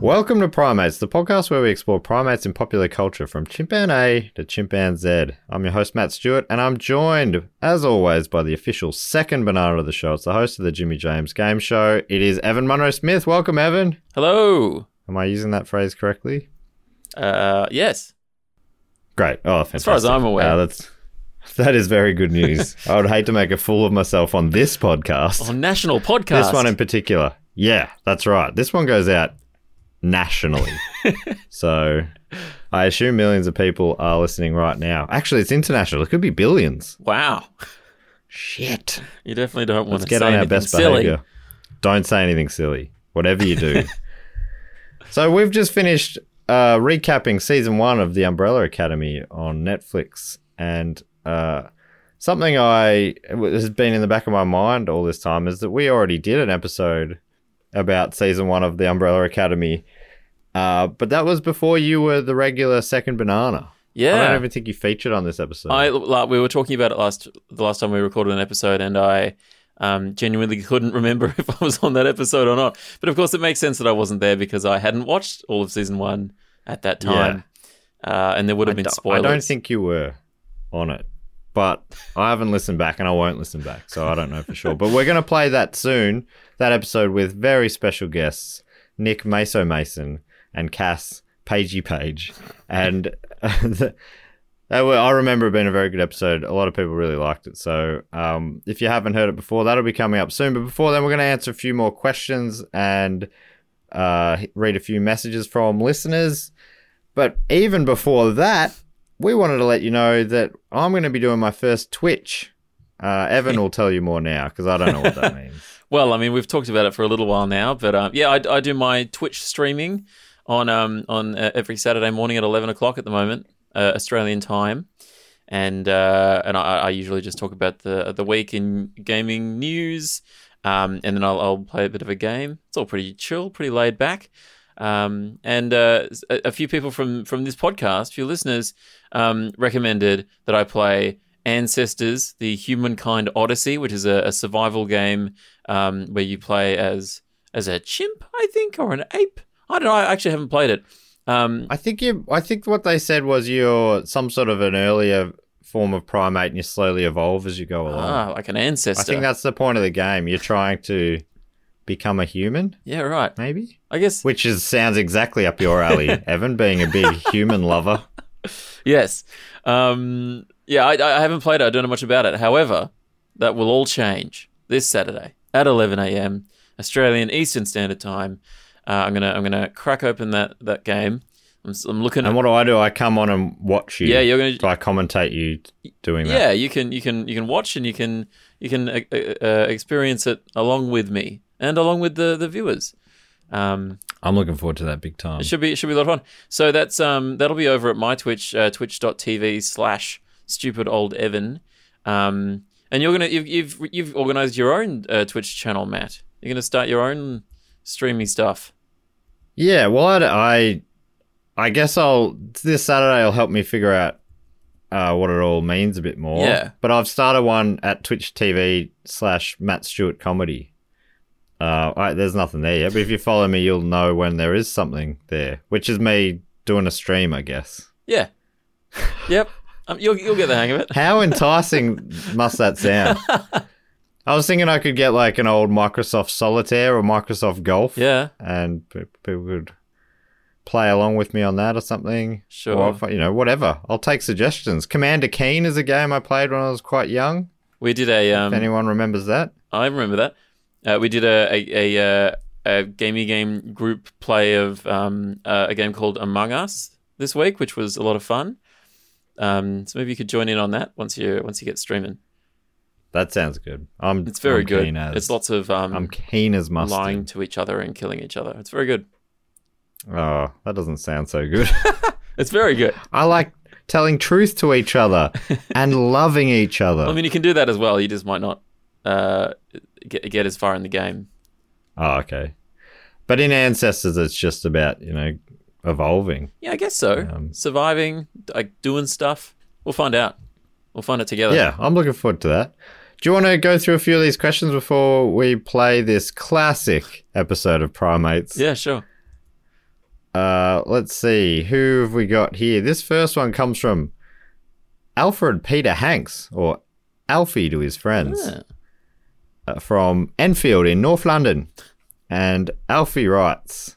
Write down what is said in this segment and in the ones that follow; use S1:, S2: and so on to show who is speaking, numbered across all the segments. S1: Welcome to Primates, the podcast where we explore primates in popular culture from chimpan A to chimpan Z. I'm your host, Matt Stewart, and I'm joined, as always, by the official second banana of the show. It's the host of the Jimmy James Game Show. It is Evan Munro Smith. Welcome, Evan.
S2: Hello.
S1: Am I using that phrase correctly?
S2: Uh, yes.
S1: Great. Oh, fantastic.
S2: As far as I'm aware.
S1: Uh, that's that is very good news. I would hate to make a fool of myself on this podcast.
S2: On national podcast.
S1: this one in particular. Yeah, that's right. This one goes out nationally. so I assume millions of people are listening right now. Actually, it's international. It could be billions.
S2: wow.
S1: Shit.
S2: You definitely don't want
S1: Let's
S2: to
S1: get
S2: say
S1: on our
S2: anything
S1: best
S2: silly.
S1: behavior. Don't say anything silly. Whatever you do. so we've just finished uh, recapping season one of The Umbrella Academy on Netflix, and uh, something I has been in the back of my mind all this time is that we already did an episode about season one of The Umbrella Academy. Uh, but that was before you were the regular second banana. I don't
S2: Yeah.
S1: even think you featured on this episode.
S2: I like we were talking about it last the last time we recorded an episode, and I um, genuinely couldn't remember if I was on that episode or not. But of course, it makes sense that I wasn't there because I hadn't watched all of season one at that time, uh, and there would
S1: I
S2: have been
S1: don't-
S2: spoilers.
S1: I don't think you were on it, but I haven't listened back and I won't listen back, so I don't know for sure. But we're going to play that soon, that episode with very special guests Nick Maso Mason and Cass Pagey Page. And that wa- I remember it being a very good episode. A lot of people really liked it. So um, if you haven't heard it before, that'll be coming up soon. But before then, we're going to answer a few more questions and uh, read a few messages from listeners. But even before that, we wanted to let you know that I'm going to be doing my first Twitch. Uh, Evan will tell you more now because I don't know what that means.
S2: Well, I mean, we've talked about it for a little while now, but um, yeah, I, I do my Twitch streaming on um, on uh, every Saturday morning at eleven o'clock at the moment, uh, Australian time, and uh, and I, I usually just talk about the the week in gaming news, um, and then I'll, I'll play a bit of a game. It's all pretty chill, pretty laid back. Um, and uh, s- a, a few people from from this podcast, few listeners, um, recommended that I play Ancestors: The Humankind Odyssey, which is a, a survival game um, where you play as as a chimp, I think, or an ape. I don't know. I actually haven't played it. Um,
S1: I think you. I think what they said was you're some sort of an earlier form of primate, and you slowly evolve as you go along.
S2: ah, like an
S1: Oh. I
S2: ancestor.
S1: think that's the point of the game. You're trying to become a human,
S2: yeah, right.
S1: maybe,
S2: I guess
S1: which is sounds exactly up your alley, Evan, being a big human lover.
S2: yes. Um, yeah, I, I haven't played it. I don't know much about it. However, that will all change this Saturday at 11 a.m. Australian Eastern Standard Time. Uh, I'm gonna I'm gonna crack open that that game. I'm, s am looking.
S1: And what do I do? I come on and watch you.
S2: Yeah, you're gonna-
S1: Do I commentate you t- doing that?
S2: yeah, you can you can you can watch and you can you can uh, uh, uh, experience it along with me and along with the the viewers. Um,
S1: I'm looking forward to that big time.
S2: It should be it should be a lot of fun. So that's um that'll be over at my Twitch uh, twitch.tv slash stupid old Evan. Um, and you're gonna you've you've, you've organised your own uh, Twitch channel, Matt. You're gonna start your own streamy stuff.
S1: Yeah, well, I'd- I, I guess I'll this Saturday will help me figure out uh, what it all means a bit more.
S2: Yeah.
S1: But I've started one at Twitch TV slash Matt Stewart Comedy. Uh, I, there's nothing there yet, but if you follow me, you'll know when there is something there, which is me doing a stream, I guess.
S2: Yeah. Yep. Um, you'll you'll get the hang of it.
S1: How enticing must that sound? I was thinking I could get like an old Microsoft Solitaire or Microsoft Golf.
S2: Yeah.
S1: and pe- people could play along with me on that or something.
S2: Sure.
S1: Or, if I- you know, whatever. I'll take suggestions. Commander Keen is a game I played when I was quite young.
S2: We did a um,
S1: if anyone remembers that.
S2: I remember that. Uh, we did a a a, uh, a gamey game group play of um, uh, a game called Among Us this week, which was a lot of fun. Um, so maybe you could join in on that once you once you get streaming.
S1: That sounds good. I'm.
S2: It's very
S1: I'm
S2: good.
S1: Keen as,
S2: It's lots of um,
S1: I'm keen as mustard.
S2: lying to each other and killing each other. It's very good.
S1: Oh, that doesn't sound so good.
S2: It's very good.
S1: I like telling truth to each other and loving each other.
S2: I mean, you can do that as well. You just might not uh, get get as far in the game.
S1: oh, okay. But in ancestors, it's just about you know evolving.
S2: Yeah, I guess so.
S1: Um,
S2: Surviving, like doing stuff. We'll find out. We'll find it together.
S1: Yeah, I'm looking forward to that. Do you want to go through a few of these questions before we play this classic episode of Primates?
S2: Yeah, sure.
S1: Uh, let's see. Who have we got here? This first one comes from Alfred Peter Hanks, or Alfie to his friends,
S2: Yeah.
S1: uh, from Enfield in North London. And Alfie writes,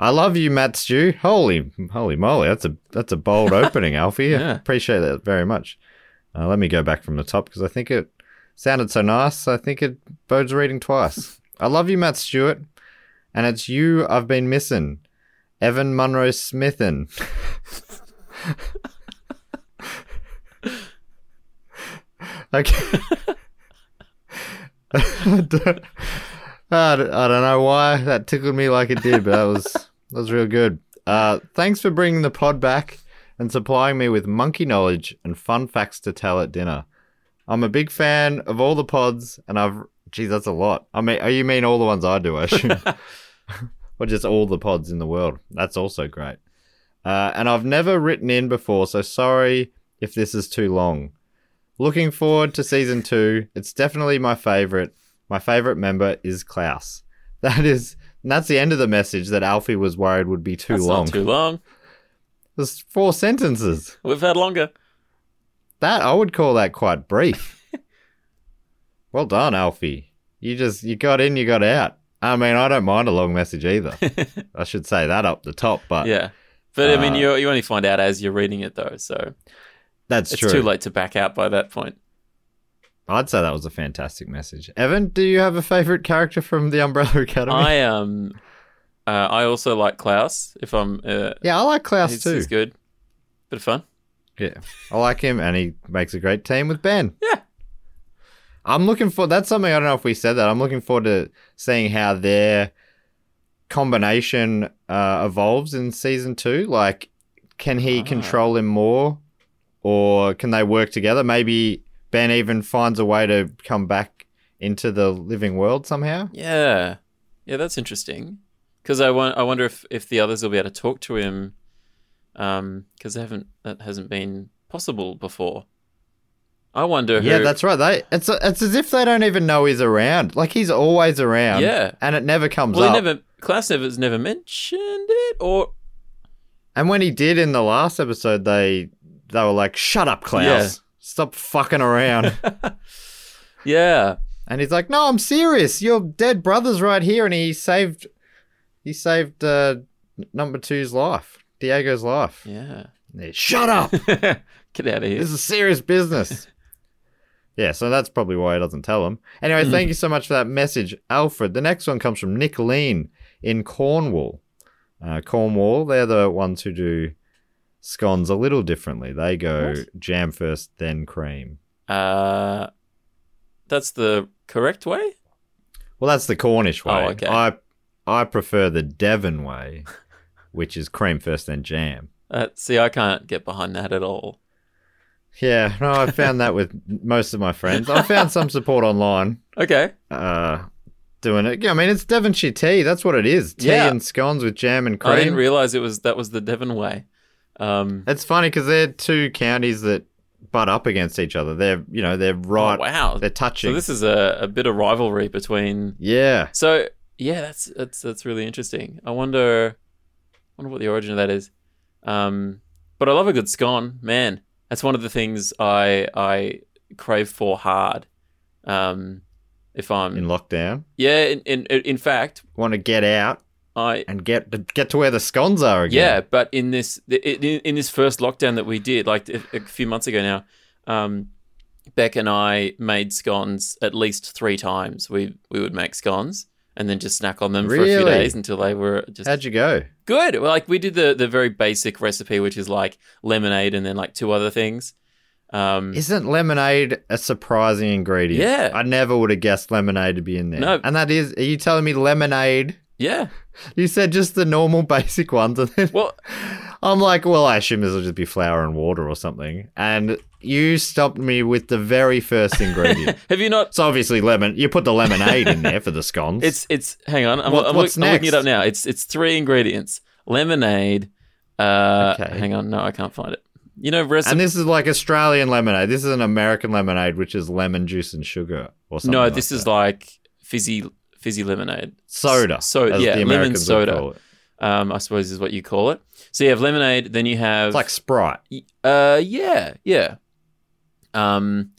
S1: "I love you, Matt Stew. Holy, holy moly! That's a that's a bold opening, Alfie.
S2: Yeah.
S1: Appreciate that very much. Uh, let me go back from the top because I think it sounded so nice. I think it bodes reading twice. I love you, Matt Stewart, and it's you I've been missing, Evan Munro Smithen. okay. I don't- I don't I don't know why that tickled me like it did, but that was that was real good. Uh, thanks for bringing the pod back and supplying me with monkey knowledge and fun facts to tell at dinner. I'm a big fan of all the pods, and I've geez, that's a lot. I mean, oh, you mean all the ones I do, I assume, or just all the pods in the world? That's also great. Uh, and I've never written in before, so sorry if this is too long. Looking forward to season two. It's definitely my favorite. My favorite member is Klaus. That is, and that's the end of the message that Alfie was worried would be too
S2: That's
S1: long.
S2: Not too long.
S1: There's four sentences.
S2: We've had longer.
S1: That I would call that quite brief. well done, Alfie. You just you got in, you got out. I mean, I don't mind a long message either. I should say that up the top, but
S2: Yeah. But I mean,
S1: Uh,
S2: you you only find out as you're reading it though, so
S1: that's
S2: it's
S1: true.
S2: too late to back out by that point.
S1: I'd say that was a fantastic message. Evan, do you have a favorite character from the Umbrella Academy?
S2: I um, uh, I also like Klaus. If I'm, uh,
S1: yeah, I like Klaus
S2: he's,
S1: too.
S2: he's good. Bit of fun.
S1: Yeah, I like him, and he makes a great team with Ben.
S2: Yeah.
S1: I'm looking for. That's something I don't know if we said that. I'm looking forward to seeing how their combination uh, evolves in season two. Like, can he
S2: Ah.
S1: control him more, or can they work together? Maybe Ben even finds a way to come back into the living world somehow.
S2: Yeah, yeah, that's interesting. Because I want, I wonder if if the others will be able to talk to him, um, because they haven't that hasn't been possible before. I wonder. Who,
S1: Yeah, that's right. They it's it's as if they don't even know he's around. Like he's always around.
S2: Yeah.
S1: and it never comes
S2: well.
S1: up.
S2: He never Klaus never never mentioned it, or
S1: And when he did in the last episode, they they were like, "Shut up, Klaus!
S2: Yeah.
S1: Stop fucking around!"
S2: yeah,
S1: and he's like, "No, I'm serious. Your dead brother's right here." And he saved he saved uh, number two's life, Diego's life.
S2: yeah.
S1: And they, Shut up!
S2: Get out of here.
S1: this is serious business. yeah, so that's probably why he doesn't tell him. Anyway, thank you so much for that message, Alfred. The next one comes from Nick Lean in Cornwall. Uh, Cornwall, they're the ones who do scones a little differently. They go jam first, then cream.
S2: Uh, that's the correct way.
S1: Well, that's the Cornish way.
S2: okay.
S1: I I prefer the Devon way, which is cream first, then jam.
S2: Uh, see, I can't get behind that at all.
S1: Yeah, no, I found that with most of my friends. I found some support online.
S2: Okay.
S1: uh, doing it. Yeah, I mean, it's Devonshire tea. That's what it is. Tea
S2: Yeah.
S1: and scones with jam and
S2: I didn't
S1: cream.
S2: realize it was that was the Devon way. Um,
S1: it's funny because they're two counties that butt up against each other. They're, you know, they're right.
S2: oh, wow.
S1: They're touching.
S2: So this is a, a bit of rivalry between.
S1: yeah.
S2: So yeah, that's that's that's really interesting. I wonder, wonder what the origin of that is. Um, but I love a good scone, man. That's one of the things I I crave for hard. Um, if I'm
S1: In lockdown.
S2: yeah, in, in in fact,
S1: Want to get out
S2: I
S1: and get to, get to where the scones are
S2: Yeah,
S1: again.
S2: but in this in, in this first lockdown that we did, like a, a few months ago now, um, Beck and I made scones at least three times. We we would make scones and then just snack on them for a few
S1: Really?
S2: days until they were just
S1: How'd you go?
S2: good. Well, Like we did the the very basic recipe, which is like lemonade and then like two other things. Um,
S1: Isn't lemonade a surprising ingredient?
S2: Yeah.
S1: I never would have guessed lemonade to be in there.
S2: No.
S1: And that is, are you telling me lemonade?
S2: yeah.
S1: You said just the normal basic ones. And then
S2: Well,
S1: I'm like, well, I assume this will just be flour and water or something. And you stopped me with the very first ingredient.
S2: have you not?
S1: so obviously, lemon, you put the lemonade in there for the scones.
S2: It's it's. Hang on, I'm,
S1: What-
S2: I'm,
S1: what's
S2: look- I'm looking it
S1: next?
S2: up now. It's it's three ingredients: lemonade. Uh,
S1: Okay.
S2: Hang on, no, I can't find it. You know, recipe.
S1: and this is like Australian lemonade. This is an American lemonade, which is lemon juice and sugar or something.
S2: No,
S1: like
S2: this is
S1: that.
S2: like fizzy fizzy lemonade.
S1: soda.
S2: so-
S1: as
S2: yeah,
S1: the
S2: lemon
S1: Americans would
S2: soda.
S1: call it.
S2: Um, I suppose is what you call it. So you have lemonade, then you have
S1: It's like Sprite.
S2: uh, yeah, yeah. Um,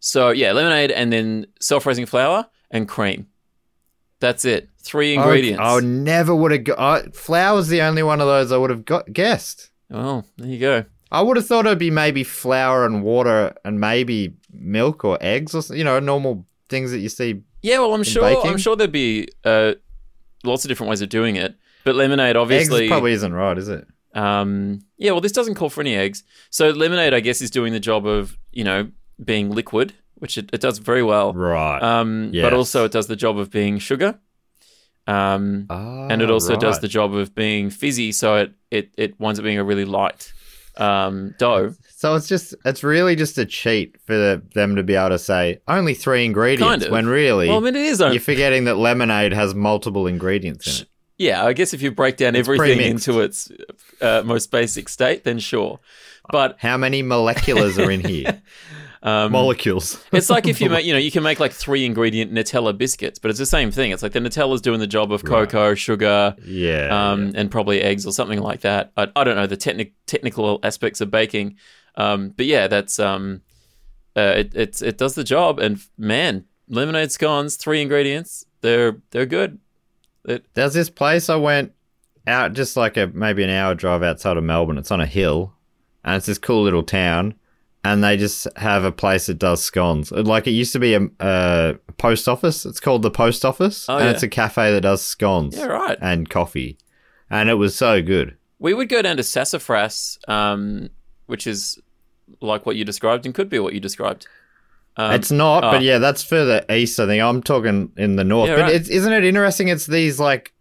S2: so yeah, lemonade and then self-raising flour and cream. That's it. Three ingredients.
S1: I, I never would have. Go- I, flour's the only one of those I would have got guessed.
S2: oh, there you go.
S1: I would have thought it'd be maybe flour and water and maybe milk or eggs or s- you know normal things that you see.
S2: Yeah, well, I'm sure.
S1: baking?
S2: I'm sure there'd be uh, lots of different ways of doing it. But lemonade, obviously,
S1: eggs probably isn't right, is it?
S2: Um, yeah, well, this doesn't call for any eggs. So lemonade, I guess, is doing the job of you know being liquid, which it, it does very well.
S1: Right.
S2: Um,
S1: Yes.
S2: But also, it does the job of being sugar. Um,
S1: Ah,
S2: and it also does
S1: right.
S2: the job of being fizzy, so it it, it winds up being a really light um, dough.
S1: So it's just it's really just a cheat for the, them to be able to say only three ingredients
S2: Kind of.
S1: when really
S2: Well, I mean, it is. A,
S1: you're forgetting that lemonade has multiple ingredients in it.
S2: yeah, I guess if you break down everything
S1: pre-mixed.
S2: into its uh, most basic state, then sure. But
S1: How many moleculars are in here?
S2: um,
S1: Molecules.
S2: It's like if you make, you know, you can make like three ingredient Nutella biscuits, but it's the same thing. It's like the Nutella's doing the job of
S1: Right.
S2: cocoa, sugar,
S1: Yeah.
S2: um, and probably eggs or something like that. I, I don't know the technic- technical aspects of baking, um, but yeah, that's um, uh, it, it it does the job. And man, lemonade scones, three ingredients, they're they're good.
S1: There's this place I went out just like a maybe an hour drive outside of Melbourne. It's on a hill, and it's this cool little town. And they just have a place that does scones. Like it used to be a, a post office. It's called the post office,
S2: Oh,
S1: and
S2: yeah.
S1: it's a cafe that does scones
S2: Yeah, right.
S1: and coffee, and it was so good.
S2: We would go down to Sassafras, um, which is like what you described and could be what you described. Um,
S1: it's not,
S2: ah.
S1: but yeah, that's further east. I think I'm talking in the north.
S2: Yeah,
S1: but
S2: right.
S1: it's, isn't it interesting? It's these like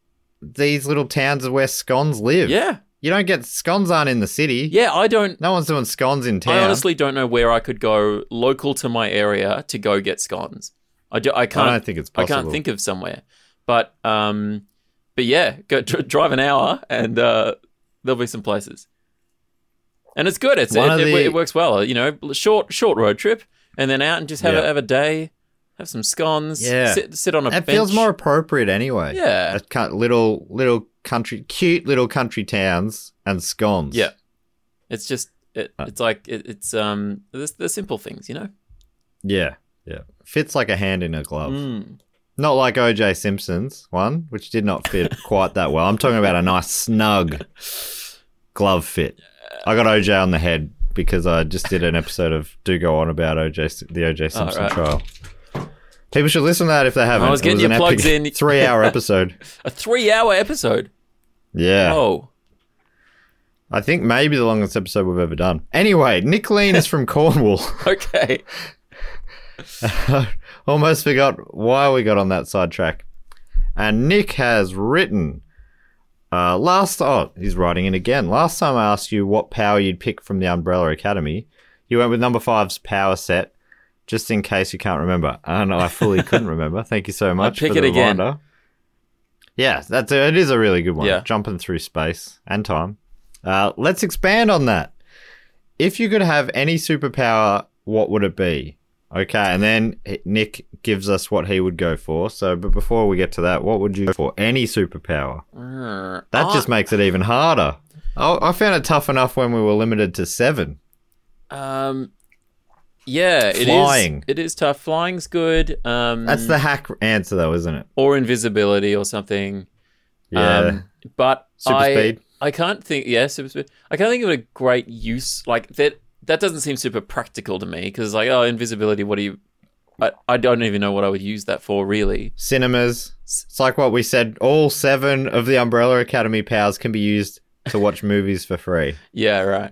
S1: these little towns where scones live.
S2: yeah,
S1: you don't get scones aren't in the city.
S2: yeah. I don't
S1: no one's doing scones in town.
S2: I honestly don't know where I could go local to my area to go get scones. I, do, I can't.
S1: I don't think it's
S2: I
S1: possible.
S2: can't think of somewhere. But um, but yeah, go dr- drive an hour and uh, there'll be some places. And it's good. It's it,
S1: One of
S2: it,
S1: the-
S2: it works well. You know, short short road trip and then out and just have
S1: Yeah.
S2: a, have a day, have some scones.
S1: Yeah.
S2: sit, sit on a
S1: It
S2: bench.
S1: feels more appropriate anyway.
S2: Yeah.
S1: A cu- little little country, cute little country towns and scones.
S2: Yeah. It's just it,
S1: Uh.
S2: it's like it, it's um the, the simple things. You know.
S1: yeah, yeah. Fits like a hand in a glove.
S2: Mm.
S1: Not like OJ Simpson's one, which did not fit quite that well. I'm talking about a nice snug glove fit. I got OJ on the head because I just did an episode of Do Go On about OJ Sim- the OJ Simpson
S2: right.
S1: trial. People should listen to that if they haven't.
S2: was
S1: It
S2: getting your
S1: an
S2: plugs
S1: epic
S2: in.
S1: Three-hour episode.
S2: A three-hour episode.
S1: Yeah.
S2: Oh.
S1: I think maybe the longest episode we've ever done. Anyway, Nick Lean is from Cornwall.
S2: Okay.
S1: Almost forgot why we got on that sidetrack. And Nick has written. Uh, last oh, he's writing it again. Last time I asked you what power you'd pick from the Umbrella Academy, you went with number five's power set, just in case you can't remember. And I fully couldn't remember. Thank you so much
S2: pick
S1: for the
S2: it again.
S1: reminder. Yeah, that's a, it is a really good one.
S2: Yeah.
S1: Jumping through space and time. Uh, let's expand on that. If you could have any superpower, what would it be? Okay, and then Nick gives us what he would go for. So, but before we get to that, what would you go for? Any superpower?
S2: Mm.
S1: That
S2: I-
S1: just makes it even harder. I, I found it tough enough when we were limited to seven.
S2: um, yeah, it is.
S1: Flying.
S2: It is tough. Flying's good. Um,
S1: That's the hack answer, though, isn't it?
S2: or invisibility or something. Um,
S1: Yeah.
S2: but
S1: Super
S2: I,
S1: speed.
S2: I can't think. Yeah, super speed. I can't think of a great use like that. That doesn't seem super practical to me because like oh invisibility. What do you? I, I don't even know what I would use that for really.
S1: Cinemas. It's like what we said. All seven of the Umbrella Academy powers can be used to watch movies for free.
S2: Yeah, right.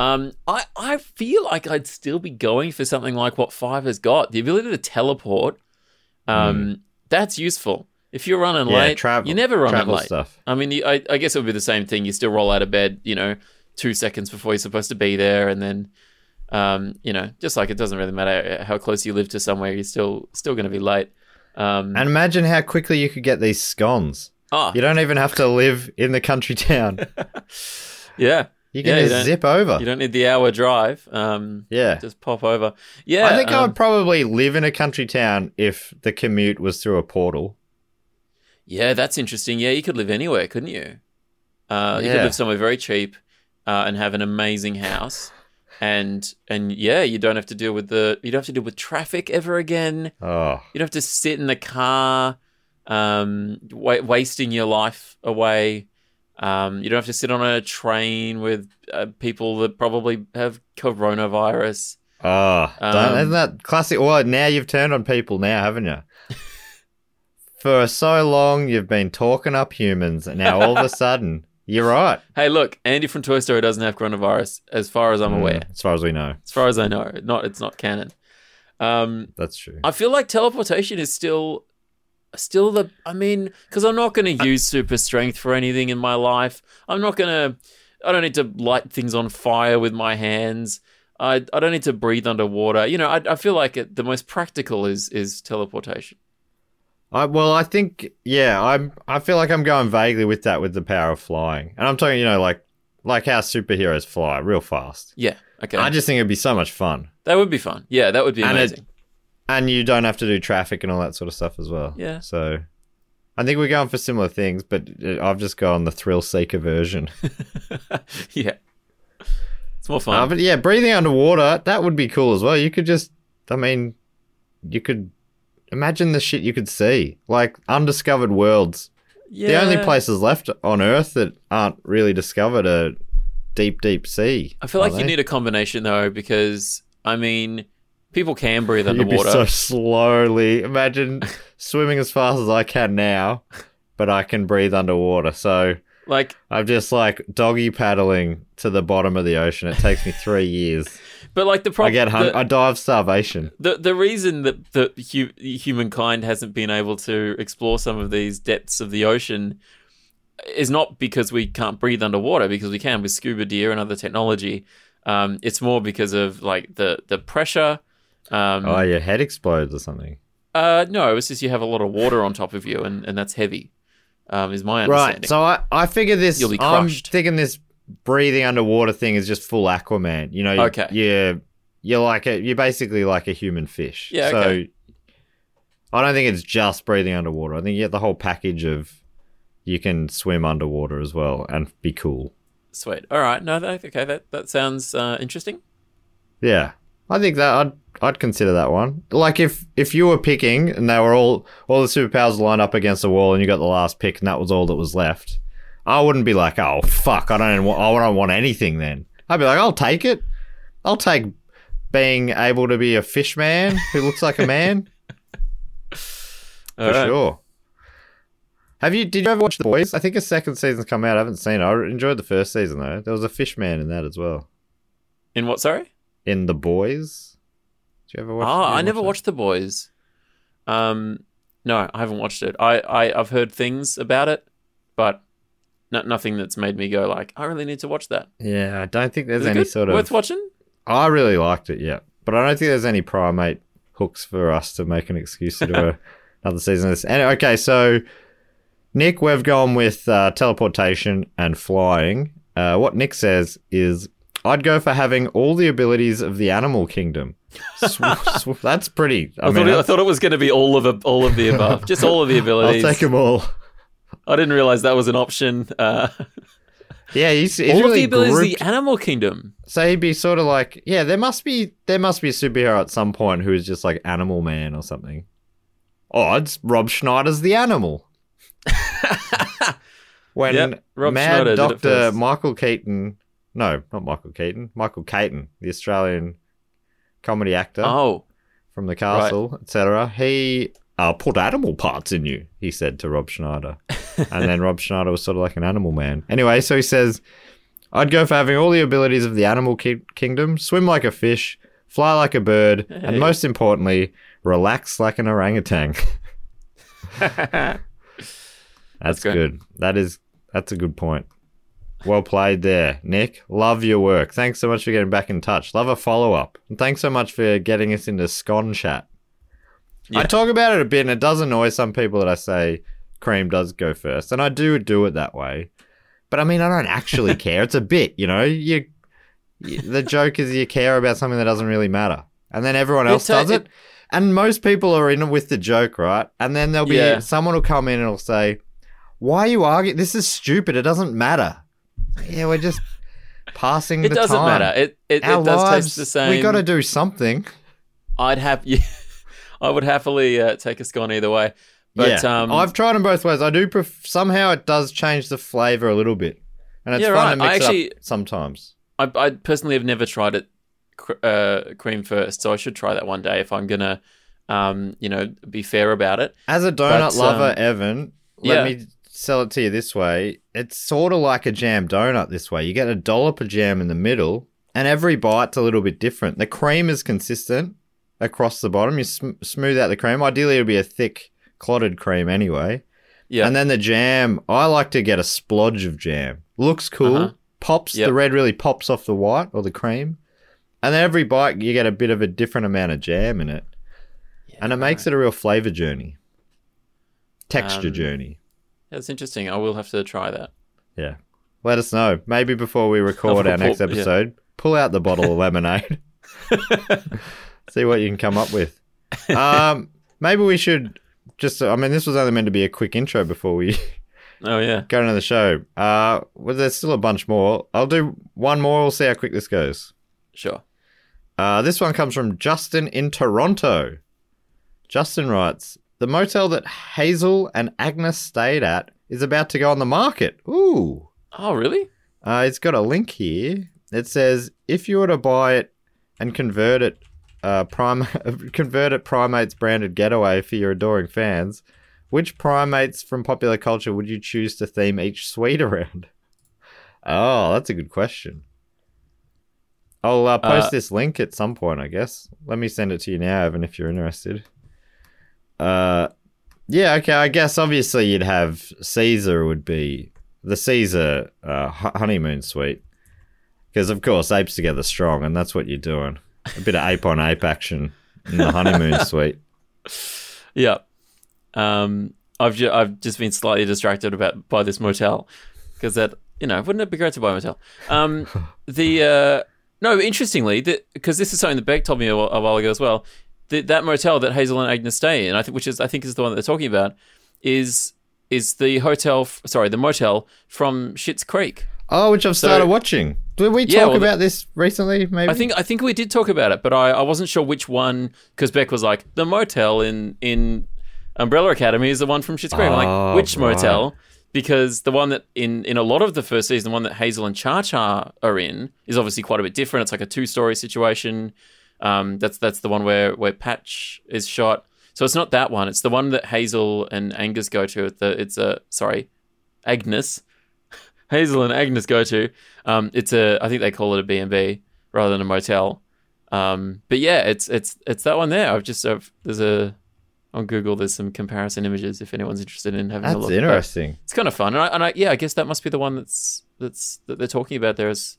S2: Um, I I feel like I'd still be going for something like what Five has got the ability to teleport. Um, that's useful. If you're running
S1: Hmm. yeah,
S2: late,
S1: travel.
S2: you never run
S1: travel
S2: late.
S1: stuff.
S2: I mean, you- I, I guess it would be the same thing. You still roll out of bed, you know, two seconds before you're supposed to be there, and then, um, you know, just like it doesn't really matter uh, how close you live to somewhere, you're still still going to be late. Um,
S1: And imagine how quickly you could get these scones.
S2: ah,
S1: You don't even have to live in the country town.
S2: yeah,
S1: You can
S2: Yeah, you
S1: just
S2: don't-
S1: zip over.
S2: you don't need the hour drive. Um,
S1: Yeah.
S2: just pop over. Yeah,
S1: I think I
S2: um,
S1: would probably live in a country town if the commute was through a portal.
S2: yeah, that's interesting. Yeah, you could live anywhere, couldn't you? Uh, You could
S1: Yeah.
S2: live somewhere very cheap uh, and have an amazing house. And and yeah, you don't have to deal with the you don't have to deal with traffic ever again.
S1: Oh,
S2: You don't have to sit in the car, um, wa- wasting your life away. Um, you don't have to sit on a train with uh, people that probably have coronavirus.
S1: oh,
S2: Um,
S1: isn't that classic? Well, now you've turned on people, now haven't you? For so long, you've been talking up humans, and now all of a sudden, you're right.
S2: Hey, look, Andy from Toy Story doesn't have coronavirus, as far as I'm aware.
S1: Mm, as far as we know,
S2: As far as I know, not it's not canon. Um,
S1: that's true.
S2: I feel like teleportation is still, still the. I mean, because I'm not
S1: Uh,
S2: going to use super strength for anything in my life. I'm not going to. I don't need to light things on fire with my hands. I, I don't need to breathe underwater. You know, I, I feel like it, the most practical is is teleportation.
S1: I, well, I think, yeah, I'm. I feel like I'm going vaguely with that, with the power of flying, and I'm talking, you know, like, like how superheroes fly real fast.
S2: Yeah. Okay.
S1: I just think it'd be so much fun,
S2: that would be fun. Yeah, that would be
S1: And it-
S2: amazing.
S1: and you don't have to do traffic and all that sort of stuff as well.
S2: Yeah.
S1: So, I think we're going for similar things, but uh, I've just gone the thrill seeker version.
S2: yeah. It's more
S1: Uh,
S2: fun.
S1: but yeah, breathing underwater, that would be cool as well. You could just, I mean, you could imagine the shit you could see, like undiscovered worlds.
S2: yeah.
S1: The only places left on Earth that aren't really discovered are deep, deep sea.
S2: I feel like you
S1: aren't
S2: need a combination though, because I mean, people can breathe
S1: they? You'd be
S2: underwater.
S1: so slowly. Imagine swimming as fast as I can now, but I can breathe underwater. So
S2: like,
S1: I'm just like doggy paddling to the bottom of the ocean. It takes me three years.
S2: but like the
S1: I
S2: problem.
S1: get hung-
S2: the,
S1: I die of starvation.
S2: the the reason that that hu- humankind hasn't been able to explore some of these depths of the ocean is not because we can't breathe underwater, because we can with scuba gear and other technology. Um, it's more because of like the the pressure. Um,
S1: Oh, your head explodes or something.
S2: uh, no, it's just you have a lot of water on top of you, and, and that's heavy. Um, is my understanding.
S1: Right. So I, I figure this.
S2: You'll be
S1: I'm
S2: crushed.
S1: thinking this breathing underwater thing is just full Aquaman. You know. you-
S2: Okay.
S1: You're you're like a you're basically like a human fish.
S2: Yeah,
S1: So
S2: okay.
S1: I don't think it's just breathing underwater. I think you get the whole package of you can swim underwater as well and be cool.
S2: Sweet. All right. No. That, okay. That that sounds uh, interesting.
S1: Yeah. I think that I'd I'd consider that one. Like if if you were picking and they were all all the superpowers lined up against the wall and you got the last pick and that was all that was left, I wouldn't be like, oh fuck, I don't want, I don't want anything. Then I'd be like, I'll take it. I'll take being able to be a fish man who looks like a man for
S2: All right.
S1: sure. Have you? Did you ever watch The Boys? I think a second season's come out. I haven't seen. it. I enjoyed the first season though. There was a fish man in that as well.
S2: In what? Sorry.
S1: In The Boys. Did you ever watch?
S2: Ah,
S1: did you
S2: I
S1: watch
S2: never
S1: that?
S2: watched The Boys. Um, no, I haven't watched it. I, I I've heard things about it, but no, nothing that's made me go like, I really need to watch that.
S1: Yeah, I don't think there's
S2: Is it
S1: any
S2: good?
S1: sort of.
S2: worth watching?
S1: I really liked it, yeah, but I don't think there's any primate hooks for us to make an excuse to do a- another season of this. And okay, so Nick, we've gone with uh, teleportation and flying. Uh, what Nick says is, I'd go for having all the abilities of the animal kingdom. Sw- sw- that's pretty. I,
S2: I,
S1: mean,
S2: thought it, I
S1: that's-
S2: thought it was going to be all of a, all of the above, just all of the
S1: I'll
S2: abilities.
S1: take them all.
S2: I didn't realize that was an option. Uh,
S1: Yeah, he's, he's
S2: all of
S1: really
S2: the abilities
S1: grouped
S2: of the animal kingdom.
S1: So he'd be sort of like, yeah, there must be there must be a superhero at some point who is just like Animal Man or something. Oh, it's Rob Schneider's the animal. when
S2: Yep, Rob
S1: Mad
S2: Schneider did it
S1: Doctor
S2: first.
S1: Michael Keaton, no, not Michael Keaton, Michael Caton, the Australian comedy actor
S2: Oh,
S1: from the castle, etc. He uh, put animal parts in you, he said to Rob Schneider. and then Rob Schneider was sort of like an animal man. Anyway, so he says, I'd go for having all the abilities of the animal ki- kingdom, swim like a fish, fly like a bird, and most importantly, relax like an orangutan. that's
S2: go.
S1: good. That is that's a good point. Well played there, Nick. Love your work. Thanks so much for getting back in touch. Love a follow up. And thanks so much for getting us into scon chat. I
S2: Yeah.
S1: talk about it a bit and it does annoy some people that I say cream does go first. And I do do it that way. But I mean, I don't actually care. It's a bit, you know. You, you the joke is you care about something that doesn't really matter. And then everyone
S2: It
S1: else
S2: ta-
S1: does
S2: it-
S1: it. And most people are in with the joke, right? And then there'll be
S2: Yeah.
S1: someone will come in and will say, "Why are you arguing? This is stupid. It doesn't matter." Yeah, we're just passing
S2: it
S1: the
S2: doesn't
S1: time.
S2: matter. It it, it
S1: Our
S2: does
S1: lives,
S2: taste the same.
S1: we got to do something.
S2: I'd have. I would happily uh, take a scone either way. But
S1: yeah,
S2: um,
S1: I've tried them both ways. I do pref- somehow it does change the flavor a little bit, and it's
S2: Yeah,
S1: fun to
S2: right. I
S1: mix it
S2: actually-
S1: up sometimes.
S2: I, I personally have never tried it cr- uh, cream first, so I should try that one day if I'm gonna, um, you know, be fair about it.
S1: As a donut
S2: But,
S1: lover,
S2: um,
S1: Evan, let
S2: yeah.
S1: me sell it to you this way. It's sort of like a jam donut this way. You get a dollop of jam in the middle, and every bite's a little bit different. The cream is consistent across the bottom. You sm- smooth out the cream. Ideally, it'll be a thick, clotted cream anyway.
S2: Yeah,
S1: And then the jam, I like to get a splodge of jam. Looks cool.
S2: Uh-huh.
S1: Pops,
S2: Yep.
S1: the red really pops off the white or the cream. And then every bite, you get a bit of a different amount of jam in it. and it makes it a real flavor journey, texture
S2: Um,
S1: journey.
S2: that's interesting. I will have to try that.
S1: Yeah. Let us know. Maybe before we record our next
S2: Before- yeah.
S1: episode, pull out the bottle of lemonade. See what you can come up with. Um, maybe we should just, I mean, this was only meant to be a quick intro before we
S2: Oh yeah,
S1: go into the show. Uh, well, there's still a bunch more. I'll do one more. We'll see how quick this goes.
S2: sure.
S1: Uh, this one comes from Justin in Toronto. Justin writes The motel that Hazel and Agnes stayed at is about to go on the market. Ooh.
S2: Oh really?
S1: Uh, it's got a link here. It says if you were to buy it and convert it, uh, prime convert it primates branded getaway for your adoring fans, which primates from popular culture would you choose to theme each suite around? Oh, that's a good question. I'll uh, post
S2: Uh,
S1: this link at some point, I guess. Let me send it to you now, Evan, if you're interested. Uh, yeah, okay. I guess obviously you'd have Caesar would be the Caesar uh, hu- honeymoon suite because of course apes together strong, and that's what you're doing. A bit of ape on ape action in the honeymoon suite.
S2: Yeah. Um, I've ju- I've just been slightly distracted about by this motel because that you know wouldn't it be great to buy a motel? Um, the uh, no, interestingly, because this is something that Beck told me a, wh- a while ago as well. The, that motel that Hazel and Agnes stay in, I think, which is I think is the one that they're talking about, is is the hotel? F- sorry, the motel from Schitt's Creek.
S1: Oh, which I've
S2: So-
S1: started watching. Did we talk
S2: Yeah, well, the-
S1: about this recently? Maybe.
S2: I think I think we did talk about it, but I, I wasn't sure which one because Beck was like the motel in in Umbrella Academy is the one from Schitt's Creek. I'm
S1: Oh,
S2: like which
S1: right.
S2: motel? Because the one that in in a lot of the first season, the one that Hazel and Cha Cha are in is obviously quite a bit different. It's like a two story situation. Um, that's that's the one where where Patch is shot. So it's not that one. It's the one that Hazel and Angus go to. At the it's a sorry, Agnes. Hazel and Agnes go to. Um, it's a I think they call it a B and B rather than a motel. Um, but yeah, it's it's it's that one there. I've just I've, there's a on Google there's some comparison images if anyone's interested in having a
S1: that's
S2: look.
S1: interesting.
S2: But It's kind of fun, and I, and I yeah, I guess that must be the one that's that's that they're talking about there is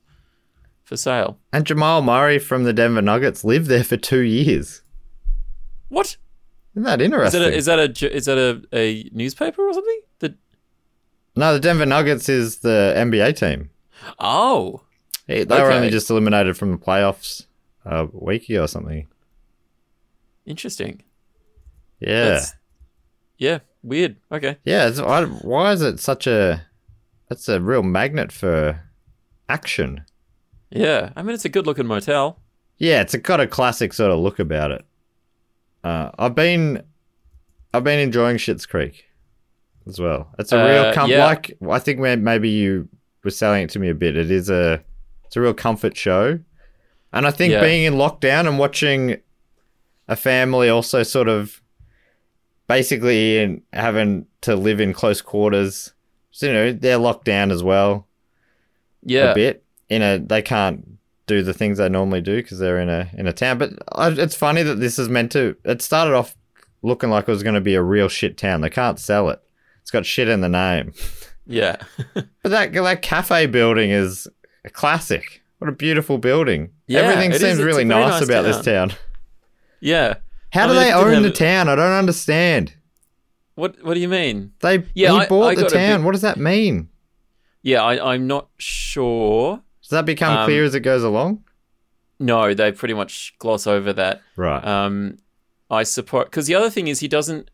S2: for sale.
S1: And Jamal Murray from the Denver Nuggets lived there for two years.
S2: What
S1: Isn't that
S2: is that?
S1: interesting?
S2: A, is that a ju- is that a, a newspaper or something? The
S1: no, the Denver Nuggets is the NBA team.
S2: oh
S1: They were
S2: Okay.
S1: only just eliminated from the playoffs a week ago or something.
S2: interesting.
S1: Yeah.
S2: That's- yeah. Weird. Okay.
S1: Yeah, it's, I, why is it such a? That's a real magnet for action.
S2: Yeah. I mean, it's a good looking motel.
S1: Yeah, it's got a classic sort of look about it. Uh, I've been, I've been enjoying Shit's Creek, as well. It's a real
S2: Uh,
S1: com-
S2: yeah.
S1: like I think may- maybe you were selling it to me a bit. It is a, it's a real comfort show, and I think
S2: Yeah.
S1: being in lockdown and watching a family also sort of basically in having to live in close quarters. So, you know, they're locked down as well
S2: Yeah.
S1: a bit in a they can't do the things they normally do because they're in a in a town but I, it's funny that this is meant to it started off looking like it was going to be a real shit town they can't sell it it's got shit in the name
S2: Yeah.
S1: but that that cafe building is a classic what a beautiful building
S2: Yeah,
S1: everything
S2: it is.
S1: seems
S2: It's a
S1: really
S2: very
S1: nice,
S2: nice
S1: about this
S2: town.
S1: town
S2: yeah.
S1: how
S2: I
S1: do
S2: mean,
S1: they
S2: it did
S1: own
S2: have
S1: the
S2: a-
S1: town i don't understand
S2: What What do you mean?
S1: they
S2: Yeah,
S1: he
S2: I-
S1: bought
S2: I
S1: the
S2: got a
S1: town
S2: bit-
S1: what does that mean
S2: Yeah. I, I'm not sure.
S1: does that become
S2: Um,
S1: clear as it goes along
S2: No, they pretty much gloss over that.
S1: right
S2: Um, I support because the other thing is he doesn't.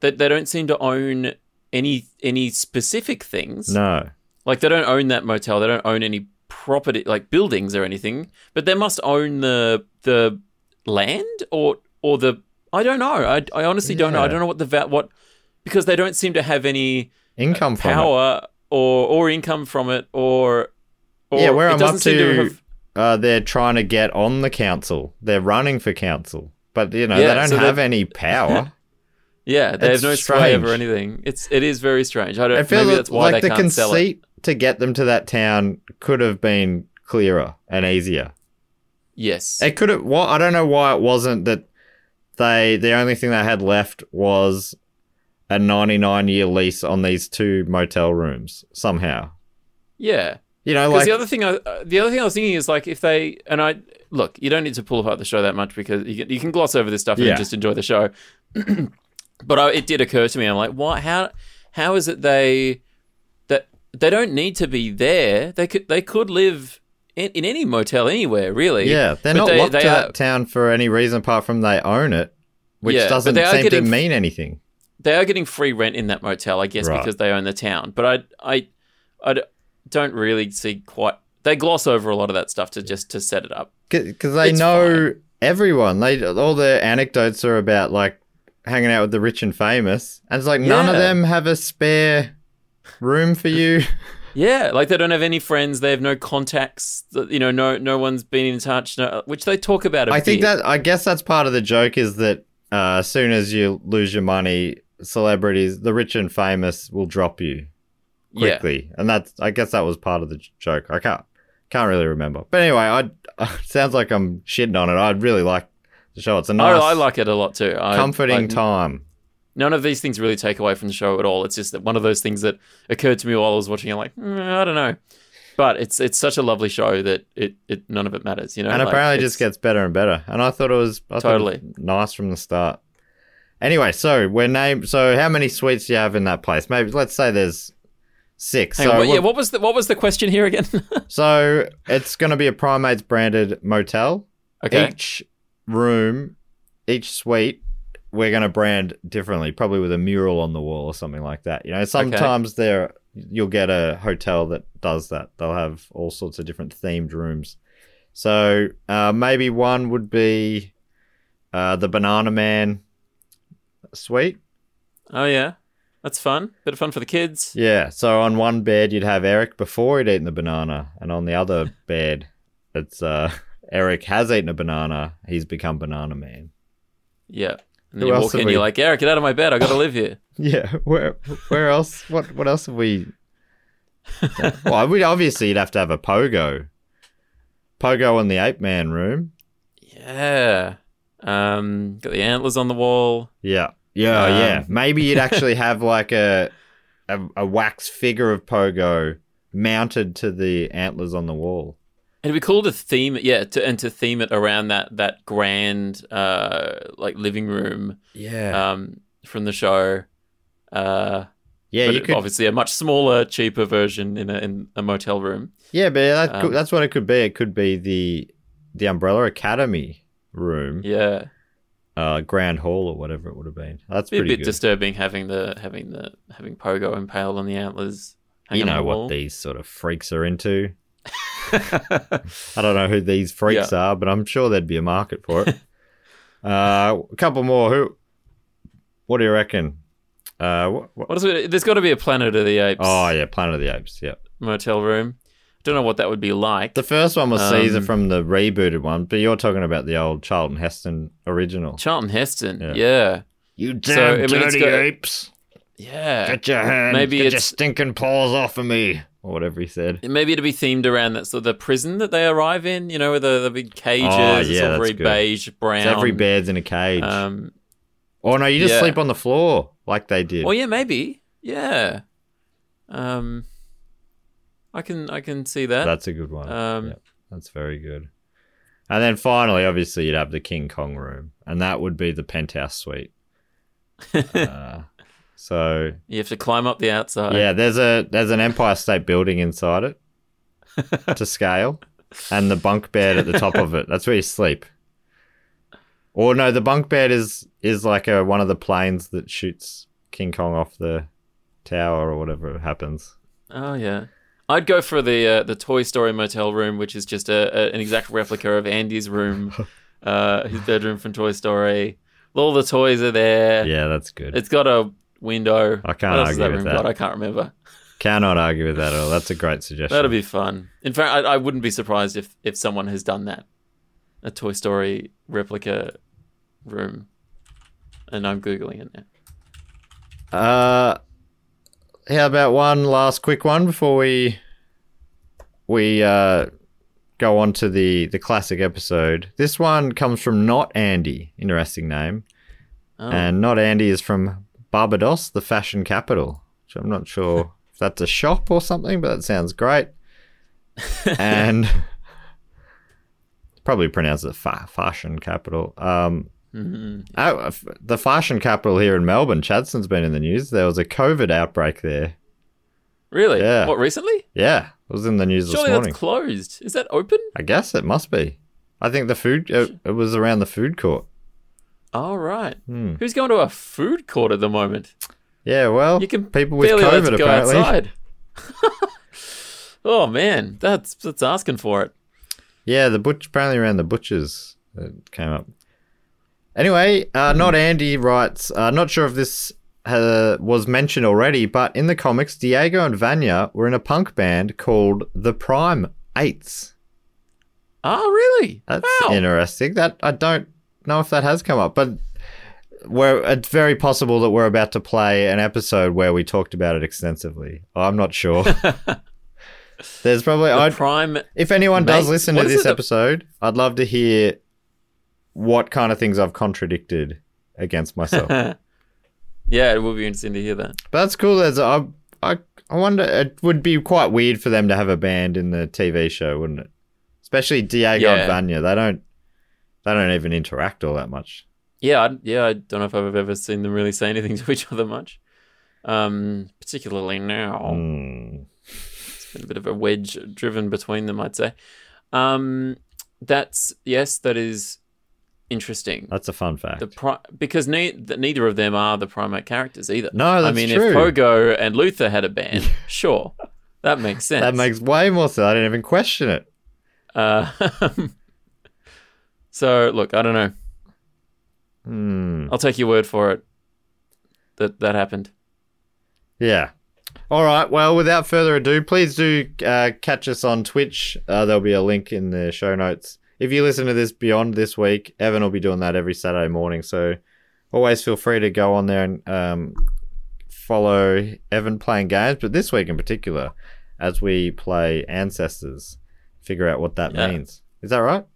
S2: They, they don't seem to own any any specific things.
S1: no
S2: Like they don't own that motel. They don't own any property, like buildings or anything. But they must own the the land or or the. I don't know. I, I honestly don't know. I
S1: Yeah.
S2: don't know what the va- what because they don't seem to have any
S1: income from it.
S2: power or or income from it or. or
S1: yeah, where
S2: it
S1: I'm
S2: doesn't
S1: up
S2: seem
S1: to,
S2: have-
S1: uh, they're trying to get on the council. They're running for council, but you know they
S2: Yeah,
S1: don't
S2: so
S1: have
S2: they're-
S1: any power.
S2: Yeah, they
S1: It's
S2: have no sway over
S1: strange.
S2: anything. It's it is very strange. I don't.
S1: I feel
S2: maybe
S1: that-
S2: that's why
S1: like
S2: they
S1: the
S2: can't sell it.
S1: conceit to get them to that town could have been clearer and easier.
S2: Yes.
S1: It could have. Well, I don't know why it wasn't that. They the only thing they had left was a 99 year lease on these two motel rooms somehow.
S2: yeah.
S1: You know,
S2: Because
S1: like
S2: the other thing, I, uh, the other thing I was thinking is like if they and I look, you don't need to pull apart the show that much because you can, you can gloss over this stuff
S1: Yeah.
S2: and just enjoy the show. but I, it did occur to me, I'm like, why? How? How is it they that they don't need to be there? They could they could live in, in any motel anywhere, really.
S1: yeah, they're
S2: But
S1: not
S2: they-
S1: locked
S2: they
S1: to
S2: are-
S1: that town for any reason apart from they own it, which
S2: Yeah, but
S1: doesn't
S2: they are
S1: seem to
S2: getting-
S1: mean anything.
S2: they are getting free rent in that motel, I guess,
S1: Right.
S2: because they own the town. But I, I, I d- don't really see quite. They gloss over a lot of that stuff to just to set it up.
S1: because they
S2: It's
S1: know everyone. They all their anecdotes are about like hanging out with the rich and famous, and it's like none of
S2: Yeah.
S1: them have a spare room for you.
S2: Yeah, like they don't have any friends. They have no contacts. th- You know, no no one's been in touch. No, which they talk about. I
S1: I think that I guess that's part of the joke is that uh, as soon as you lose your money, celebrities, the rich and famous, will drop you quickly, and that's I guess that was part of the j- joke. I can't can't really remember, but anyway, I sounds like I'm shitting on it. I really like the show. It's a
S2: Yeah, I-
S1: nice,
S2: I, like it a lot too. I,
S1: comforting
S2: like,
S1: time.
S2: None of these things really take away from the show at all. It's just that one of those things that occurred to me while I was watching. I'm like, "Mm, I don't know, but it's it's such a lovely show that it, it none of it matters. You know,
S1: and
S2: like,
S1: apparently it just
S2: it's-
S1: gets better and better. And I thought it was I thought it was
S2: Totally.
S1: nice from the start. Anyway, so we're named. So how many suites do you have in that place? Maybe let's say there's six.
S2: Hang
S1: so,
S2: on, what, yeah,
S1: we're-
S2: what was the what was the question here again?
S1: so it's going to be a primates branded motel.
S2: okay.
S1: Each room, each suite, we're going to brand differently, probably with a mural on the wall or something like that. You know, sometimes there you'll get a hotel that does that. They'll have all sorts of different themed rooms. So uh, maybe one would be uh, the Banana Man suite.
S2: Oh yeah, that's fun. Bit of fun for the kids.
S1: Yeah. So on one bed you'd have Eric before he'd eaten the banana, and on the other bed, it's uh, Eric has eaten a banana. He's become Banana Man.
S2: Yeah.
S1: Who
S2: And then you
S1: else
S2: walk
S1: have
S2: in,
S1: we-
S2: you're like, Eric, get out of my bed. I got to live here.
S1: Yeah, where where else? What what else have we? well, we obviously you'd have to have a pogo, pogo in the ape man room.
S2: Yeah. Um, got the antlers on the wall.
S1: Yeah, yeah,
S2: Um.
S1: yeah. Maybe you'd actually have like a, a a wax figure of pogo mounted to the antlers on the wall.
S2: It'd be cool to theme it, yeah, to, and to theme it around that that grand uh, like living room
S1: Yeah.
S2: um, from the show. Uh,
S1: yeah,
S2: but
S1: you
S2: it-
S1: could
S2: obviously a much smaller, cheaper version in a, in a motel room.
S1: Yeah, but that could,
S2: Um,
S1: that's what it could be. It could be the the Umbrella Academy room,
S2: Yeah,
S1: uh, Grand Hall, or whatever it would have been. That's
S2: be a
S1: pretty
S2: bit
S1: good.
S2: disturbing having the having the having Pogo impaled on the antlers. hanging
S1: you
S2: on
S1: know
S2: the
S1: what
S2: wall.
S1: these sort of freaks are into. I don't know who these freaks are, but I'm sure there'd be a market for it. uh, a couple more. Who? What do you reckon? Uh, what, what?
S2: What is it? There's got to be a Planet of the Apes
S1: Oh yeah, Planet of the Apes. Yeah,
S2: motel room. Don't know what that would be like.
S1: the first one was Caesar
S2: Um,
S1: from the rebooted one, but you're talking about the old Charlton Heston original.
S2: Charlton Heston.
S1: Yeah.
S2: Yeah. Yeah.
S1: You
S2: damn dirty
S1: apes! your hands,
S2: Maybe get your it's-
S1: stinking paws off of me, or whatever he said.
S2: Maybe it'd be themed around that sort of the prison that they arrive in, you know, with the, the big cages,
S1: Oh,
S2: it's
S1: yeah,
S2: all
S1: that's
S2: very
S1: good.
S2: beige, brown.
S1: every bed's in a cage.
S2: Um,
S1: oh no, you just
S2: yeah.
S1: sleep on the floor like they did.
S2: Oh yeah, maybe. Yeah. Um, I can I can see that.
S1: that's a good one.
S2: Um,
S1: Yep, that's very good. And then finally, obviously, you'd have the King Kong room, and that would be the penthouse suite. uh, so
S2: you have to climb up the outside.
S1: yeah, there's a there's an Empire State Building inside it to scale, and the bunk bed at the top of it. That's where you sleep. Or no, the bunk bed is is like a, one of the planes that shoots King Kong off the tower or whatever happens.
S2: Oh yeah. I'd go for the uh, the Toy Story motel room, which is just a, a an exact replica of Andy's room, uh, his bedroom from Toy Story. All the toys are there.
S1: Yeah, that's good.
S2: It's got a window.
S1: I can't
S2: What else has
S1: argue with
S2: room
S1: that.
S2: got? I can't remember.
S1: Cannot argue with that at all. That's a great suggestion.
S2: That'll be fun. In fact, I, I wouldn't be surprised if if someone has done that, a Toy Story replica room, and I'm googling it now.
S1: Uh, how about one last quick one before we we uh, go on to the the classic episode? This one comes from not Andy, interesting name,
S2: Oh.
S1: and not Andy is from Barbados, the fashion capital. Which I'm not sure if that's a shop or something, but that sounds great. and probably pronounce it fa- fashion capital. Um,
S2: Mhm.
S1: Oh, f- the fashion capital here in Melbourne, Chadston's been in the news. There was a COVID outbreak there.
S2: Really?
S1: Yeah.
S2: What recently?
S1: Yeah, it was in the news
S2: Surely
S1: this morning.
S2: that's closed. Is that open?
S1: I guess it must be. I think the food it, it was around the food court.
S2: All right.
S1: Hmm.
S2: Who's going to a food court at the moment?
S1: Yeah, well,
S2: You can
S1: Oh, people with
S2: barely allowed
S1: COVID
S2: to go
S1: apparently.
S2: outside. oh man, that's that's asking for it.
S1: Yeah, the butch apparently around the butchers that came up. Anyway, uh, not Andy writes. Uh, not sure if this uh, was mentioned already, but in the comics, Diego and Vanya were in a punk band called the Prime Eights.
S2: Oh really?
S1: That's
S2: wow.
S1: interesting. That I don't know if that has come up, but we're, it's very possible that we're about to play an episode where we talked about it extensively. I'm not sure. There's probably
S2: The
S1: I'd,
S2: prime.
S1: if anyone does
S2: Mate,
S1: listen to
S2: what is
S1: this
S2: it that-
S1: episode, I'd love to hear what kind of things I've contradicted against myself. but
S2: Yeah, it will be interesting to hear that.
S1: that's cool. There's I I I wonder it would be quite weird for them to have a band in the TV show, wouldn't it? Especially Diego
S2: Yeah.
S1: and Vanya. They don't they don't even interact all that much.
S2: Yeah, I, yeah. I don't know if I've ever seen them really say anything to each other much, um, particularly now.
S1: Mm.
S2: It's been a bit of a wedge driven between them, I'd say. Um, that's yes, that is interesting.
S1: That's a fun fact.
S2: The pri- because ne- th- neither of them are the primate characters either.
S1: No,
S2: I
S1: that's
S2: mean,
S1: true.
S2: if Pogo and Luther had a band, sure, that makes sense.
S1: that makes way more sense. I didn't even question it.
S2: Uh, so look, I don't know.
S1: Hmm.
S2: I'll take your word for it. That that happened.
S1: Yeah. All right. Well, without further ado, please do uh, catch us on Twitch. Uh, there'll be a link in the show notes. If you listen to this beyond this week, Evan will be doing that every Saturday morning. So always feel free to go on there and um, follow Evan playing games, but this week in particular, as we play Ancestors, figure out what that
S2: Yeah.
S1: means. Is that right?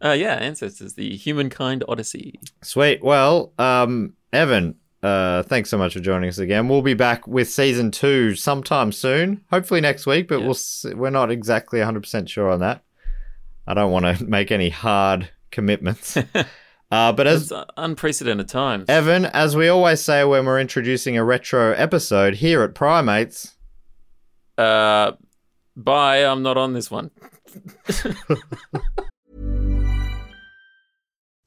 S2: Uh, yeah, ancestors, the humankind odyssey.
S1: Sweet. Well, um, Evan,
S3: uh, thanks so much for joining us again. We'll be back with season two sometime soon, hopefully next week, but
S2: Yeah.
S3: we'll s- we're not exactly 100% sure on that. I don't want to make any hard commitments. uh, but as
S2: It's un- unprecedented times.
S3: Evan, as we always say when we're introducing a retro episode here at Primates,
S2: Uh, bye. I'm not on this one.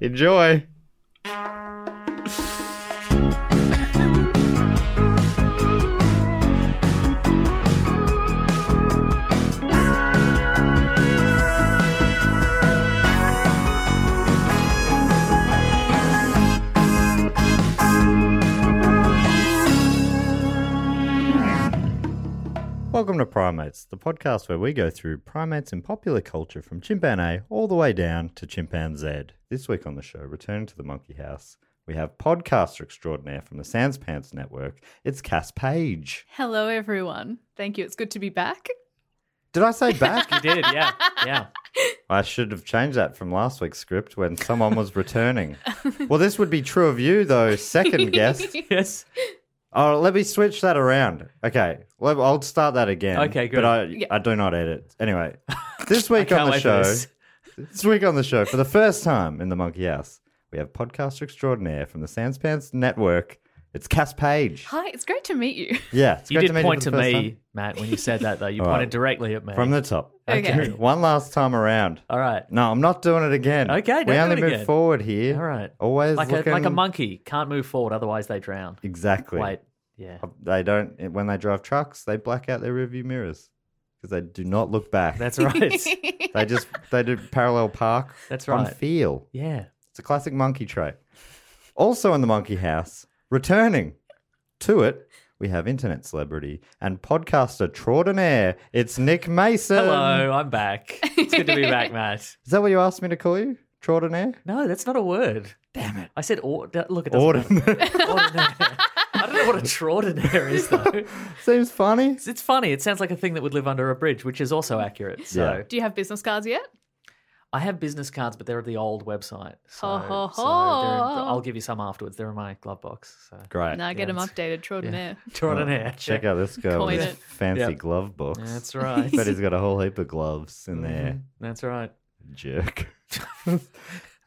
S3: enjoy. Welcome to Primates, the podcast where we go through primates in popular culture from chimpan A all the way down to chimpan Z. This week on the show, returning to the monkey house, we have podcaster extraordinaire from the Sans Pants Network. It's Cass Page.
S4: Hello, everyone. Thank you. It's good to be back.
S3: Did I say back?
S5: You did, yeah, yeah.
S3: I should have changed that from last week's script when someone was returning. well, this would be true of you, though, second guest.
S5: Yes.
S3: Oh, let me switch that around. Okay, let- I'll start that again.
S5: Okay, good.
S3: But I, I do not edit. Anyway, this week
S5: can't
S3: on the
S5: wait for
S3: show,
S5: this.
S3: this week on the show, for the first time in the Monkey House, we have podcaster extraordinaire from the Sans Pants Network. It's Cass Page.
S4: Hi, it's great to meet you.
S3: Yeah, it's
S5: You
S3: great
S5: did
S3: to meet
S5: point
S3: you for
S5: to
S3: the
S5: me,
S3: first time.
S5: Matt, when you said that, though. You
S3: All right.
S5: pointed directly at me.
S3: from the top.
S4: Okay.
S3: One last time around.
S5: All right.
S3: No, I'm not doing it again.
S5: Okay, don't
S3: we
S5: do
S3: only
S5: it
S3: move
S5: again.
S3: forward here.
S5: All right.
S3: always
S5: Like
S3: looking
S5: a, like a monkey. Can't move forward, otherwise they drown.
S3: Exactly.
S5: Wait. Yeah.
S3: They don't when they drive trucks. They black out their rearview mirrors because they do not look back.
S5: That's right.
S3: they just they do parallel park.
S5: That's
S3: on
S5: right.
S3: feel.
S5: yeah.
S3: It's a classic monkey trait. Also in the monkey house, returning to it, we have internet celebrity and podcaster extraordinaire. It's Nick Mason.
S5: Hello, I'm back. It's good to be back, Matt.
S3: Is that what you asked me to call you? Extraordinaire?
S5: No, that's not a word. Damn it. I said, or- d- look, it doesn't matter.
S3: Ordinary.
S5: Ordinary. I don't know what extraordinaire is, though.
S3: Seems funny.
S5: It's funny. It sounds like a thing that would live under a bridge, which is also accurate. So
S3: Yeah.
S4: Do you have business cards yet?
S5: I have business cards, but they're at the old website. So,
S4: Ho, ho,
S5: so they're in-
S4: ho.
S5: I'll give you some afterwards. They're in my glove box. So.
S3: Great.
S4: No, get them
S5: it's-
S4: updated. Trod and air.
S5: Drawn an air.
S3: Check out this guy
S4: Coin
S3: with
S4: it.
S3: his fancy
S5: Yep.
S3: glove box.
S5: That's right.
S3: Bet he's got a whole heap of gloves in there.
S5: That's right.
S3: Jerk. hey,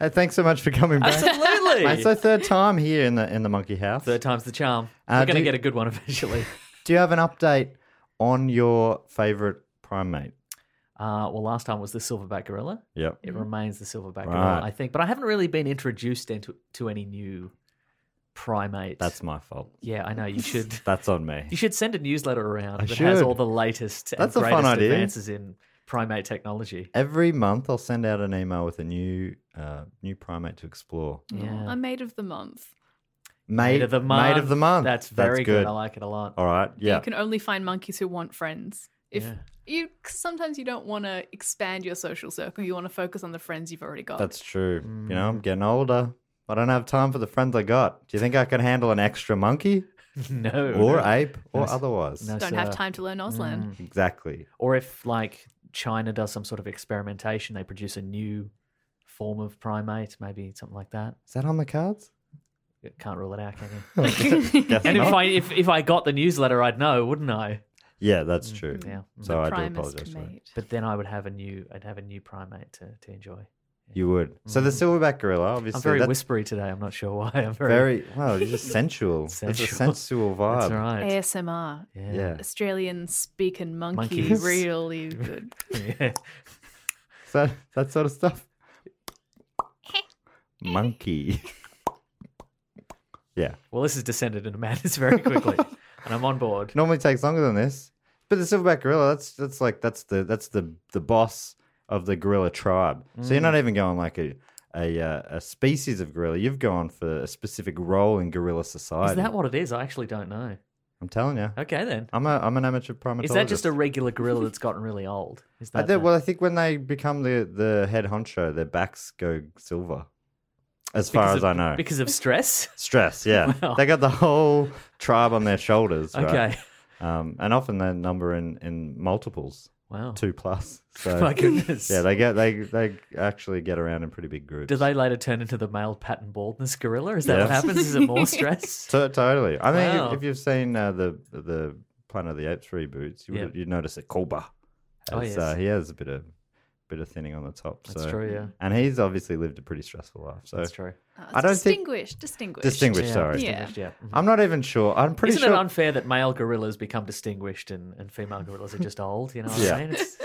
S3: thanks so much for coming back.
S5: Absolutely.
S3: Mate, so third time here in the in the monkey house.
S5: Third time's the charm.
S3: Uh,
S5: We're going
S3: do-
S5: to get a good one eventually.
S3: Do you have an update on your favorite primate?
S5: Uh, well, last time was the silverback gorilla.
S3: Yep.
S5: It remains the silverback
S3: Mm-hmm. Right.
S5: gorilla, I think. But I haven't really been introduced into to any new primates.
S3: That's my fault.
S5: yeah. I know you should.
S3: That's on me.
S5: You should send a newsletter around
S3: I
S5: that has
S3: should.
S5: all the latest
S3: That's a
S5: and
S3: fun
S5: greatest
S3: idea.
S5: advances in primate technology.
S3: Every month, I'll send out an email with a new uh, new primate to explore.
S5: Yeah.
S4: I'm made of the month.
S3: Made, Made of the month.
S5: That's very good. I like it a lot.
S3: All right. Yeah.
S4: You can only find monkeys who want friends. If
S5: Yeah.
S4: you sometimes you don't want to expand your social circle, you want to focus on the friends you've already got.
S3: That's true. You know,
S5: Mm-hmm.
S3: I'm getting older. I don't have time for the friends I got. Do you think I can handle an extra monkey
S5: No.
S3: or
S5: no.
S3: ape or
S5: Nice.
S3: otherwise?
S5: No,
S4: don't
S5: sir.
S4: have time to learn
S3: mm.
S4: Auslan.
S3: Exactly.
S5: Or if like China does some sort of experimentation, they produce a new form of primate, maybe something like that.
S3: Is that on the cards?
S5: Can't rule it out, can you?
S3: Guess
S5: and if
S3: not.
S5: I if, if I got the newsletter, I'd know, wouldn't I?
S3: yeah, that's true.
S5: Mm, Yeah.
S3: So I do
S4: Primus
S3: apologize. For that.
S4: mate.
S5: But then I would have a new I'd have a new primate to, to enjoy.
S3: You would. So the silverback gorilla, obviously,
S5: Mm. I'm very
S3: that's
S5: whispery today. I'm not sure why. I'm very,
S3: very wow. You're just sensual. It's a
S5: Sensual.
S3: sensual vibe.
S5: That's
S4: Eh.
S5: right.
S4: ASMR,
S3: Yeah.
S4: Australian speaking monkey,
S5: Monkeys.
S4: really good.
S5: Yeah.
S3: So that sort of stuff. Monkey. yeah.
S5: Well, this has descended into madness very quickly, and I'm on board.
S3: Normally takes longer than this. But the silverback gorilla, that's that's
S5: Mm.
S3: like that's the that's the the boss of the gorilla tribe. So you're not even going like a a uh, a species of gorilla. You've gone for a specific role in gorilla society.
S5: Is that what it is? I actually don't know.
S3: I'm telling you.
S5: Okay then.
S3: I'm a I'm an amateur primatologist.
S5: Is that just a regular gorilla that's gotten really old? Is
S3: I think-
S5: that the-
S3: well, I think when they become the the head honcho, their backs go silver. As far
S5: because
S3: as
S5: of-
S3: I know,
S5: Because of stress?
S3: stress. Yeah,
S5: Wow.
S3: they got the whole tribe on their shoulders. right?
S5: Okay.
S3: um, and often they number in in multiples,
S5: Wow.
S3: two plus. So
S5: Oh. My goodness.
S3: yeah, they get they they actually get around in pretty big groups.
S5: Do they later turn into the male pattern baldness gorilla? Is that
S3: Yeah.
S5: what happens? Is it more stress?
S3: To- totally. I mean,
S5: Wow.
S3: if, if you've seen uh, the the Planet of the Apes reboots, you would,
S5: Yeah.
S3: you'd notice that Kulba, has,
S5: Oh, yes.
S3: uh, he has a bit of bit of thinning on the top.
S5: That's
S3: so-
S5: true, yeah.
S3: And he's obviously lived a pretty stressful life. So
S5: That's true.
S4: Oh, it's
S3: I don't think-
S4: distinguished, distinguished.
S3: distinguished.
S5: Yeah.
S3: Sorry,
S4: Yeah.
S5: Distinguished, yeah. Mhm.
S3: I'm not even sure. I'm pretty
S5: Isn't
S3: sure.
S5: it unfair that male gorillas become distinguished and, and female gorillas are just old? You know what
S3: Yeah.
S5: I mean? It's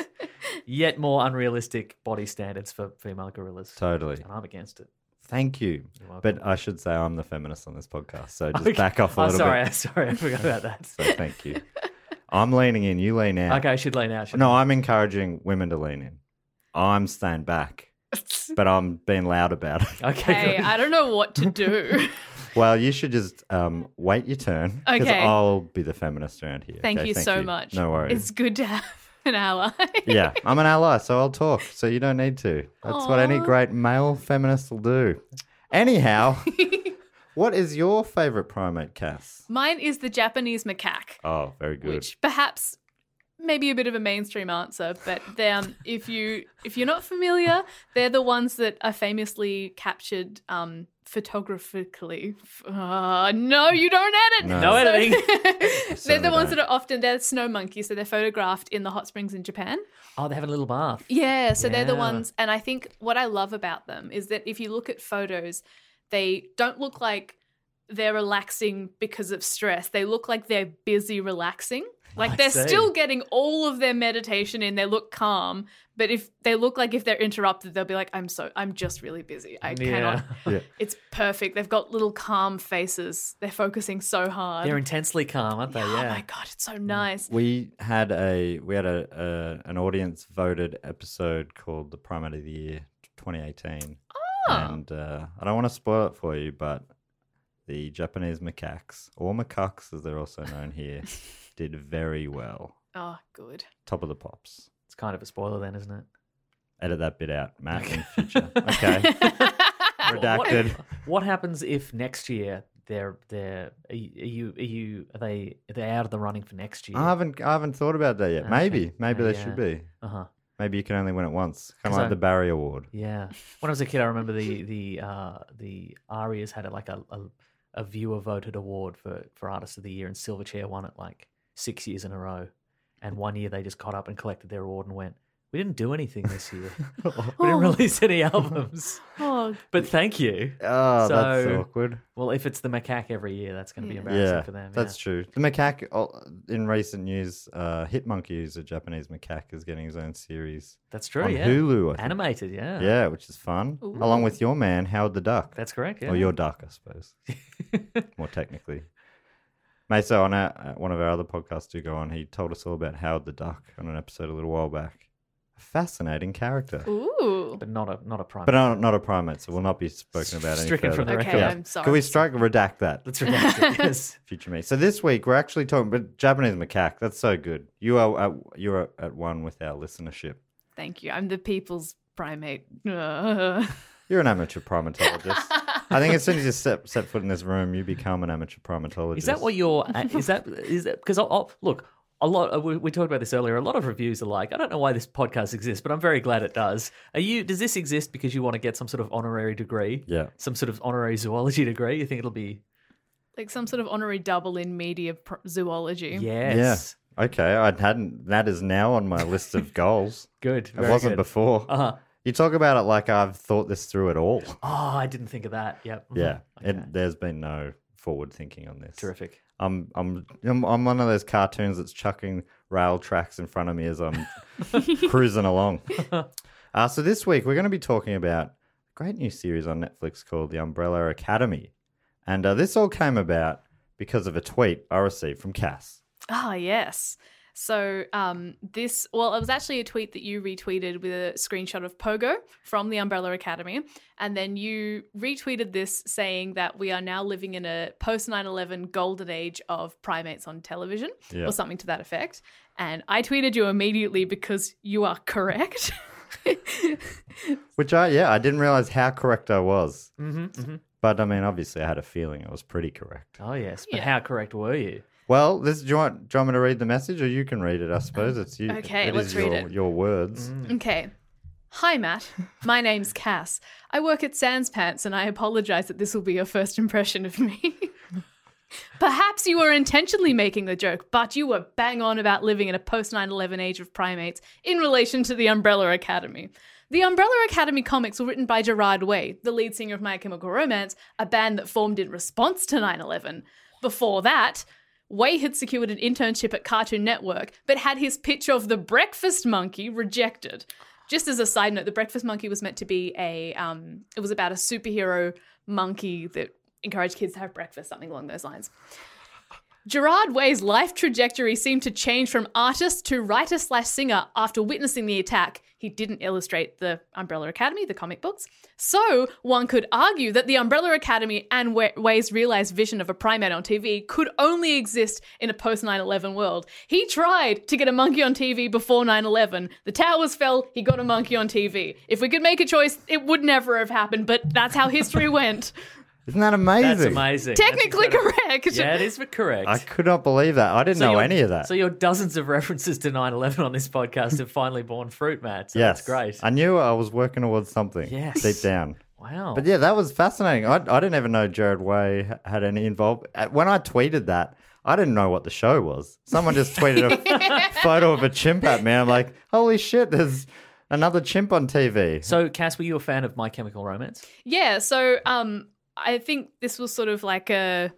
S5: yet more unrealistic body standards for female gorillas.
S3: totally.
S5: And I'm against it.
S3: Thank you.
S5: You're welcome.
S3: But I should say I'm the feminist on this podcast, so just
S5: Okay.
S3: back off a
S5: Oh,
S3: little
S5: sorry,
S3: bit.
S5: sorry, I forgot about that.
S3: So thank you. I'm leaning in. You lean out.
S5: Okay, I should lay now. shouldn't
S3: No, I'm encouraging women to lean in. I'm staying back, but I'm being loud about it.
S5: I? Okay.
S4: hey,
S5: good.
S4: I don't know what to do.
S3: Well, you should just um, wait your turn because
S4: Okay.
S3: I'll be the feminist around here.
S4: Thank
S3: okay?
S4: you so much.
S3: No worries.
S4: It's good to have an ally.
S3: yeah, I'm an ally, so I'll talk. So you don't need to. That's what any
S4: Aw.
S3: great male feminist will do. Anyhow, what is your favorite primate, Cass?
S4: Mine is the Japanese macaque,
S3: Oh, very good.
S4: which perhaps maybe a bit of a mainstream answer, but they, um, if you if you're not familiar, they're the ones that are famously captured um, photographically. Uh, no, you don't edit.
S3: No.
S5: No editing.
S4: they're
S3: certainly
S4: the ones
S3: don't.
S4: that are often they're snow monkeys, so they're photographed in the hot springs in Japan.
S5: Oh, they're having a little bath.
S4: Yeah, so they're the
S5: Yeah.
S4: ones, and I think what I love about them is that if you look at photos, they don't look like they're relaxing because of stress. They look like they're busy relaxing. Like
S5: I
S4: they're
S5: see.
S4: still getting all of their meditation in. They look calm, but if they look like if they're interrupted, they'll be like, "I'm so I'm just really busy. I cannot."
S3: Yeah.
S4: It's perfect. They've got little calm faces. They're focusing so hard.
S5: They're intensely calm, aren't they?
S4: oh
S5: Yeah.
S4: my god, it's so nice.
S3: We had a we had a, a an audience voted episode called the Primate of the Year 2018,
S5: Ah.
S3: and uh, I don't want to spoil it for you, but the Japanese macaques or macaques as they're also known here did very well,
S4: Oh, good.
S3: top of the pops.
S5: It's kind of a spoiler then, isn't it?
S3: Edit that bit out, Matt, in future. Okay,
S5: What,
S3: redacted.
S5: what happens if next year they're they're are you are you are they are they out of the running for next year?
S3: I haven't I haven't thought about that yet.
S5: Okay.
S3: Maybe maybe they
S5: Yeah.
S3: should be.
S5: Uh huh.
S3: Maybe you can only win it once, kind of
S5: 'Cause
S3: like
S5: I-
S3: the Barry Award.
S5: Yeah. When I was a kid, I remember the the uh, the Arias had a, like a, a a viewer voted award for for artist of the year, and Silverchair won it like six years in a row. And one year they just caught up and collected their award and went, "We didn't do anything this year. we
S4: Oh.
S5: didn't release any albums,
S4: Oh,
S5: but thank you."
S3: Oh, that's
S5: So-
S3: awkward.
S5: Well, if it's the macaque every year, that's going to be
S4: Yeah.
S5: embarrassing for them.
S3: That's true. The macaque uh, in recent news, uh, Hitmonkey, who's a Japanese macaque, is getting his own series
S5: That's true.
S3: on
S5: yeah.
S3: Hulu. I think.
S5: Animated. Yeah.
S3: Yeah, which is fun. Along with your man, Howard the Duck.
S5: That's correct. Yeah.
S3: Or your duck, I suppose. More technically. Mesa, on our, uh, one of our other podcasts do go on, he told us all about Howard the Duck on an episode a little while back. A fascinating character.
S4: ooh.
S5: but not a not a prime.
S3: But not, not a primate, so will not be spoken about any
S5: Stricken
S3: further.
S5: from the
S4: Okay,
S5: record.
S4: I'm sorry.
S3: Can we strike redact that?
S5: That's ridiculous. yes.
S3: Future me. So this week we're actually talking about Japanese macaque. That's so good. You are at, you're at one with our listenership.
S4: Thank you. I'm the people's primate.
S3: You're an amateur primatologist. I think as soon as you step set foot in this room, you become an amateur primatologist.
S5: Is that what you're? uh, Is that is that because I'll, I'll- look? A lot. uh, We, we talked about this earlier. A lot of reviews are like, I don't know why this podcast exists, but I'm very glad it does. Are you? Does this exist because you want to get some sort of honorary degree?
S3: Yeah.
S5: Some sort of honorary zoology degree? You think it'll be?
S4: like some sort of honorary double in media pr- zoology.
S5: Yes.
S3: Yeah. Okay. I hadn't. That is now on my list of goals.
S5: Good.
S3: it wasn't before.
S5: Uh huh.
S3: You talk about it like I've thought this through at all.
S5: Oh, I didn't think of that. Yep. Mhm.
S3: Yeah.
S5: Okay.
S3: And there's been no forward thinking on this.
S5: Terrific.
S3: I'm I'm I'm I'm one of those cartoons that's chucking rail tracks in front of me as I'm cruising along. Uh, so this week we're going to be talking about a great new series on Netflix called The Umbrella Academy, and uh, this all came about because of a tweet I received from Cass.
S4: Ah, yes. So um, this, well, it was actually a tweet that you retweeted with a screenshot of Pogo from the Umbrella Academy, and then you retweeted this saying that we are now living in a post 9/11 golden age of primates on television,
S3: Yeah.
S4: or something to that effect. And I tweeted you immediately because you are correct.
S3: Which I yeah, I didn't realize how correct I was.
S5: Mm-hmm, mm-hmm.
S3: But I mean, obviously, I had a feeling it was pretty correct.
S5: Oh yes, but
S4: Yeah.
S5: how correct were you?
S3: Well, this do you want, do you want me to read the message, or you can read it? I suppose it's you.
S4: Okay,
S3: it
S4: let's
S3: is
S4: read
S3: your,
S4: it.
S3: Your words.
S5: Mm.
S4: Okay. Hi, Matt. My name's Cass. I work at Sans Pants, and I apologize that this will be your first impression of me. Perhaps you were intentionally making the joke, but you were bang on about living in a post 9 11 age of primates in relation to the Umbrella Academy. The Umbrella Academy comics were written by Gerard Way, the lead singer of My Chemical Romance, a band that formed in response to 9 11. Before that, Way had secured an internship at Cartoon Network, but had his pitch of The Breakfast Monkey rejected. Just as a side note, The Breakfast Monkey was meant to be a, um, it was about a superhero monkey that encouraged kids to have breakfast, something along those lines. Gerard Way's life trajectory seemed to change from artist to writer slash singer after witnessing the attack. He didn't illustrate the Umbrella Academy, the comic books. So one could argue that the Umbrella Academy and Wa- Way's realized vision of a primate on TV could only exist in a post 9 11 world. He tried to get a monkey on TV before 9 11. The towers fell, he got a monkey on TV. If we could make a choice, it would never have happened, but that's how history went.
S3: Isn't that amazing?
S5: That's amazing. That's
S4: Technically
S5: incredible.
S4: correct.
S5: Yeah, it is correct.
S3: I could not believe that. I didn't know
S5: your-
S3: any of that.
S5: So your dozens of references to 9/11 on this podcast have finally borne fruit, Matt. So
S3: yes,
S5: that's great.
S3: I knew I was working towards something.
S5: Yes. Oh.
S3: deep down.
S5: wow.
S3: But yeah, that was fascinating. I, I didn't even know Jared Way h- had any involved. uh, When I tweeted that, I didn't know what the show was. Someone just tweeted a photo of a chimp at me. I'm like, holy shit, there's another chimp on TV.
S5: So Cass, were you a fan of My Chemical Romance?
S4: Yeah, so um I think this was sort of like a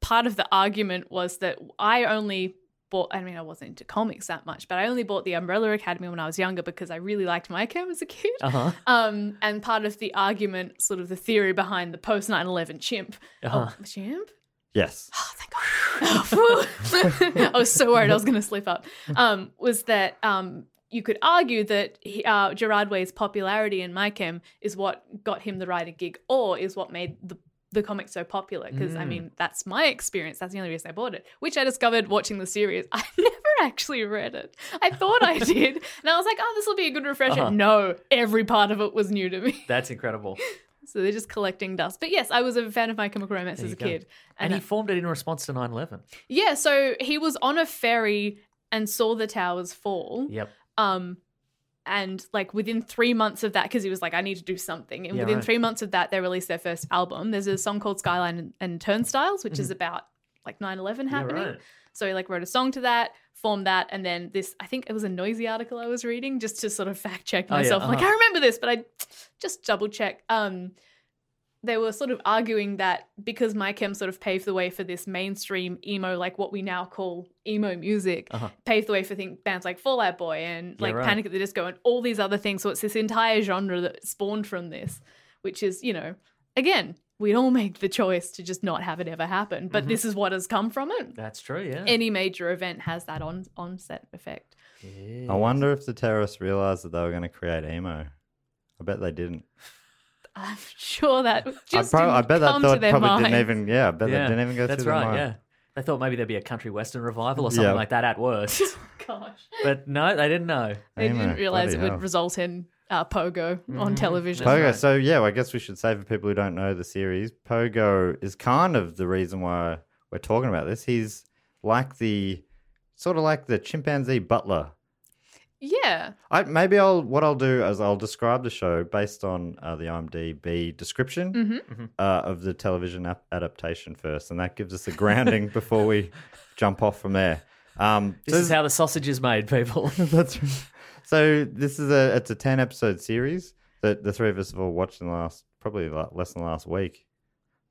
S4: part of the argument was that I only bought I mean I wasn't into comics that much, but I only bought the Umbrella Academy when I was younger because I really liked my chem as a kid.
S5: Uh huh.
S4: Um and part of the argument, sort of the theory behind the post 9/11 chimp.
S5: Uh-huh.
S4: Oh, chimp?
S3: yes.
S4: oh, thank God. I was so worried I was going to slip up. Um, was that um, you could argue that he, uh, Gerard Way's popularity in MyChem is what got him the writer gig, or is what made the the comic so popular because I
S5: Mm.
S4: mean that's my experience that's the only reason I bought it which I discovered watching the series I never actually read it I thought I did and I was like oh this will be a good refresher
S5: Uh-huh.
S4: no every part of it was new to me
S5: That's incredible.
S4: so they're just collecting dust but yes I was a fan of My Chemical Romance
S5: There
S4: as
S5: you
S4: a
S5: go.
S4: kid
S5: And he formed it in response to 9/11.
S4: yeah, so he was on a ferry and saw the towers fall.
S5: Yep.
S4: Um and like within 3 months of that because he was like I need to do something. And
S5: Yeah,
S4: within
S5: right.
S4: 3 months of that they released their first album. There's a song called Skyline and, and Turnstiles which is about like 9/11 happening.
S5: Mm-hmm. Yeah, right.
S4: So he like wrote a song to that, formed that and then this I think it was a noisy article I was reading just to sort of fact check
S5: Oh, yeah,
S4: myself. I'm Like
S5: uh-huh.
S4: I remember this but I just double check. Um they were sort of arguing that because my chem sort of paved the way for this mainstream emo, like what we now call emo music,
S5: Uh-huh.
S4: paved the way for things, bands like Fallout Boy and
S5: Yeah,
S4: like
S5: right.
S4: Panic at the Disco and all these other things. So it's this entire genre that spawned from this, which is, you know, again, we all make the choice to just not have it ever happen, but
S5: Mhm.
S4: this is what has come from it.
S5: That's true. Yeah.
S4: Any major event has that on onset effect.
S5: Yeah.
S3: I wonder if the terrorists realized that they were going to create emo. I bet they didn't.
S4: I'm sure that just
S3: I, prob-
S4: didn't
S3: I bet that
S4: come to
S3: thought
S4: their
S3: probably
S4: minds.
S3: didn't even. Yeah, I bet
S5: Yeah,
S3: they didn't even go
S5: That's
S3: through
S5: right.
S3: their mind.
S5: Yeah. They thought maybe there'd be a country western revival or something
S3: Yeah.
S5: like that at worst.
S4: Gosh.
S5: but no, they didn't know.
S4: They
S3: Emo,
S4: didn't realize it
S3: bloody
S4: would
S3: hell. Mm-hmm.
S4: result in uh, Pogo on
S5: Mhm.
S4: television.
S5: That's
S3: Pogo.
S5: right.
S3: So yeah, well, I guess we should say for people who don't know the series, Pogo is kind of the reason why we're talking about this. He's like the sort of like the chimpanzee butler.
S4: Yeah.
S3: I, maybe I'll what I'll do is I'll describe the show based on uh, the IMDb description
S4: hmm
S5: Mm-hmm.
S3: uh, of the television ap- adaptation first, and that gives us a grounding before we jump off from there. Um,
S5: This is how the sausage is made, people.
S3: That's right. So this is a it's a ten episode series that the three of us have all watched in the last probably la- less than last week.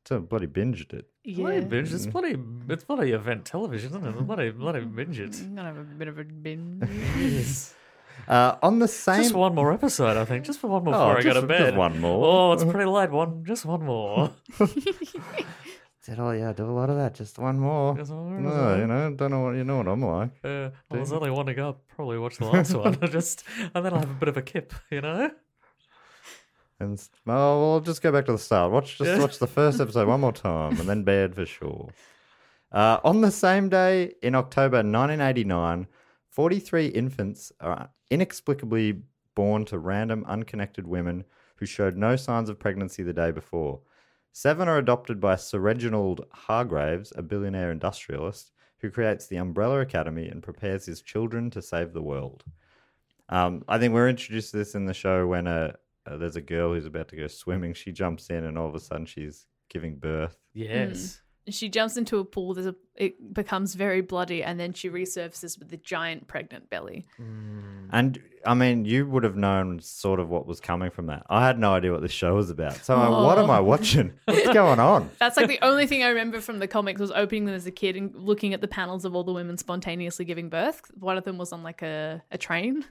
S3: So bloody binged it.
S4: Yeah.
S5: binge.
S3: Mm.
S5: It's bloody. It's bloody event television, isn't it? It's bloody, bloody binge.
S4: I'm
S5: It.
S4: Mm, gonna have a bit of a binge.
S5: Yes.
S3: Uh, on the same
S5: Just one more episode, I think. Just for one more
S3: Oh,
S5: before I
S3: just-
S5: go to
S3: just
S5: bed.
S3: one more.
S5: Oh, it's pretty late. One, just one more.
S3: said, "Oh yeah, do a lot of that. Just one more."
S5: Just one more,
S3: No,
S5: just
S3: Oh, you know, don't know what you know what I'm like.
S5: Uh, well, there's
S3: Dude.
S5: only one to go. I'll Probably watch the last one. Just and then I'll have a bit of a kip, you know.
S3: And s- oh, well, just go back to the start. Watch just
S5: Yeah.
S3: watch the first episode one more time, and then bed for sure. Uh, on the same day in October 1989, 43 infants are inexplicably born to random, unconnected women who showed no signs of pregnancy the day before. Seven are adopted by Sir Reginald Hargraves, a billionaire industrialist who creates the Umbrella Academy and prepares his children to save the world. Um, I think we're introduced to this in the show when a, uh, there's a girl who's about to go swimming. She jumps in, and all of a sudden she's giving birth.
S5: Yes.
S3: Hmm.
S4: She jumps into a pool. There's a. It becomes very bloody, and then she resurfaces with a giant pregnant belly.
S5: Mm.
S3: And I mean, you would have known sort of what was coming from that. I had no idea what this show was about. So I'm like, what am I watching? What's going on?
S4: That's like the only thing I remember from the comics was opening them as a kid and looking at the panels of all the women spontaneously giving birth. One of them was on like a, a train.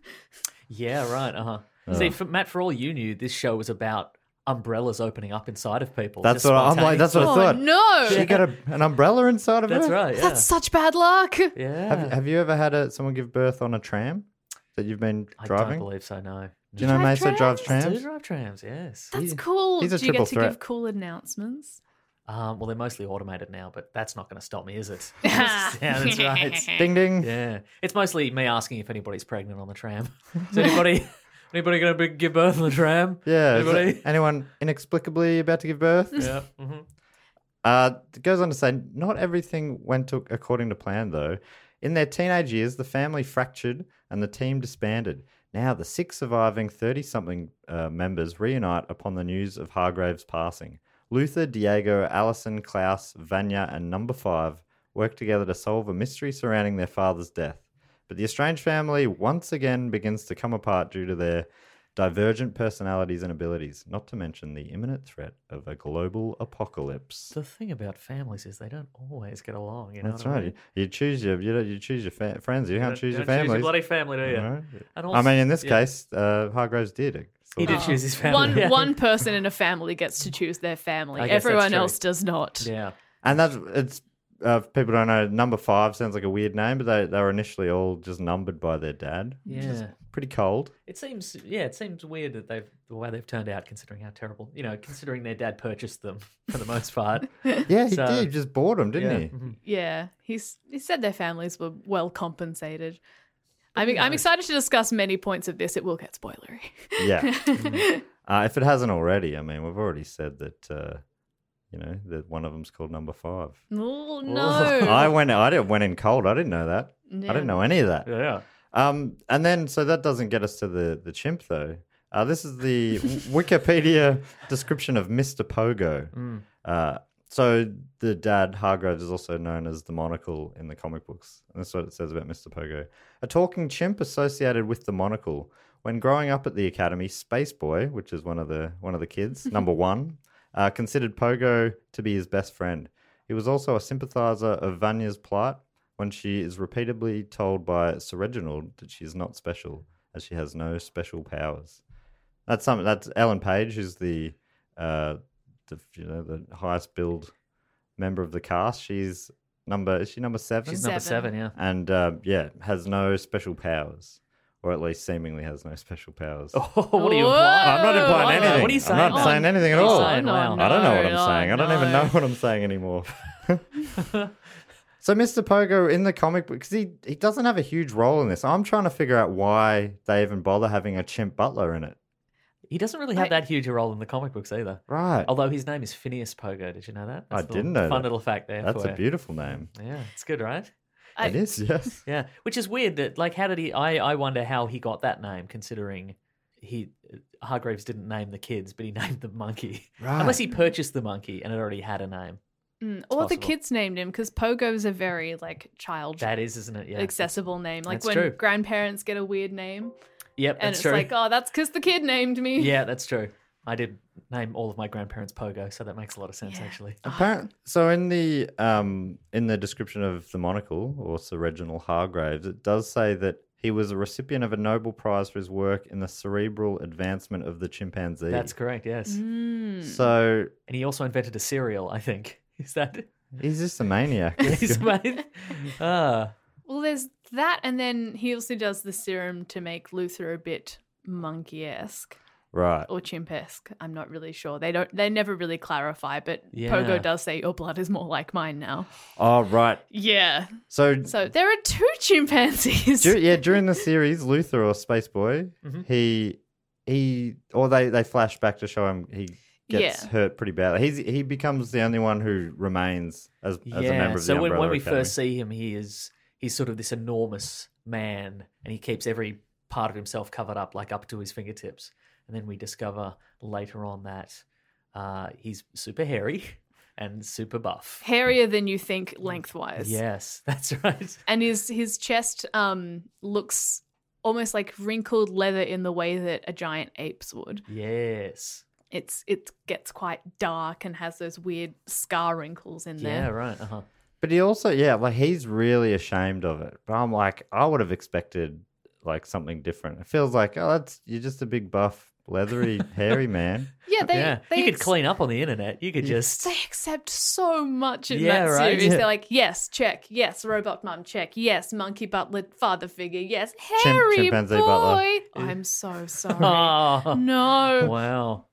S5: Yeah. Right. Uh huh.
S3: Hmm.
S5: See, for, Matt, for all you knew, this show was about umbrellas opening up inside of people.
S3: That's
S5: just
S3: what I'm like.
S5: spontaneous-
S3: That's what I
S4: Oh,
S3: thought.
S4: no.
S3: she got a, an umbrella inside of
S5: That's
S3: her.
S5: right. Yeah.
S4: That's such bad luck.
S5: yeah.
S3: Have, have you ever had a, someone give birth on a tram that you've been
S5: I don't
S3: driving?
S5: believe so. No.
S3: Do you know
S4: Drive
S3: Mesa drives
S4: trams?
S3: trams?
S5: Do drive trams? Yes.
S4: That's
S3: He's-
S4: cool.
S3: he's a
S4: Do you
S3: triple
S4: get to
S3: threat.
S4: give cool announcements?
S5: Um, well, they're mostly automated now, but that's not going to stop me, is it? yeah, that's right.
S3: Ding ding.
S5: Yeah, it's mostly me asking if anybody's pregnant on the tram. Is anybody anybody going to give birth on the tram?
S3: Yeah. is
S5: Anybody?
S3: it- anyone inexplicably about to give birth?
S5: yeah. mhm.
S3: Uh, it goes on to say, not everything went to, according to plan, though. In their teenage years, the family fractured and the team disbanded. Now, the six surviving 30 something uh, members reunite upon the news of Hargrave's passing. Luther, Diego, Allison, Klaus, Vanya, and Number Five work together to solve a mystery surrounding their father's death. But the estranged family once again begins to come apart due to their divergent personalities and abilities, not to mention the imminent threat of a global apocalypse.
S5: The thing about families is they don't always get along. You know
S3: That's
S5: what I
S3: right.
S5: mean?
S3: You, you choose your you, don't- you choose your fa- friends. You
S5: You
S3: can't
S5: don't-
S3: choose
S5: you
S3: your
S5: don't
S3: families.
S5: bloody family, do you?
S3: Alright.
S5: And
S3: I
S5: also-
S3: mean, in this
S5: yeah.
S3: case, uh, Hargraves did. it,
S5: he
S3: sort
S5: did
S3: of.
S5: choose his family.
S4: One
S5: yeah.
S4: one person in a family gets to choose their family.
S5: I guess that's
S4: Everyone
S5: true.
S4: else does not.
S5: Yeah.
S3: And that's it's. Uh, if people don't know. Number five sounds like a weird name, but they they were initially all just numbered by their dad. which is
S5: Yeah.
S3: pretty cold.
S5: It seems, yeah, it seems weird that they've the way they've turned out, considering how terrible, you know, considering their dad purchased them for the most part.
S3: Yeah, he
S5: So-
S3: did. He just bought him, didn't
S5: Yeah.
S3: he?
S5: Mhm.
S4: Yeah, he's he said their families were well compensated. I mean, I'm excited to discuss many points of this. It will get spoilery.
S5: Mm-hmm.
S3: Yeah. uh, if it hasn't already, I mean, we've already said that. Uh, you know that one of them's called Number Five.
S4: oh
S3: I
S4: no!
S3: went. I didn't, went in cold. I didn't know that. I
S4: Yeah.
S3: didn't know any of that.
S5: Yeah.
S3: Um, and then so that doesn't get us to the the chimp though. Uh, this is the Wikipedia description of Mr. Pogo. Uh, so the dad Hargraves is also known as the Monocle in the comic books. And that's what it says about Mr. Pogo, a talking chimp associated with the Monocle. When growing up at the academy, Space Boy, which is one of the one of the kids, number one, uh, considered Pogo to be his best friend. He was also a sympathizer of Vanya's plight when she is repeatedly told by Sir Reginald that she is not special, as she has no special powers. That's something. That's Ellen Page, who's the uh, the you know the highest billed member of the cast. She's number is she number seven?
S5: She's number
S4: Seven.
S5: seven, yeah.
S3: and uh, yeah, has no special powers, or at least seemingly has no special powers.
S5: Oh, what are you
S4: Whoa.
S5: implying?
S3: I'm not implying
S4: Oh, no.
S3: anything.
S5: What are you saying?
S3: I'm not
S4: now?
S3: saying anything at
S5: What are you
S3: all.
S5: saying? Oh, Wow.
S3: I don't know what I'm
S4: No,
S3: saying. I don't even
S4: no.
S3: know what I'm saying anymore. so Mr. Pogo in the comic book, because he, he doesn't have a huge role in this. I'm trying to figure out why they even bother having a chimp butler in it.
S5: He doesn't really have that huge a role in the comic books either.
S3: Right.
S5: Although his name is Phineas Pogo. Did you know that?
S3: I
S5: a
S3: didn't
S5: little-
S3: know
S5: Fun
S3: that.
S5: little fact there.
S3: That's
S5: for
S3: a
S5: you.
S3: beautiful name.
S5: Yeah, it's good, right?
S4: I- mm,
S3: it is, yes.
S5: Yeah, which is weird. That like, how did he? I I wonder how he got that name, considering he Hargraves didn't name the kids, but he named the monkey.
S3: Right.
S5: Unless he purchased the monkey and it already had a name.
S4: Mm, Or the
S5: possible.
S4: kids named him because Pogo is a very like child
S5: That is, isn't it? Yeah.
S4: accessible name. Like
S5: That's
S4: when
S5: true.
S4: grandparents get a weird name,
S5: Yep,
S4: and
S5: that's
S4: it's
S5: true.
S4: like, oh, that's because the kid named me.
S5: Yeah, that's true. I did name all of my grandparents Pogo, so that makes a lot of sense
S4: Yeah.
S5: actually.
S3: Apparent. So in the um in the description of the monocle or Sir Reginald Hargraves, it does say that he was a recipient of a Nobel Prize for his work in the cerebral advancement of the chimpanzee.
S5: That's correct. Yes,
S4: Mm.
S3: So
S5: and he also invented a cereal. I think Is that
S3: He's just a maniac.
S5: his mate? Ah,
S4: Well, there's that, and then he also does the serum to make Luther a bit monkey esque
S3: right.
S4: or chimp esque. I'm not really sure. They don't. They never really clarify. But
S5: Yeah.
S4: Pogo does say your blood is more like mine now.
S3: Oh, right.
S4: Yeah.
S3: So,
S4: So there are two chimpanzees.
S3: dur- yeah, during the series, Luther or Space Boy,
S5: Mhm.
S3: he he or they they flash back to show him he gets
S4: Yeah.
S3: hurt pretty badly. He's he becomes the only one who remains as, as a
S5: yeah.
S3: member of
S5: So
S3: the
S5: when,
S3: Umbrella
S5: when we
S3: Academy.
S5: first see him, he is he's sort of this enormous man, and he keeps every part of himself covered up, like up to his fingertips. And then we discover later on that uh, he's super hairy and super buff.
S4: Hairier than you think lengthwise.
S5: Yes, that's right.
S4: And his his chest um looks almost like wrinkled leather in the way that a giant ape's would.
S5: Yes.
S4: It's it gets quite dark and has those weird scar wrinkles in there.
S5: Yeah. Right. Uh huh.
S3: But he also, yeah, like he's really ashamed of it. But I'm like, I would have expected like something different. It feels like, oh, that's you're just a big buff, leathery, hairy man.
S4: Yeah, they,
S5: yeah.
S4: they
S5: you could
S4: ex-
S5: clean up on the internet. You could just.
S4: They accept so much in
S5: Yeah,
S4: that
S5: right?
S4: series.
S5: Yeah.
S4: They're like, yes, check. Yes, robot mum, check. Yes, monkey butler, father figure. Yes,
S3: Chim-
S4: Harry
S3: chimpanzee
S4: boy.
S3: butler.
S4: I'm so sorry.
S5: Oh,
S4: no,
S5: Wow.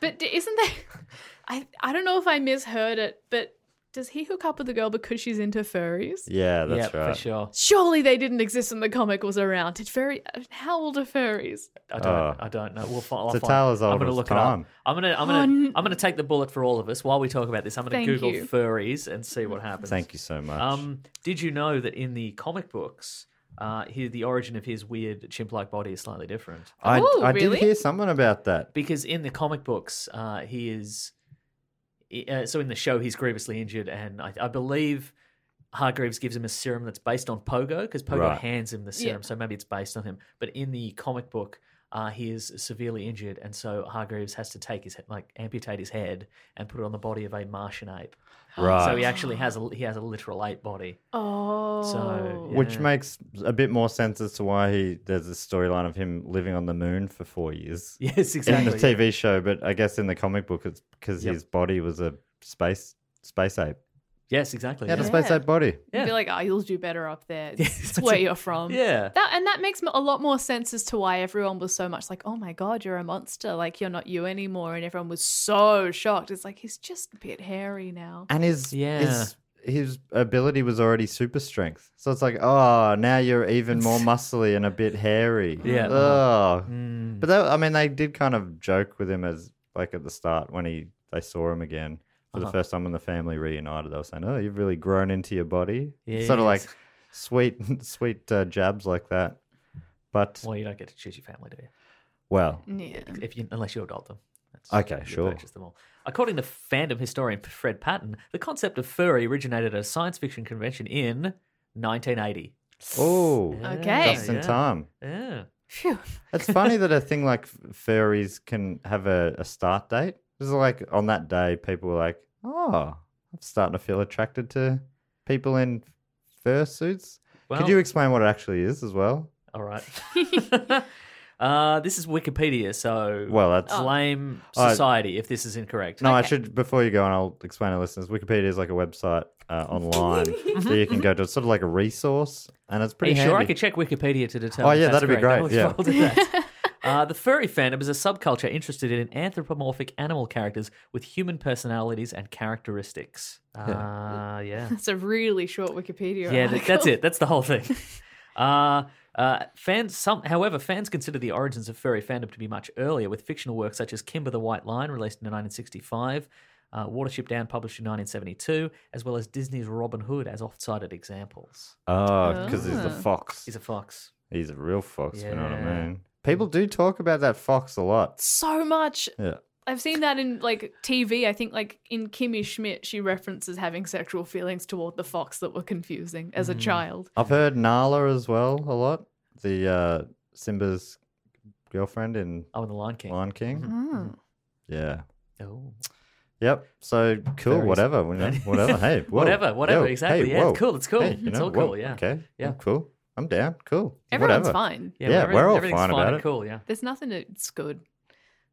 S4: but d- isn't that? I I don't know if I misheard it, but does he hook up with the girl because she's into furries?
S3: Yeah,
S5: Yeah,
S3: that's right.
S5: for sure.
S4: Surely they didn't exist when the comic was around. Did furry? How old are furries?
S5: I don't.
S3: Oh.
S5: I don't know. We'll fi- I'll
S3: It's a
S5: find.
S3: tale as
S5: I'm
S3: old
S5: gonna
S3: as
S5: look
S3: time.
S5: it up. I'm gonna. I'm gonna.
S4: Oh, n-
S5: I'm gonna take the bullet for all of us while we talk about this. I'm gonna
S4: Thank
S5: Google
S4: you.
S5: furries and see what happens.
S3: Thank you so much.
S5: Um, did you know that in the comic books, uh, he, the origin of his weird chimp-like body is slightly different?
S3: I,
S4: Oh,
S3: I
S4: really?
S3: did hear someone about that.
S5: because in the comic books, uh, he is. he- Uh, so in the show, he's grievously injured, and I, I believe Hargreaves gives him a serum that's based on Pogo because Pogo
S3: Right.
S5: hands him the serum,
S4: Yeah.
S5: so maybe it's based on him. But in the comic book, uh, he is severely injured, and so Hargreaves has to take his he- like amputate his head and put it on the body of a Martian ape. Um,
S3: Right.
S5: So he actually has a he has a literal ape body.
S4: Oh,
S5: So-
S3: Which
S5: Yeah.
S3: makes a bit more sense as to why he there's a storyline of him living on the moon for four years
S5: Yes,
S3: in
S5: exactly.
S3: the TV show, but I guess in the comic book it's because
S5: Yep.
S3: his body was a space space ape.
S5: Yes, exactly.
S3: He had a
S4: Yeah.
S3: space ape body.
S4: I'd
S5: Yeah.
S4: be like, um, oh, you'll do better up there.
S5: Yeah,
S4: It's, it's
S5: that's
S4: where
S5: it.
S4: you're from.
S5: yeah.
S4: That and that makes m- a lot more sense as to why everyone was so much like, "Oh my god, you're a monster! Like you're not you anymore." And everyone was so shocked. It's like he's just a bit hairy now.
S3: and his
S5: Yeah.
S3: his his ability was already super strength. So it's like, oh, now you're even more muscly and a bit hairy.
S5: Yeah. uh-huh.
S3: Oh.
S5: Mm.
S3: But that, I mean, they did kind of joke with him as like at the start when he they saw him again for the
S5: Uh-huh.
S3: first time when the family reunited. They were saying, oh, you've really grown into your body. Sort of like
S5: Yes.
S3: sweet sweet uh, jabs like that. But
S5: well, you don't get to choose your family, do you?
S3: well,
S4: Yeah.
S5: if you, unless you adopt them. That's,
S3: Okay,
S5: you
S3: sure.
S5: Purchase them all. According to fandom historian Fred Patton, the concept of furry originated at a science fiction convention in 1980.
S3: oh,
S4: Okay.
S3: just in
S5: yeah.
S3: time.
S5: Yeah.
S4: Phew.
S3: It's funny that a thing like f- furries can have a, a start date. It's like on that day, people were like, "Oh, I'm starting to feel attracted to people in fur suits."
S5: Well,
S3: Could you explain what it actually is as well?
S5: all right. uh, this is Wikipedia, so
S3: Well, that's
S5: blame
S3: Oh.
S5: society if this is incorrect.
S3: no. I should before you go on. I'll explain to listeners. Wikipedia is like a website uh, online that you can go to. It's sort of like a resource, and it's
S5: Are you
S3: pretty
S5: sure I
S3: handy.
S5: could check Wikipedia to determine?
S3: Oh, yeah,
S5: if that's
S3: that'd be
S5: correct.
S3: great,
S5: I'll-
S3: yeah.
S5: I'll do that. Uh, the furry fandom is a subculture interested in anthropomorphic animal characters with human personalities and characteristics. Uh, yeah.
S4: That's a really short Wikipedia.
S5: Yeah,
S4: article.
S5: th- that's
S3: oh.
S5: it. That's the whole thing. Uh, uh, fans, some, however, fans consider the origins of furry fandom to be much earlier, with fictional works such as Kimber the White Lion, released in 1965, uh, Watership Down, published in 1972, as well as Disney's Robin Hood as oft-cited examples.
S3: Oh, because he's the
S4: Ah.
S3: fox.
S5: He's a fox.
S3: He's a real fox. You know what
S5: Yeah.
S3: I mean? People do talk about that fox a lot.
S4: So much.
S3: Yeah.
S4: I've seen that in like TV. I think like in Kimmy Schmidt, she references having sexual feelings toward the fox that were confusing as
S5: Mm.
S4: a child.
S3: I've heard Nala as well a lot. The uh, Simba's girlfriend in
S5: Oh, and the Lion King.
S3: Lion King.
S4: Mm.
S5: Mm.
S3: Yeah.
S5: Oh.
S3: Yep. So cool.
S5: Fairies.
S3: Whatever. You know, whatever. Hey. whoa,
S5: Whatever, whatever,
S3: yo,
S5: exactly, yeah, it's cool, it's cool,
S3: Hey,
S5: it's all
S3: whoa,
S5: cool, yeah.
S3: Okay.
S5: Yeah.
S3: Yeah. I'm cool. I'm down. Cool.
S4: Everyone's
S3: whatever.
S4: fine.
S3: Yeah,
S5: every-
S3: we're all
S5: everything's
S3: fine about
S5: and
S3: it.
S5: Cool, yeah.
S4: There's nothing that's good.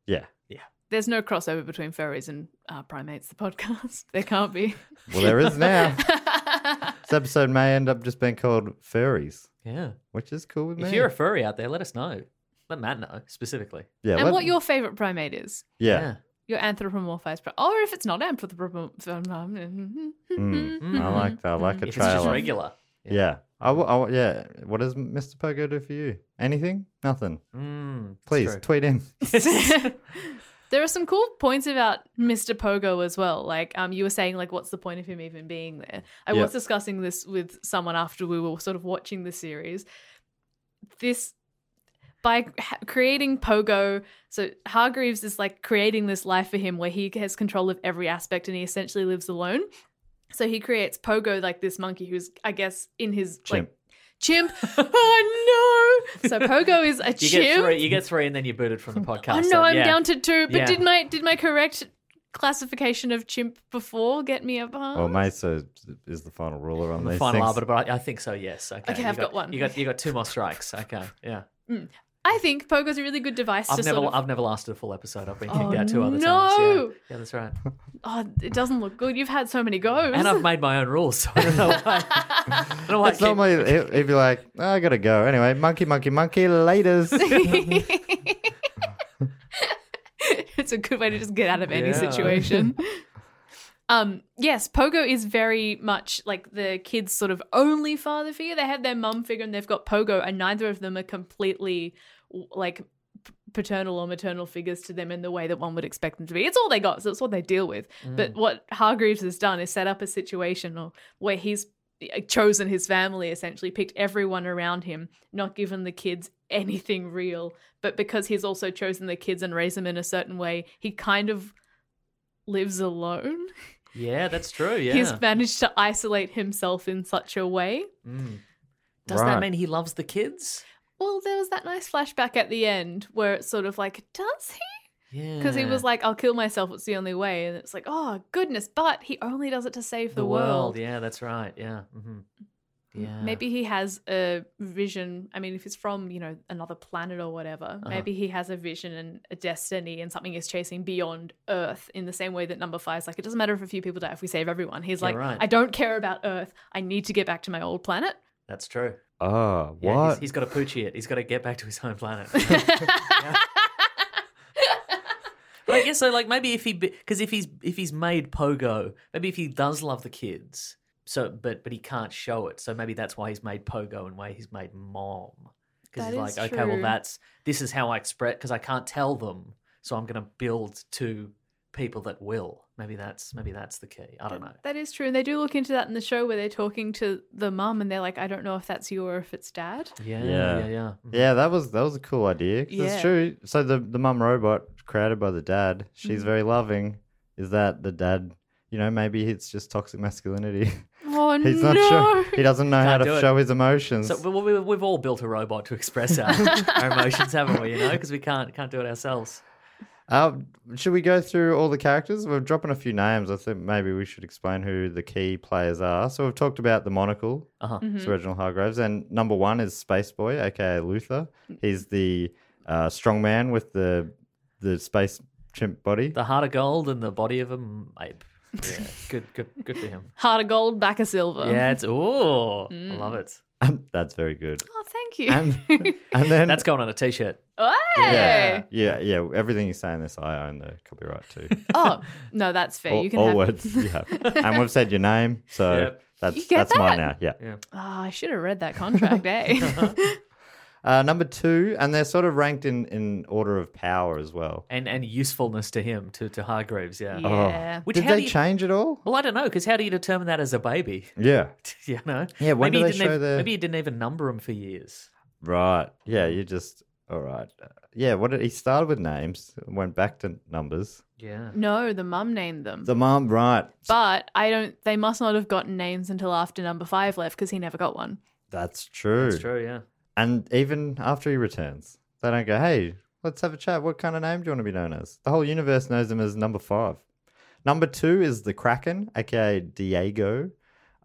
S3: Yeah.
S5: Yeah.
S4: There's no crossover between furries and uh, primates. The podcast there can't be.
S3: Well, there is now. this episode may end up just being called Furries,
S5: Yeah.
S3: which is cool with me.
S5: If you're a furry out there, let us know. Let Matt know specifically.
S3: yeah,
S4: and
S3: let-
S4: what your favorite primate is?
S3: yeah,
S4: Your anthropomorphized primate, or if it's not anthropomorphized,
S3: Mm, I like that. I like a
S5: If it's just
S3: trailer.
S5: regular.
S3: yeah, I w- I w- yeah. What does Mr. Pogo do for you? Anything? Nothing.
S5: Mm, it's
S3: Please
S5: true.
S3: tweet him.
S4: there are some cool points about Mr. Pogo as well. Like um, you were saying, like what's the point of him even being there? I
S3: Yeah.
S4: was discussing this with someone after we were sort of watching the series. This by ha- creating Pogo, so Hargreaves is like creating this life for him where he has control of every aspect and he essentially lives alone. So he creates Pogo, like this monkey who's, I guess, in his
S3: Chimp.
S4: like chimp. oh no! So Pogo is a
S5: You
S4: chimp.
S5: get three. You get three, and then you're booted from the podcast.
S4: Oh no,
S5: so,
S4: I'm
S5: yeah.
S4: down to two. But
S5: Yeah.
S4: did my did my correct classification of chimp before get me a pass?
S3: Well, Mesa is the final ruler on
S5: I'm the
S3: these
S5: final
S3: things.
S5: arbiter, but I, I think so. Yes. Okay.
S4: Okay,
S5: you
S4: I've got one.
S5: You got you got two more strikes. Okay. Yeah.
S4: I think Pogo's a really good device to
S5: I've never
S4: sort of.
S5: I've never lasted a full episode. I've been kicked
S4: Oh,
S5: out two other times.
S4: no.
S5: Yeah. yeah, that's right.
S4: Oh, it doesn't look good. You've had so many goes.
S5: And I've made my own rules, so I don't know why. I don't know why I
S3: It's normally he'd he'd be like, "Oh, I gotta go anyway. Monkey, monkey, monkey. Laters.
S4: it's a good way to just get out of any
S5: Yeah.
S4: situation. um, yes, Pogo is very much like the kids' sort of only father figure. They have their mum figure and they've got Pogo, and neither of them are completely w- like p- paternal or maternal figures to them in the way that one would expect them to be. It's all they got, so it's what they deal with. But what Hargreaves has done is set up a situation or where he's eh, chosen his family essentially picked everyone around him not given the kids anything real but because he's also chosen the kids and raised them in a certain way he kind of lives alone
S5: Yeah, that's true. Yeah.
S4: he's managed to isolate himself in such a way
S5: Mm. Does
S3: Right.
S5: that mean he loves the kids?
S4: well there was that nice flashback at the end where it's sort of like does he
S5: Yeah.
S4: because he was like i'll kill myself it's the only way and it's like oh goodness but he only does it to save the, world,
S5: Yeah, that's right. Yeah. hmm Yeah.
S4: Maybe he has a vision. I mean, if it's from, you know, another planet or whatever,
S3: Uh-huh.
S4: maybe he has a vision and a destiny and something is chasing beyond Earth in the same way that number five's like, it doesn't matter if a few people die, if we save everyone. He's
S5: Yeah,
S4: like,
S5: right.
S4: I don't care about Earth. I need to get back to my old planet.
S5: that's true.
S3: Oh,
S5: Yeah, he's-
S3: what?
S5: he's got to poochie it. He's got to get back to his home planet. But I guess so. Like maybe if he because if he's if he's made Pogo, maybe if he does love the kids, so but but he can't show it. So maybe that's why he's made Pogo and why he's made Mom. Because
S4: That
S5: he's like,
S4: is
S5: okay, well
S4: true.
S5: that's this is how I express because I can't tell them, so I'm gonna build to people that will. Maybe that's maybe that's the key. I don't know.
S4: That is true. And they do look into that in the show where they're talking to the mum and they're like, I don't know if that's you or if it's dad.
S5: Yeah,
S3: Yeah.
S5: yeah, yeah. Mhm.
S3: Yeah, that was that was a cool idea. 'cause
S4: Yeah.
S3: It's true. So the the mum robot created by the dad, she's
S5: Mm-hmm.
S3: very loving. Is that the dad? You know, maybe it's just toxic masculinity.
S4: Oh,
S3: He's
S4: no.
S3: not sure. He doesn't know how
S5: Can't do
S3: to
S5: it.
S3: show his emotions.
S5: So we, we, we've all built a robot to express our, our emotions, haven't we? You know, because we can't can't do it ourselves.
S3: Uh, should we go through all the characters? We're dropping a few names. I think maybe we should explain who the key players are. So we've talked about the monocle,
S5: Uh-huh.
S3: Sir Reginald Hargraves, and number one is Space Boy, aka Luther.
S5: Mm.
S3: He's the uh, strong man with the the space chimp body.
S5: The heart of gold and the body of a m- ape. Yeah, good, good, good for him.
S4: Heart of gold, back of silver.
S5: Yeah, it's oh, I love it.
S3: That's very good.
S4: Oh, thank you.
S3: And, and then
S5: That's going on a t-shirt.
S4: Hey!
S3: yeah, yeah, yeah. Everything you say in this, I own the copyright too.
S4: Oh, no, that's fair.
S3: all
S4: you can
S3: all
S4: have
S3: words. Yeah, and we've said your name, so
S5: Yep.
S3: that's
S4: get
S3: that's mine now.
S4: that.
S3: Yeah.
S4: Ah, I should have read that contract, eh?
S5: Oh.
S3: Uh, number two, and they're sort of ranked in, in order of power as well.
S5: and and usefulness to him to to Hargreaves. Yeah.
S4: yeah.
S5: Which
S3: Oh. Did
S5: how
S3: they
S5: do you-
S3: change at all?
S5: Well, I don't know because how do you determine that as a baby?
S3: Yeah.
S5: you know.
S3: Yeah, when
S5: maybe
S3: do
S5: he
S3: they
S5: didn't
S3: show
S5: even,
S3: the-
S5: Maybe he didn't even number them for years.
S3: Right. Yeah. You just all right. Uh, Yeah. What did he started with names, went back to numbers.
S5: Yeah.
S4: No, the mum named them.
S3: The mom, right?
S4: but I don't. They must not have gotten names until after number five left because he never got one.
S3: That's true.
S5: That's true. Yeah.
S3: And even after he returns, they don't go, hey, let's have a chat. What kind of name do you want to be known as? The whole universe knows him as number five. Number two is the Kraken, aka Diego.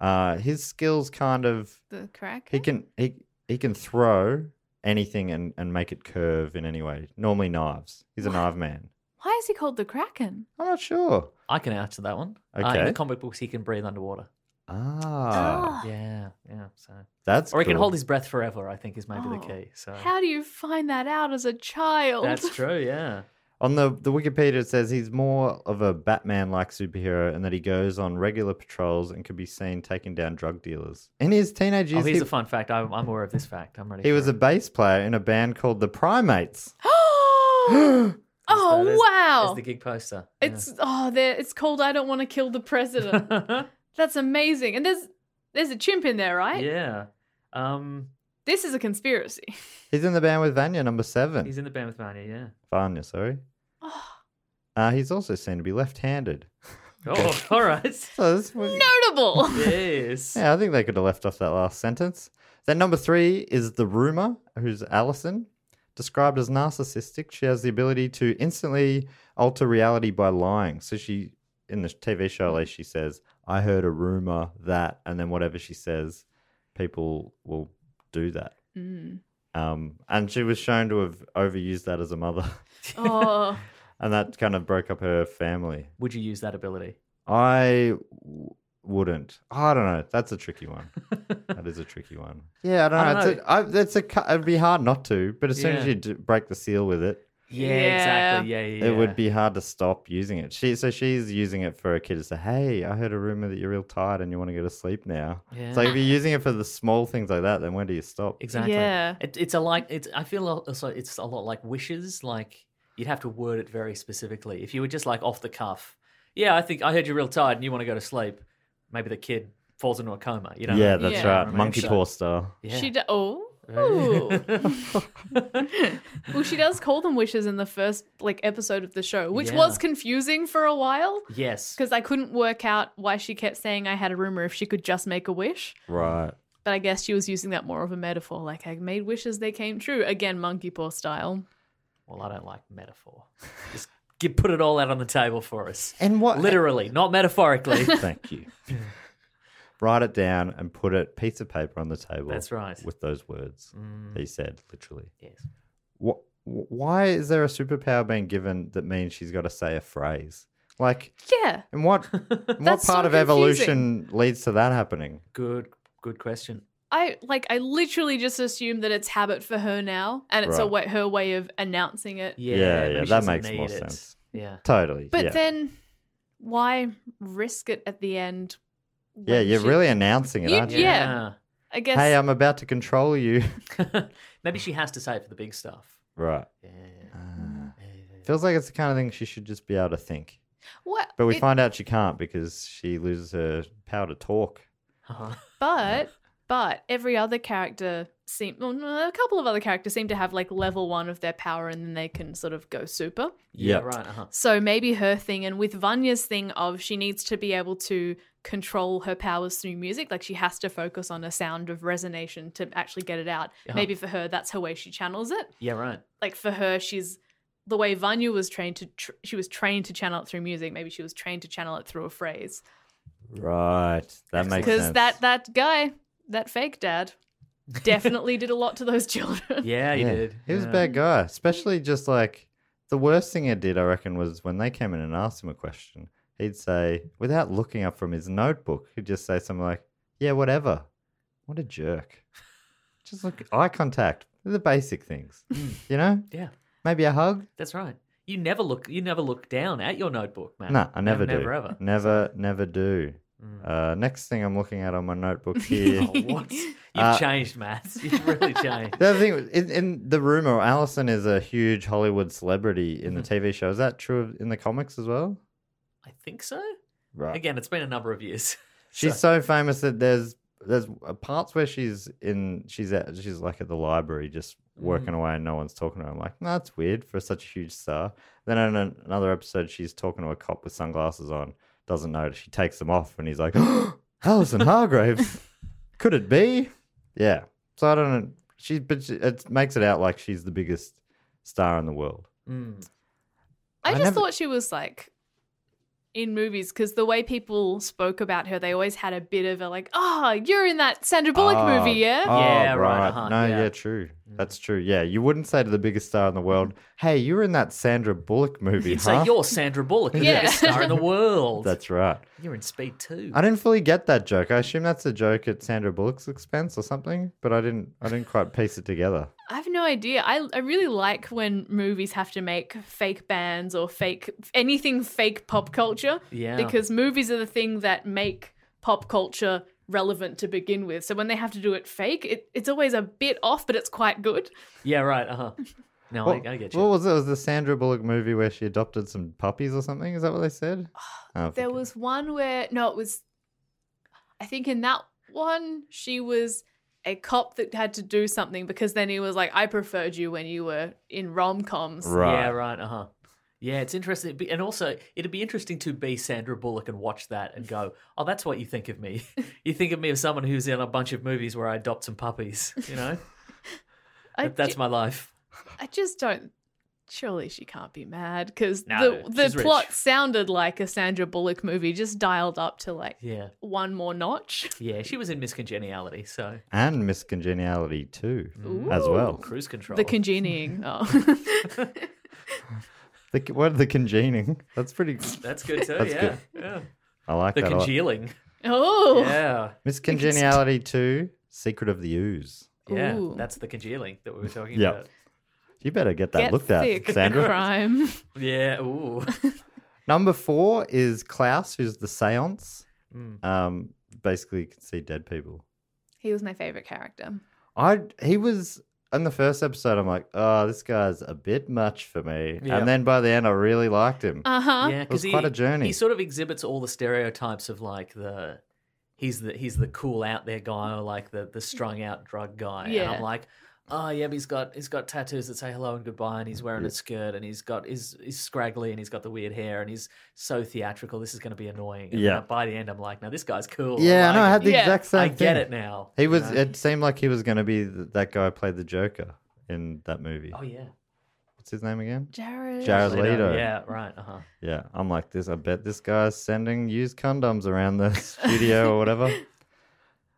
S3: Uh, his skills kind of
S4: The crack.
S3: he can he he can throw anything and, and make it curve in any way. Normally knives. He's a knife man.
S4: Why is he called the Kraken?
S3: I'm not sure.
S5: I can answer that one. Uh, in
S3: Okay.
S5: the comic books, he can breathe underwater.
S3: Ah,
S5: Yeah, yeah. So,
S3: that's
S5: or he can
S3: cool.
S5: hold his breath forever. I think is maybe the
S4: Oh,
S5: key. So
S4: How do you find that out as a child?
S5: that's true. Yeah.
S3: On the, the Wikipedia, it says he's more of a Batman like superhero and that he goes on regular patrols and can be seen taking down drug dealers. In his teenage
S5: Oh,
S3: years,
S5: here's
S3: he,
S5: a fun fact. I'm, I'm aware of this fact. I'm ready.
S3: he
S5: for
S3: was
S5: it.
S3: a bass player in a band called the Primates.
S4: oh
S5: So there's-
S4: wow!
S5: There's the gig poster. Yeah.
S4: It's oh, there. It's called "I Don't Want to Kill the President." That's amazing. And there's there's a chimp in there, right?
S5: yeah. Um,
S4: This is a conspiracy.
S3: He's in the band with Vanya, number seven.
S5: he's in the band with Vanya. Yeah.
S3: Vanya, sorry.
S4: Oh,
S3: Uh, he's also seen to be left handed.
S5: Oh, all right.
S3: So this was-
S4: notable.
S5: Yes.
S3: Yeah, I think they could have left off that last sentence. Then number three is the rumor, who's Allison. Described as narcissistic, she has the ability to instantly alter reality by lying. So she, in the TV show, at least, she says, "I heard a rumor that," and then whatever she says, people will do that.
S4: Mm.
S3: Um, and she was shown to have overused that as a mother,
S4: Oh,
S3: and that kind of broke up her family.
S5: Would you use that ability?
S3: I w- wouldn't. I don't know. That's a tricky one. that is a tricky one. Yeah, I don't know.
S5: I
S3: it's,
S5: don't
S3: a, I, it's a. cu- It'd be hard not to, but as soon as
S5: Yeah.
S3: you d- break the seal with it,
S5: Yeah,
S4: Yeah.
S5: exactly. Yeah, yeah.
S3: it
S5: yeah.
S3: would be hard to stop using it. She so she's using it for a kid to say, "Hey, I heard a rumor that you're real tired and you want to go to sleep now."
S5: Yeah.
S3: So if you're using it for the small things like that, then when do you stop?
S5: exactly.
S4: Yeah.
S5: It, it's a like. It's. I feel also it's a lot like wishes. Like you'd have to word it very specifically. If you were just like off the cuff, yeah, I think I heard you're real tired and you want to go to sleep. Maybe the kid falls into a coma. You know.
S3: yeah, that's
S4: Yeah.
S3: right.
S5: I mean,
S3: Monkey
S5: so-
S3: paw style.
S5: Yeah.
S4: she. Do- oh. Ooh. well, she does call them wishes in the first like episode of the show, which
S5: Yeah.
S4: was confusing for a while
S5: yes.
S4: because I couldn't work out why she kept saying I had a rumor if she could just make a wish.
S3: Right.
S4: But I guess she was using that more of a metaphor, like I made wishes they came true. Again, monkey paw style.
S5: Well, I don't like metaphor. Just get, put it all out on the table for us.
S3: And what
S5: Literally, not metaphorically.
S3: Thank you. Write it down and put a piece of paper on the table.
S5: That's right. Mm.
S3: With those words that you said, literally.
S5: yes.
S3: What? Why is there a superpower being given that means she's got to say a phrase? Like,
S4: Yeah.
S3: and what? in what part
S4: That's so
S3: of evolution leads to that happening?
S5: Good. Good question.
S4: I like I literally just assume that it's habit for her now and it's a
S3: Right.
S4: way, her way of announcing it.
S5: Yeah.
S3: Yeah,
S5: maybe
S3: yeah,
S5: she
S3: that
S5: doesn't
S3: makes more
S5: need it.
S3: sense.
S5: Yeah.
S3: Totally.
S4: But
S3: yeah.
S4: then why risk it at the end?
S3: yeah,
S4: when
S3: you're
S4: she-
S3: really announcing it,
S4: You-
S3: aren't you?
S4: yeah. I guess
S3: Hey, I'm about to control you.
S5: Yeah. maybe she has to say it for the big stuff.
S3: right.
S5: Yeah.
S3: Ah. feels like it's the kind of thing she should just be able to think.
S4: what
S3: But we
S4: it-
S3: find out she can't because she loses her power to talk.
S5: Uh-huh.
S4: But but every other character seem well, no, a couple of other characters seem to have like level one of their power and then they can sort of go super.
S5: Yeah.
S3: Yep.
S5: Right. Uh-huh.
S4: So maybe her thing and with Vanya's thing of she needs to be able to control her powers through music, like she has to focus on a sound of resonation to actually get it out.
S5: Yeah.
S4: Maybe for her that's her way she channels it.
S5: Yeah. Right.
S4: Like for her she's the way Vanya was trained to tr- she was trained to channel it through music, maybe she was trained to channel it through a phrase.
S3: Right. That makes sense.
S4: Because that that guy, that fake dad, definitely did a lot to those children.
S5: Yeah. You
S3: Yeah.
S5: did.
S3: He was a
S5: Yeah.
S3: bad guy, especially just like the worst thing he did, I reckon, was when they came in and asked him a question. He'd say, without looking up from his notebook, he'd just say something like, "Yeah, whatever." What a jerk! Just look, eye contact, They're the basic things,
S5: Hmm.
S3: you know.
S5: Yeah.
S3: Maybe a hug.
S5: That's right. You never look. You never look down at your notebook, man.
S3: No, I never, do.
S5: Never ever. Hmm.
S3: Never, never do. Uh, next thing I'm looking at on my notebook here.
S5: Oh, what? You've
S3: Uh,
S5: changed, Matt. You've really changed.
S3: The other thing in, in the rumor, Allison is a huge Hollywood celebrity in the
S5: Mm-hmm.
S3: TV show. Is that true of- in the comics as well?
S5: I think so.
S3: Right.
S5: Again, it's been a number of years.
S3: She's so famous that there's there's uh, parts where she's in she's at she's like at the library just working away and no one's talking to her. I'm like, no, that's weird for such a huge star. Then in an, another episode, she's talking to a cop with sunglasses on, doesn't notice. She takes them off, and he's like, Alison Hargraves, could it be? Yeah. So I don't know. She but she, it makes it out like she's the biggest star in the world.
S5: Mm.
S4: I
S3: I
S4: just
S3: never-
S4: thought she was like in movies because the way people spoke about her, they always had a bit of a like, oh, you're in that Sandra Bullock
S3: Oh,
S4: movie, yeah?
S3: Oh,
S5: Yeah, right,
S3: right.
S5: uh-huh,
S3: no,
S5: yeah. Mm.
S3: yeah. true. That's true. Yeah, you wouldn't say to the biggest star in the world, "Hey, you're in that Sandra Bullock movie,
S5: You'd
S3: huh?"
S5: say you're Sandra Bullock, you're the
S4: Yeah.
S5: biggest star in the world.
S3: That's right.
S5: You're in Speed Two.
S3: I didn't fully get that joke. I assume that's a joke at Sandra Bullock's expense or something, but I didn't. I didn't quite piece it together.
S4: I have no idea. I, I really like when movies have to make fake bands or fake anything fake pop culture.
S5: Yeah.
S4: Because movies are the thing that make pop culture relevant to begin with. So when they have to do it fake, it, it's always a bit off, but it's quite good.
S5: Yeah, right. Uh huh. No,
S3: What,
S5: I, I get
S3: what
S5: you.
S3: was it? Was the Sandra Bullock movie where she adopted some puppies or something? Is that what they said? Oh,
S4: There was one where no, it was I think in that one she was a cop that had to do something because then he was like, I preferred you when you were in rom coms.
S3: right.
S5: Yeah, right. Uh huh. Yeah, it's interesting. It'd be- And also, it'd be interesting to be Sandra Bullock and watch that and go, oh, that's what you think of me. you think of me as someone who's in a bunch of movies where I adopt some puppies, you know?
S4: I,
S5: That- that's
S4: ju-
S5: my life.
S4: I just don't surely she can't be mad because the,
S5: No, she's
S4: the
S5: rich.
S4: plot sounded like a Sandra Bullock movie, just dialed up to like
S5: Yeah.
S4: one more notch.
S5: Yeah, she was in Miss Congeniality, so
S3: And Miss Congeniality too,
S4: Ooh.
S3: as well.
S5: cruise control.
S4: The congenieing. Oh.
S3: The, what the congening? That's pretty.
S5: that's good too,
S3: That's
S5: yeah.
S3: good.
S5: yeah.
S3: I like
S5: The
S3: that. a lot.
S5: congealing.
S4: oh.
S5: Yeah.
S3: Miss Congeniality too. Secret of the Ooze.
S5: Yeah.
S4: Ooh.
S5: That's the congealing that we were talking
S3: Yeah.
S5: about.
S3: You better get that
S4: Get
S3: looked
S4: thick
S3: at,
S4: and
S3: Sandra.
S4: Crime.
S5: Yeah. Ooh.
S3: Number four is Klaus, who's the seance.
S5: Mm.
S3: Um, basically, you can see dead people.
S4: He was my favorite character.
S3: I he was in the first episode. I'm like, oh, this guy's a bit much for me.
S5: Yeah.
S3: And then by the end, I really liked him.
S5: Oh,
S4: Uh huh.
S5: Yeah,
S3: It was
S5: because
S3: quite a journey.
S5: He sort of exhibits all the stereotypes of like the he's the he's the cool out there guy or like the the strung out drug guy. And
S4: Yeah.
S5: I'm like, oh yeah, but he's got he's got tattoos that say hello and goodbye, and he's wearing a skirt, and he's got is he's scraggly, and he's got the weird hair, and he's so theatrical. This is going to be annoying. And
S3: Yeah.
S5: By the end, I'm like, no, this guy's cool. I
S3: yeah, no, I
S5: like
S3: had
S5: him.
S3: the
S4: Yeah.
S3: exact same.
S5: I get
S3: thing.
S5: it now.
S3: He
S5: you
S3: was.
S5: know?
S3: It seemed like he was going to be th- that guy who played the Joker in that movie.
S5: oh yeah.
S3: What's his name again?
S4: Jared.
S3: Jared Leto.
S5: Yeah. Right. Uh huh.
S3: Yeah, I'm like this. I bet this guy's sending used condoms around the studio or whatever,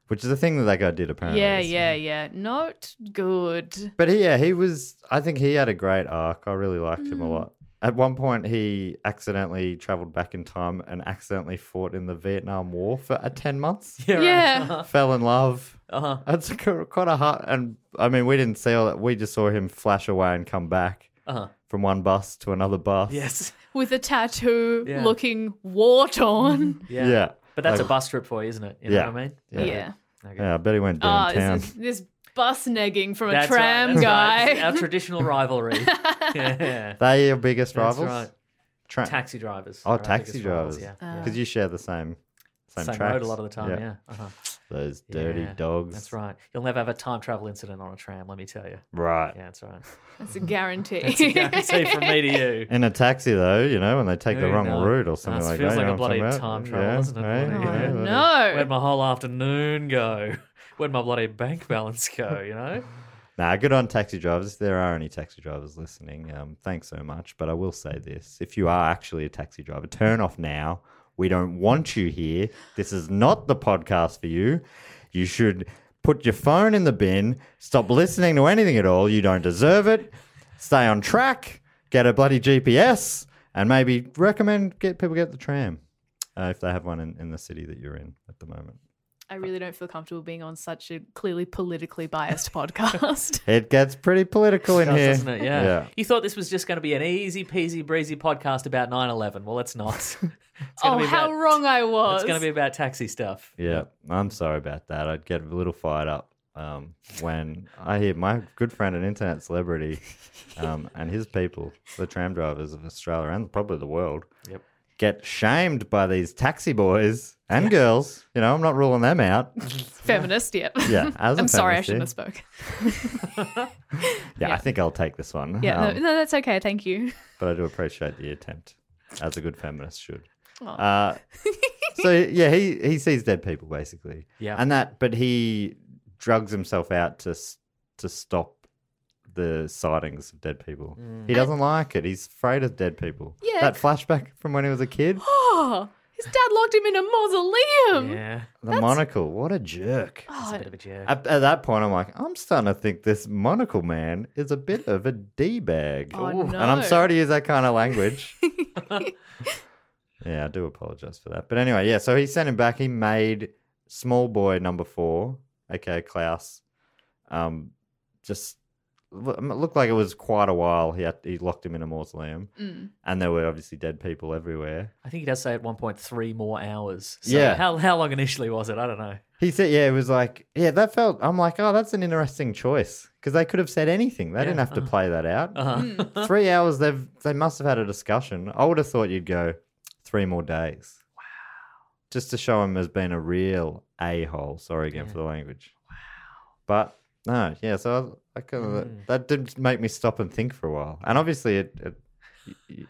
S3: which is a thing that that guy did apparently.
S4: Yeah, yeah, yeah. Not good.
S3: But he, yeah, he was. I think he had a great arc. I really liked him a lot. At one point, he accidentally traveled back in time and accidentally fought in the Vietnam War for uh, ten months.
S5: Yeah.
S4: Yeah.
S5: Right.
S3: Fell in love.
S5: Uh huh.
S3: That's qu- quite a hard. And I mean, we didn't see all that. We just saw him flash away and come back
S5: Uh huh.
S3: from one bus to another bus.
S5: Yes.
S4: With a tattoo
S5: Yeah. Mm-hmm.
S4: looking war torn.
S3: Yeah.
S5: Yeah.
S3: Yeah.
S5: But that's
S3: Like-
S5: a bus trip for you, isn't it? You know
S3: Yeah.
S5: what I mean?
S4: Yeah.
S5: Okay.
S3: Yeah, I bet he went
S4: Ah,
S3: downtown.
S4: this, this bus negging from a
S5: That's right,
S4: tram
S5: that's
S4: guy.
S5: right. It's Our traditional rivalry. yeah.
S3: They are your biggest
S5: That's
S3: rivals.
S5: right.
S3: Tra-
S5: Taxi drivers.
S3: Oh,
S5: are our
S3: taxi
S5: biggest rivals,
S3: drivers.
S5: yeah.
S4: Uh,
S3: Because you share the same same,
S5: Same
S3: tracks.
S5: road a lot of the time, yeah. Uh-huh.
S3: Those dirty
S5: Yeah,
S3: dogs.
S5: That's right. You'll never have a time travel incident on a tram, let me tell you.
S3: Right.
S5: Yeah, that's right.
S4: That's a guarantee.
S5: It's a guarantee from me to you.
S3: In a taxi, though, you know, when they take the
S5: Who
S3: wrong
S5: knows?
S3: route or something
S5: That
S3: like
S5: feels
S3: that. you
S5: like
S3: know
S5: a
S3: what I'm
S5: bloody
S3: talking
S5: time
S3: about?
S5: travel, doesn't it?
S3: right?
S5: Bloody-
S3: Yeah,
S4: oh,
S3: bloody-
S4: no.
S5: Where'd my whole afternoon go? Where'd my bloody bank balance go, you know?
S3: Nah, good on taxi drivers. If there are any taxi drivers listening, um, thanks so much. But I will say this if you are actually a taxi driver, turn off now. We don't want you here. This is not the podcast for you. You should put your phone in the bin, stop listening to anything at all. You don't deserve it. Stay on track, get a bloody GPS, and maybe recommend get people get the tram uh, if they have one in, in the city that you're in at the moment.
S4: I really don't feel comfortable being on such a clearly politically biased podcast.
S3: It gets pretty political in
S5: does,
S3: here.
S5: doesn't it? Yeah. You thought this was just going to be an easy peasy breezy podcast about 9 11. Well, it's not. it's gonna
S4: oh,
S5: be
S4: how
S5: about-
S4: wrong I was.
S5: It's going to be about taxi stuff.
S3: Yeah, I'm sorry about that. I'd get a little fired up um, when I hear my good friend, an internet celebrity, um, and his people, the tram drivers of Australia and probably the world,
S5: Yep.
S3: get shamed by these taxi boys and girls. You know, I'm not ruling them out.
S4: feminist yet.
S3: Yeah, as a
S4: I'm sorry, I
S3: feminist,
S4: shouldn't have spoken.
S3: Yeah, I think I'll take this one.
S4: Yeah,
S3: Um,
S4: no, no, that's okay. Thank you.
S3: but I do appreciate the attempt, as a good feminist should.
S4: Aw.
S3: Uh, so yeah, he he sees dead people basically.
S5: Yeah.
S3: and that, but he drugs himself out to s- to stop the sightings of dead people.
S5: Mm.
S3: He doesn't like it. He's afraid of dead people.
S4: Yeah.
S3: That flashback from when he was a kid.
S4: Oh, his dad locked him in a mausoleum.
S5: yeah,
S3: The monocle. What a jerk.
S5: it's
S4: Oh,
S5: a bit of a joke.
S3: At, at that point, I'm like, I'm starting to think this monocle man is a bit of a d bag.
S4: Oh,
S3: And I'm
S4: no.
S3: sorry to use that kind of language. yeah, I do apologize for that. But anyway, yeah. So he sent him back. He made small boy number four, aka Klaus, um, just lo- it looked like it was quite a while. He had, he locked him in a mausoleum,
S4: Mm.
S3: and there were obviously dead people everywhere.
S5: I think he does say at one point three more hours. So
S3: Yeah.
S5: How how long initially was it? I don't know.
S3: He said, yeah, it was like, yeah, that felt, I'm like, oh, that's an interesting choice because they could have said anything. They didn't
S5: Yeah,
S3: have to
S5: uh-huh.
S3: play that out.
S5: Uh-huh.
S3: three hours, they've, they must have had a discussion. I would have thought you'd go three more days. Wow. Just to show him as being a real a hole. Sorry again for the language. Wow. But no, yeah, so I, I kind of,
S5: Hmm.
S3: that did make me stop and think for a while. And obviously it, it,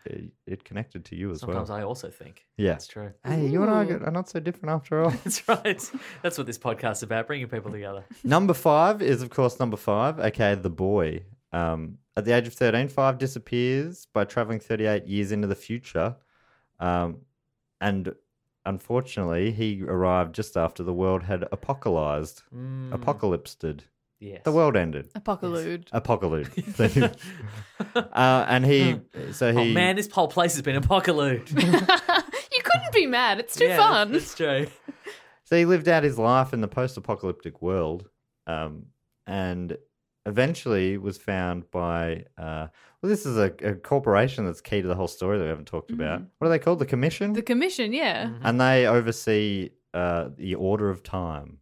S3: it, it connected to you as
S5: Sometimes
S3: well.
S5: I also think.
S3: Yeah.
S5: that's true.
S3: Hey, you and I are not so different after all.
S5: That's right. That's what this podcast's about: bringing people together.
S3: Number five is, of course, number five, okay, the boy. Um, at the age of 13, Five disappears by traveling 38 years into the future. Um, and unfortunately, he arrived just after the world had apocalyzed,
S5: Mm,
S3: apocalypsed. The
S5: Yes.
S3: world ended.
S4: Apocalude.
S3: Apocalypse. uh, and he, so
S5: Oh
S3: he,
S5: man, this whole place has been apocalypse.
S4: you couldn't be mad. It's too
S5: Yeah,
S4: fun.
S5: That's, that's true.
S3: So he lived out his life in the post-apocalyptic world, um, and eventually was found by. Uh, well, this is a, a corporation that's key to the whole story that we haven't talked about. What are they called? The Commission,
S4: The commission, yeah.
S5: Mm.
S3: and they oversee uh, the order of time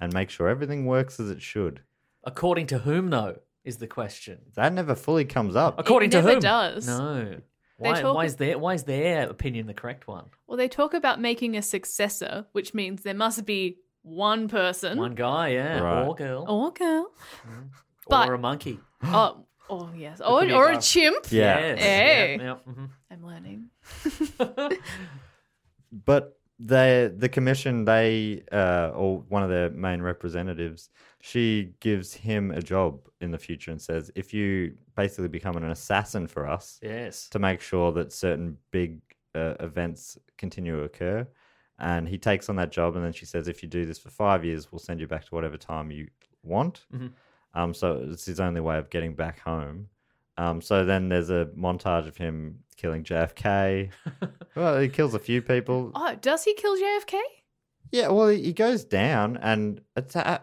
S3: and make sure everything works as it should.
S5: According to whom, though, is the question.
S3: That never fully comes up.
S5: According to
S4: never
S5: whom?
S4: does.
S5: No. Why,
S4: talk-
S5: why is their why is their opinion the correct one?
S4: Well, they talk about making a successor, which means there must be one person
S5: One guy, yeah,
S3: Hmm? Right. Oh,
S5: or girl,
S4: or girl. but-
S5: or a monkey.
S4: oh, oh yes, or,
S5: could be a
S4: or a
S5: girl.
S4: chimp.
S3: Yeah.
S5: Yes.
S4: Hey.
S5: Yeah, yeah, mhm.
S4: I'm learning.
S3: but the the commission they uh or one of their main representatives she gives him a job in the future and says if you basically become an assassin for us
S5: Yes.
S3: to make sure that certain big uh, events continue to occur and he takes on that job and then she says if you do this for 5 years we'll send you back to whatever time you want
S5: Mm-hmm.
S3: um so it's his only way of getting back home um so then there's a montage of him killing JFK well he kills a few people
S4: Oh, does he kill JFK?
S3: yeah, well, he he goes down and it's uh,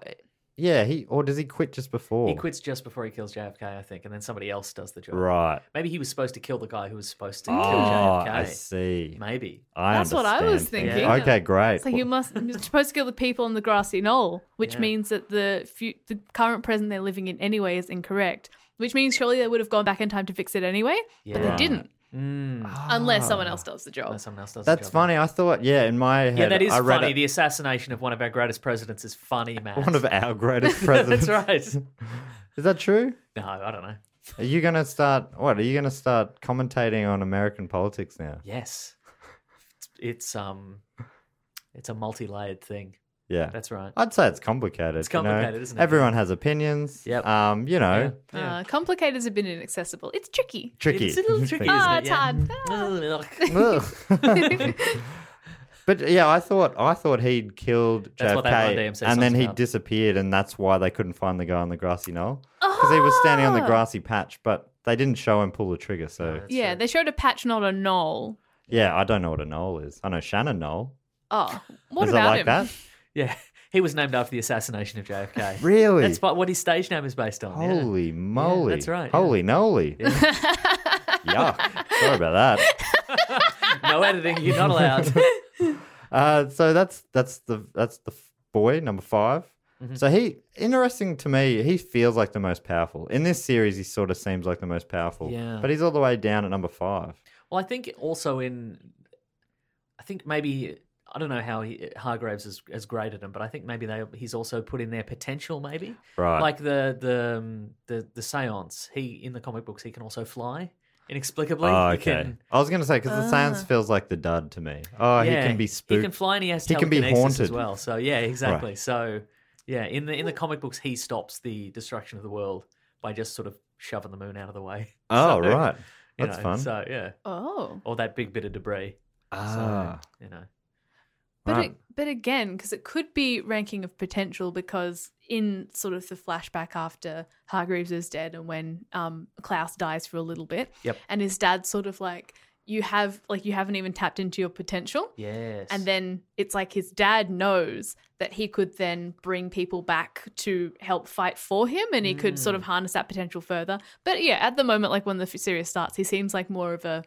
S3: yeah, he or does he quit just before?
S5: He quits just before he kills JFK, I think, and then somebody else does the job.
S3: Right.
S5: Maybe he was supposed to kill the guy who was supposed to
S3: Oh,
S5: kill JFK.
S3: I see.
S5: Maybe.
S3: I
S4: That's what I was
S3: understand.
S5: thinking. Yeah.
S3: Okay, great.
S4: So you must you're supposed to kill the people on the grassy knoll, which
S5: Yeah.
S4: means that the fu- the current present they're living in anyway is incorrect. Which means surely they would have gone back in time to fix it anyway, but
S5: Yeah.
S4: they didn't,
S5: Mm.
S4: unless someone else does the job.
S5: Unless someone else does the
S3: That's
S5: job.
S3: funny. I thought, yeah, in my head,
S5: Yeah, that is
S3: I read
S5: funny.
S3: it-
S5: The assassination of one of our greatest presidents is funny, man.
S3: one of our greatest presidents.
S5: That's right.
S3: Is that true?
S5: No, I don't know.
S3: Are you gonna start? What are you gonna start commentating on American politics now?
S5: Yes, it's, it's um, it's a multi-layered thing.
S3: Yeah,
S5: That's right.
S3: I'd say it's complicated.
S5: It's
S3: you know?
S5: complicated, isn't it?
S3: Everyone has opinions.
S5: Yep.
S3: Um, you know,
S5: Yeah.
S4: Uh, complicators have been inaccessible. It's tricky.
S3: tricky.
S5: It's a little tricky,
S3: Things.
S4: Ah,
S5: isn't it? Yeah.
S3: Ugh. but yeah, I thought I thought he'd killed
S5: That's
S3: JFK,
S5: what that Run DMC
S3: and then
S5: song's
S3: he
S5: about.
S3: disappeared, and that's why they couldn't find the guy on the grassy knoll because he was standing on the
S4: Ah.
S3: grassy patch, but they didn't show him pull the trigger. So
S5: That's
S4: Yeah,
S5: right.
S4: they showed a patch, not a knoll.
S3: yeah, I don't know what a knoll is. I know Shannon Knoll.
S4: Oh,
S3: Is
S4: what about
S3: it
S4: him?
S3: like
S5: yeah, he was named after the assassination of JFK.
S3: that? Really?
S5: That's what what his stage name is based on. yeah.
S3: Holy moly!
S5: that's right, yeah.
S3: Holy moly! Yuck! Sorry about that.
S5: No editing. You're not allowed.
S3: Uh, so that's that's the that's the f- boy number 5
S5: Mm-hmm.
S3: So he interesting to me. He feels like the most powerful in this series. He sort of seems like the most powerful.
S5: Yeah.
S3: But he's all the way down at number five.
S5: Well, I think also in, I think maybe I don't know how he, Hargraves has, has graded him, but I think maybe they he's also put in their potential. Maybe
S3: Right.
S5: like the the um, the the seance. He in the comic books he can also fly inexplicably.
S3: Ah,
S5: He can- Ah.
S3: I was gonna say because the Sans feels like the dud to me. Oh,
S5: yeah,
S3: he can be spooked.
S5: He can fly and he has
S3: He can be
S5: telekinesis as
S3: haunted.
S5: well. So yeah, exactly.
S3: Right.
S5: So yeah, in the in the comic books he stops the destruction of the world by just sort of shoving the moon out of the way.
S3: Oh,
S5: So,
S3: right.
S5: you
S3: That's
S5: know,
S3: fun.
S5: So yeah,
S4: Oh.
S5: or that big bit of debris.
S3: ah,
S5: So, you know,
S4: But
S3: right.
S4: it, but again, because it could be ranking of potential, because in sort of the flashback after Hargreaves is dead and when um, Klaus dies for a little bit,
S5: Yep.
S4: and his dad's sort of like, you have like you haven't even tapped into your potential,
S5: yes.
S4: and then it's like his dad knows that he could then bring people back to help fight for him, and he could
S5: Mm.
S4: sort of harness that potential further. But yeah, at the moment, like when the series starts, he seems like more of a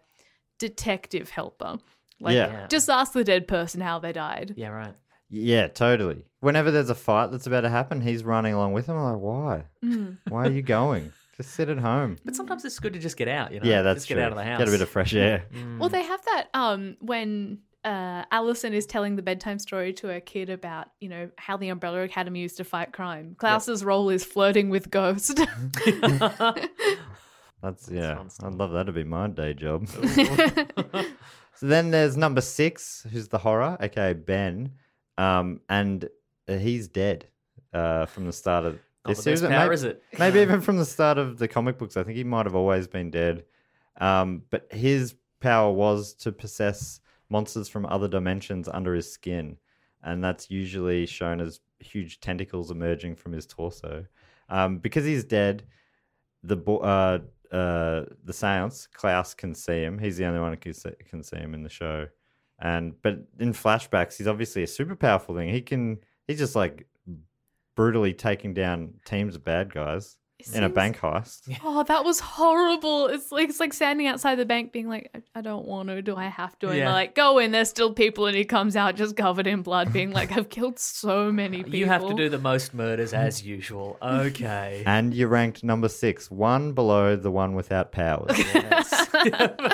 S4: detective helper. Like,
S3: Yeah.
S5: Yeah.
S4: just ask the dead person how they died.
S5: yeah, right.
S3: yeah, totally. Whenever there's a fight that's about to happen, he's running along with him. I'm like, why?
S4: Mm.
S3: Why are you going? Just sit at home.
S5: But sometimes it's good to just get out. You know,
S3: yeah, that's
S5: just get
S3: true.
S5: out of the house.
S3: Get a bit of fresh air.
S5: Mm.
S4: Well, they have that um, when uh, Allison is telling the bedtime story to her kid about, you know, how the Umbrella Academy used to fight crime. Klaus's role is flirting with Ghost.
S3: That's yeah.
S5: sounds
S3: I'd love that to be my day job. so then there's number six, who's the horror, okay, Ben, um, and uh, he's dead uh, from the start of
S5: Not
S3: this
S5: the
S3: series.
S5: best
S3: but
S5: power,
S3: maybe,
S5: is it?
S3: maybe even from the start of the comic books. I think he might have always been dead, um, but his power was to possess monsters from other dimensions under his skin, and that's usually shown as huge tentacles emerging from his torso. Um, because he's dead, the bo- uh, uh, the seance Klaus can see him. He's the only one who can see, can see him in the show. And but in flashbacks, he's obviously a super powerful thing. He can he's just like brutally taking down teams of bad guys
S4: It
S3: in a
S4: seems-
S3: bank heist.
S4: Oh, that was horrible. It's like it's like standing outside the bank being like, I, I don't want to, do I have to? And
S5: Yeah.
S4: they're like, go in, there's still people and he comes out just covered in blood, being like, I've killed so many people.
S5: You have to do the most murders
S3: Mm-hmm.
S5: as usual. Okay.
S3: And you ranked number six, one below the one without powers,
S5: yes.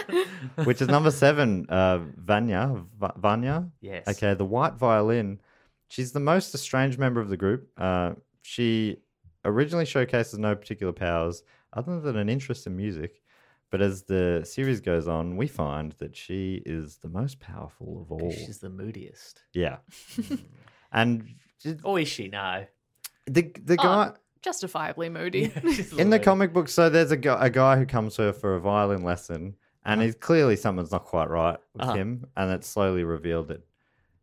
S3: which is number seven, uh, Vanya. Va- Vanya?
S5: yes.
S3: Okay, the white violin. She's the most estranged member of the group. Uh, she originally showcases no particular powers other than an interest in music. But as the series goes on, we find that she is the most powerful of all.
S5: She's the moodiest.
S3: Yeah. and
S5: Or is she? No.
S3: the the guy
S4: Justifiably moody.
S5: She's
S3: in the
S5: little-
S3: comic book, so there's a guy, a guy who comes to her for a violin lesson, and he's clearly something's not quite right with
S5: Uh-huh.
S3: him, and it's slowly revealed that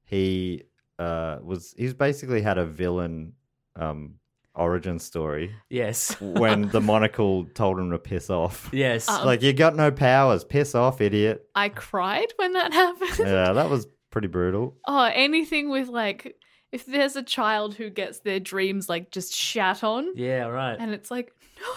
S3: he uh, was he's basically had a villain um, origin story
S5: Yes.
S3: when the monocle told him to piss off.
S5: Yes.
S4: Uh,
S3: Like you got no powers, piss off, idiot.
S4: I cried when that happened.
S3: Yeah, that was pretty brutal.
S4: Oh, anything with like, if there's a child who gets their dreams like just shat on,
S5: yeah, right.
S4: and it's like, no,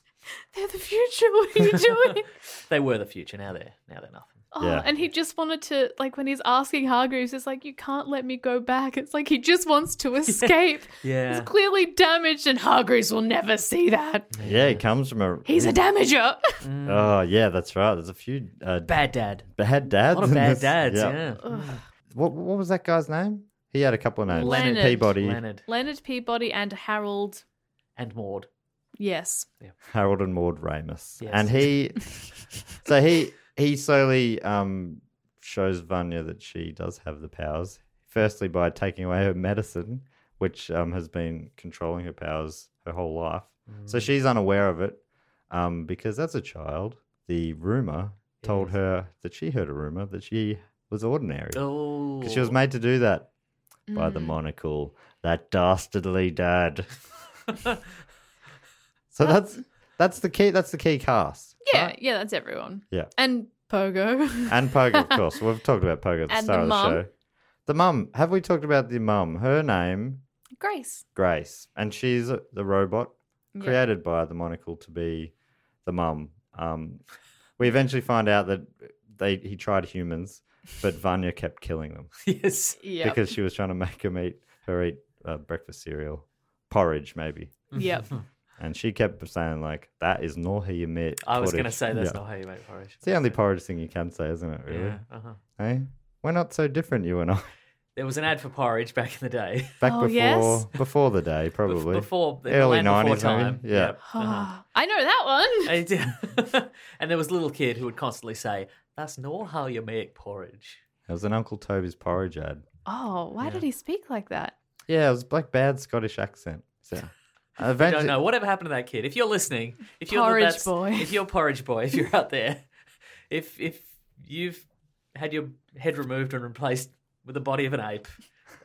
S4: they're the future. What are you doing?
S5: They were the future. Now they're now they're nothing.
S4: Oh,
S3: Yeah.
S4: and he just wanted to like when he's asking Hargreaves, it's like you can't let me go back. It's like he just wants to escape.
S5: Yeah.
S4: He's clearly damaged, and Hargreaves will never see that.
S3: Yeah, he comes from a.
S4: He's a damager.
S3: Oh yeah, that's right. There's a few uh,
S5: Bad dad.
S3: bad dads.
S5: A lot of
S3: in
S5: bad
S3: this.
S5: dads.
S3: Yeah. Uh,
S5: Yeah.
S3: What what was that guy's name? He had a couple of names.
S4: Leonard.
S3: Peabody,
S5: Leonard
S4: Leonard Peabody and Harold.
S5: and Maud.
S4: Yes.
S3: Harold and Maud Ramus.
S5: Yes.
S3: And he so he he slowly um shows Vanya that she does have the powers. Firstly by taking away her medicine, which um has been controlling her powers her whole life.
S5: Mm.
S3: So she's unaware of it. Um, because as a child, the rumor told
S5: Yes.
S3: her that she heard a rumor that she was ordinary.
S5: Oh.
S3: Because she was made to do that by
S4: Mm.
S3: the monocle, that dastardly dad. so that's that's the key. That's the key cast.
S4: Yeah.
S3: right?
S4: Yeah. That's everyone.
S3: Yeah.
S4: And Pogo.
S3: and Pogo, of course. We've talked about Pogo at the
S4: And
S3: start
S4: the
S3: of the
S4: mum.
S3: show. The mum. Have we talked about the mum? Her name
S4: Grace.
S3: Grace, and she's a- the robot
S4: Yeah.
S3: created by the monocle to be the mum. Um, we eventually find out that they he tried humans, but Vanya kept killing them.
S5: yes.
S4: Yep.
S3: because she was trying to make him eat her eat uh, breakfast cereal, porridge maybe,
S4: yep.
S3: and she kept saying like that is not how you make.
S5: I was going to
S3: porridge."
S5: say that's
S3: Yeah.
S5: not how you make porridge.
S3: It's the only porridge thing you can say, isn't it? Really?
S5: Yeah. Uh-huh.
S3: Hey, we're not so different, you and I.
S5: There was an ad for porridge back in the day.
S3: Back
S4: Oh,
S3: before
S4: yes.
S3: before the day, probably
S5: Before the
S3: early
S5: nineties
S3: nineties, maybe.
S5: time.
S3: Yeah.
S5: Uh-huh.
S4: Ah, I know that one.
S5: I did. and there was a little kid who would constantly say, "That's not how you make porridge."
S3: it was an Uncle Toby's porridge ad.
S4: Oh, why did he speak like that?
S3: Yeah, it was like bad Scottish accent. So uh,
S5: I don't
S3: Eventually,
S5: know. Whatever happened to that kid? If you're listening, if you're
S4: Porridge
S5: that's-
S4: boy.
S5: if you're porridge boy, if you're out there, if if you've had your head removed and replaced with the body of an ape,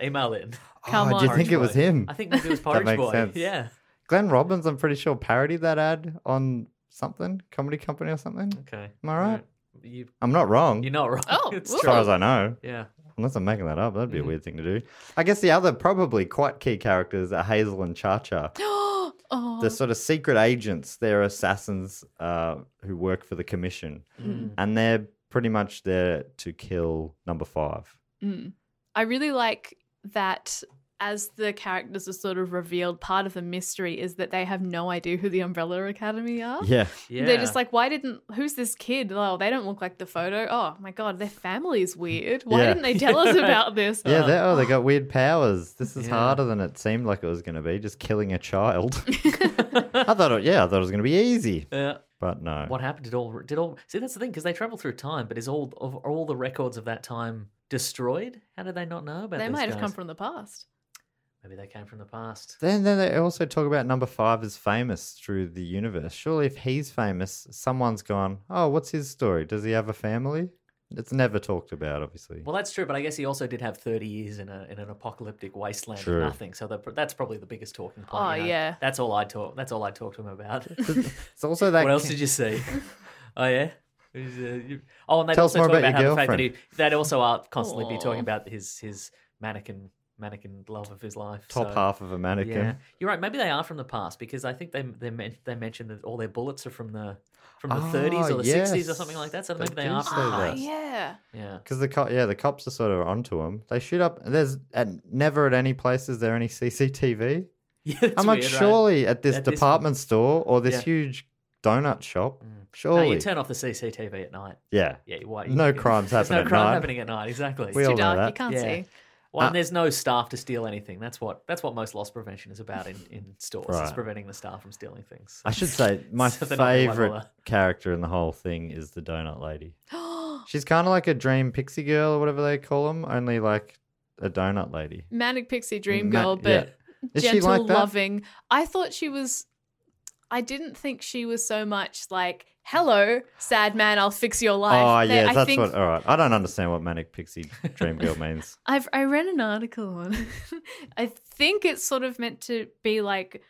S5: email in.
S4: Come
S3: oh, do you
S4: on.
S3: think it was
S5: Porridge boy.
S3: him?
S5: I think maybe it was porridge
S3: makes
S5: boy.
S3: sense.
S5: Yeah.
S3: Glenn Robbins, I'm pretty sure, parodied that ad on something, comedy company or something.
S5: Okay.
S3: Am I right?
S5: Mm. You
S3: I'm not wrong.
S5: you're not wrong.
S4: Oh,
S5: it's
S4: whoa.
S3: as far
S5: true.
S3: as I know.
S5: Yeah.
S3: Unless I'm making that up, that'd be a
S5: Mhm.
S3: weird thing to do. I guess the other probably quite key characters are Hazel and Cha Cha.
S4: oh,
S3: They're sort of secret agents. They're assassins uh, who work for the commission.
S4: Mm-hmm.
S5: Mm.
S3: And they're pretty much there to kill number five.
S4: Mm. I really like that as the characters are sort of revealed, part of the mystery is that they have no idea who the Umbrella Academy are.
S3: Yeah.
S5: Yeah.
S4: They're just like, why didn't, who's this kid? Oh, they don't look like the photo. Oh my God, their family is weird. Why
S3: Yeah.
S4: didn't they tell us about this?
S3: Yeah, they oh, they got weird powers. This is
S5: Yeah.
S3: harder than it seemed like it was going to be, just killing a child. I thought, it, yeah, I thought it was going to be easy,
S5: Yeah.
S3: but no.
S5: Uh, What happened? Did all did all see? That's the thing because they travel through time, but is all of are all the records of that time destroyed? How did they not know about?
S4: They
S5: these
S4: might have
S5: guys?
S4: come from the past.
S5: Maybe they came from the past.
S3: Then, then they also talk about number five is famous through the universe. Surely, if he's famous, someone's gone. Oh, what's his story? Does he have a family? It's never talked about, obviously.
S5: Well, that's true, but I guess he also did have 30 years in, a, in an apocalyptic wasteland
S3: True.
S5: of nothing. So that, that's probably the biggest talking point.
S4: Oh,
S5: you know?
S4: yeah.
S5: That's all I talk. That's all I talk to him about.
S3: It's also that.
S5: what else did you see? Oh yeah. It was, uh, you- Oh, and they
S3: Tell us
S5: also
S3: more
S5: talk about,
S3: about
S5: how
S3: your
S5: the fact that he,
S3: girlfriend.
S5: they'd also are constantly be talking
S4: Aw.
S5: about his his mannequin mannequin love of his life.
S3: top
S5: so-
S3: half of a mannequin.
S5: Yeah, you're right. Maybe they are from the past because I think they they men- they mentioned that all their bullets are from the from the
S3: Ah,
S5: 30s or the 60s or something
S3: yes.
S5: like that. So
S3: They
S5: maybe they
S3: do
S5: are
S3: say
S5: from the
S3: that.
S4: Oh,
S5: past.
S4: yeah.
S5: Yeah.
S3: Because the co- yeah the cops are sort of onto him. They shoot up. There's and never at any place is there any CCTV.
S5: yeah that's
S3: I'm like
S5: weird, right?
S3: surely at this
S5: At this-
S3: department store or this
S5: Yeah.
S3: huge donut shop.
S5: No,
S3: Surely,
S5: you turn off the CCTV at night.
S3: yeah.
S5: Yeah, you, why,
S3: No crimes
S5: There's
S3: happen
S5: no
S3: at
S5: crime
S3: night.
S5: happening at night. Exactly.
S3: We
S4: Too
S3: all know
S4: dark,
S3: that.
S4: you can't
S5: Yeah.
S4: see.
S5: Well,
S3: Uh,
S5: and there's no staff to steal anything. That's what that's what most loss prevention is about in, in stores. It's
S3: Right.
S5: preventing the staff from stealing things.
S3: I should say my
S5: So they're not really like all
S3: favorite
S5: that.
S3: character in the whole thing is the donut lady. She's kind of like a dream pixie girl or whatever they call them, only like a donut lady.
S4: Manic Pixie Dream
S3: Ma-
S4: Girl,
S3: yeah.
S4: but
S3: Is she
S4: gentle,
S3: like that?
S4: loving. I thought she was. I didn't think she was so much like, "Hello, sad man, I'll fix your
S3: Oh
S4: life." They-
S3: yeah,
S4: I
S3: that's
S4: think
S3: what. uh, All right, I don't understand what manic pixie dream girl means.
S4: I've I read an article on. it. I think it's sort of meant to be like,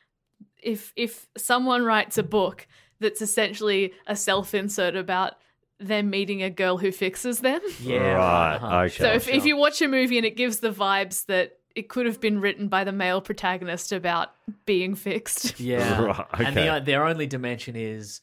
S4: if if someone writes a book that's essentially a self-insert about them meeting a girl who fixes them.
S5: Yeah. Uh-huh.
S3: Right, okay.
S4: So if, if
S5: sure.
S4: you watch a movie and it gives the vibes that it could have been written by the male protagonist about being fixed.
S5: Yeah.
S3: Right,
S5: And the,
S3: okay.
S5: o- their only dimension is,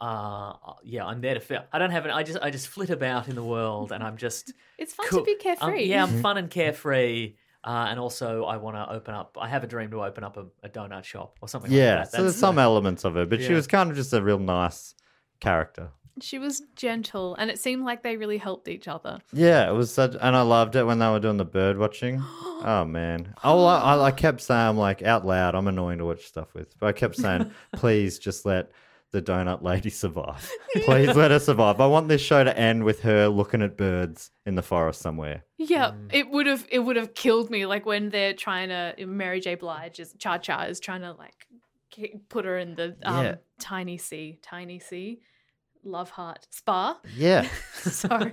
S5: uh, yeah, I'm there to fit. I don't have an. I just I just flit about in the world, and I'm just
S4: It's fun
S5: cool-
S4: to
S3: Um,
S4: be
S5: I'm-
S4: carefree.
S5: yeah,
S3: Mm-hmm.
S5: I'm fun and carefree. Uh, and also, I want to open up. I have a dream to open up a, a donut shop or something.
S3: Yeah,
S5: like that.
S3: so there's
S5: That's
S3: some
S5: the-
S3: elements of her, but she
S5: Yeah.
S3: was kind of just a real nice character.
S4: She was gentle, and it seemed like they really helped each other.
S3: Yeah, it was such, and I loved it when they were doing the bird watching. Oh man! Oh, I, I- I kept saying like out loud, I'm annoying to watch stuff with, but I kept saying, please just let the donut lady survive. Please let her survive. I want this show to end with her looking at birds in the forest somewhere.
S4: Yeah,
S3: Mm.
S4: it would have it would have killed me. Like when they're trying to Mary J. Blige is Cha Cha is trying to like ki- put her in the um,
S3: Yeah.
S4: tiny sea, tiny sea, love heart spa.
S3: Yeah,
S4: Sorry,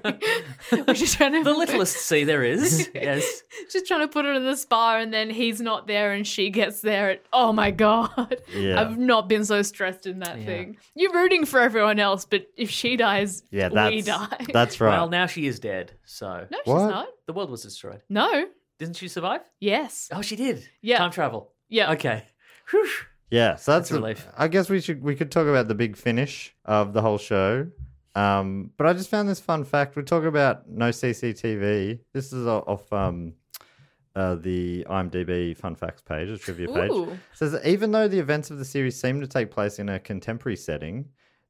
S4: we're just trying to
S5: the littlest sea there is. yes.
S4: just trying to put her in the spa, and then he's not there, and she gets there. And, oh my god,
S3: Yeah.
S4: I've not been so stressed in that
S5: Yeah.
S4: thing. You're rooting for everyone else, but if she dies,
S3: yeah,
S4: we
S3: that's
S4: die.
S3: that's right.
S5: Well, now she is dead. So
S4: no, she's
S3: What?
S4: not.
S5: the world was destroyed.
S4: No.
S5: Didn't she survive?
S4: Yes.
S5: Oh, she did.
S4: Yeah.
S5: Time travel.
S4: Yeah.
S5: Okay. Whew.
S3: yeah, so that's,
S5: That's a relief.
S3: I guess we should we could talk about the big finish of the whole show. Um, but I just found this fun fact. We talk about no CCTV. This is o- off um, uh, the IMDb fun facts page, the trivia page.
S4: Ooh.
S3: says that even though the events of the series seem to take place in a contemporary setting,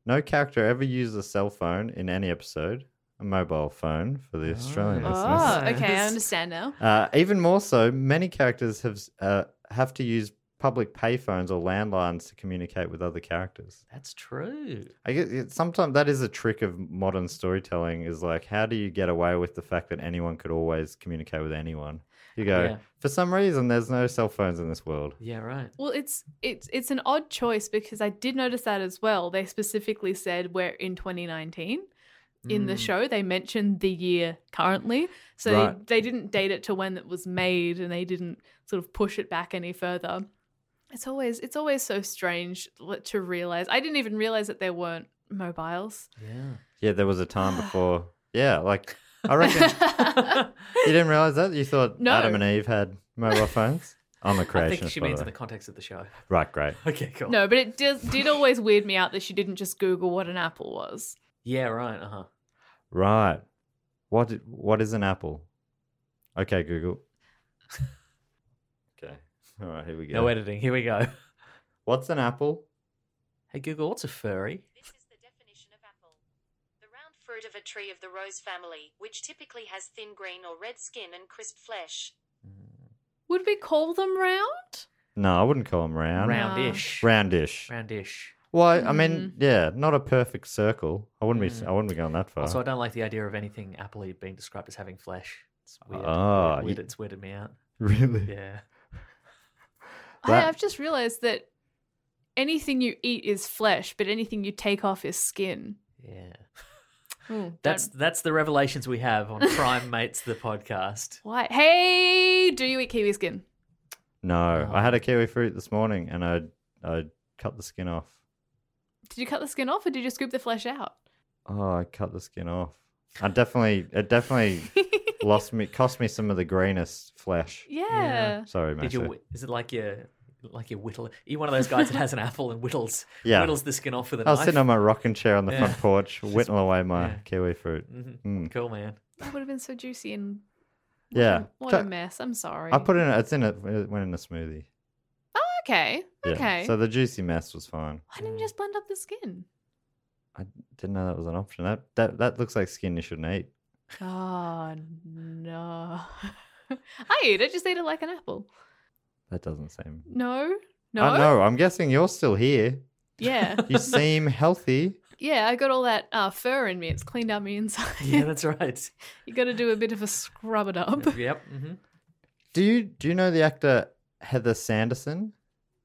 S3: no character ever uses a cell phone in any episode. A mobile phone for the Australian listeners.
S4: Oh, okay, I understand now.
S3: Uh, even more so, many characters have uh, have to use public payphones or landlines to communicate with other characters.
S5: That's true.
S3: I guess it, sometimes that is a trick of modern storytelling. Is like, how do you get away with the fact that anyone could always communicate with anyone? You go.
S5: Yeah.
S3: For some reason, there's no cell phones in this world.
S5: Yeah, right.
S4: Well, it's it's it's an odd choice because I did notice that as well. They specifically said we're in 2019 in the
S5: Mm.
S4: show. They mentioned the year currently, so
S5: Right.
S4: they, they didn't date it to when it was made, and they didn't sort of push it back any further. It's always it's always so strange l- to realize. I didn't even realize that there weren't mobiles.
S5: Yeah.
S3: Yeah, there was a time before. Yeah, like I reckon you didn't realize that. You thought
S4: No.
S3: Adam and Eve had mobile phones. I'm a
S5: I
S3: creationist.
S5: think she
S3: by the
S5: means in
S3: way.
S5: the context of the show.
S3: Right, great.
S5: Okay, cool.
S4: no, but it does, did always weird me out that she didn't just Google what an apple was.
S5: Yeah, right. Uh huh.
S3: Right. What what is an apple? Okay, Google. okay. All right, here we go.
S5: No editing. Here we go.
S3: What's an apple?
S5: Hey Google, what's a furry?
S6: This is the definition of apple. The round fruit of a tree of the rose family, which typically has thin green or red skin and crisp flesh.
S4: Would we call them round?
S3: No, I wouldn't call them round.
S5: Roundish.
S3: Roundish.
S5: Roundish.
S3: Well, I mean, yeah, not a perfect circle. I wouldn't be.
S5: Mm.
S3: I wouldn't be going that far.
S5: Also, I don't like the idea of anything aptly being described as having flesh. It's weird.
S3: Ah,
S5: Weird-
S3: you-
S5: weird- It's weirded me out.
S3: really?
S5: Yeah.
S3: That-
S4: I, I've just realized that anything you eat is flesh, but anything you take off is skin.
S5: Yeah.
S4: Don't-
S5: That's that's the revelations we have on Prime Mates the podcast.
S4: why. Hey, do you eat kiwi skin?
S3: No,
S5: Oh.
S3: I had a kiwi fruit this morning, and I I cut the skin off.
S4: Did you cut the skin off, or did you scoop the flesh out?
S3: Oh, I cut the skin off. I definitely. It definitely lost me. Cost me some of the greenest flesh.
S4: Yeah.
S5: Yeah.
S3: Sorry,
S5: Did
S3: mate.
S5: you? Is it like your like your whittle? Are you one of those guys that has an apple and whittles
S3: Yeah.
S5: whittles the skin off with a
S3: I was
S5: knife?
S3: sitting on my rocking chair on the
S5: Yeah.
S3: front porch, whittling away my
S5: yeah.
S3: kiwi fruit.
S5: Mhm.
S3: Mm.
S5: Cool man.
S4: That would have been so juicy and
S3: Yeah,
S4: what a
S3: So-
S4: mess. I'm sorry.
S3: I put it in. It's in a. It went in a smoothie.
S4: Oh, okay.
S3: Yeah.
S4: Okay.
S3: So the juicy mess was fine.
S4: why didn't you just blend up the skin?
S3: I didn't know that was an option. That that, that looks like skin you shouldn't eat.
S4: Oh no. I eat it. Just eat it like an apple.
S3: That doesn't seem.
S4: No. No.
S3: I know. I'm guessing you're still here.
S4: Yeah.
S3: You seem healthy.
S4: Yeah, I got all that uh, fur in me. It's cleaned out my inside.
S5: Yeah, that's right.
S4: you got to do a bit of a scrub it up.
S5: yep. hmm
S3: Do you do you know the actor Heather Sanderson?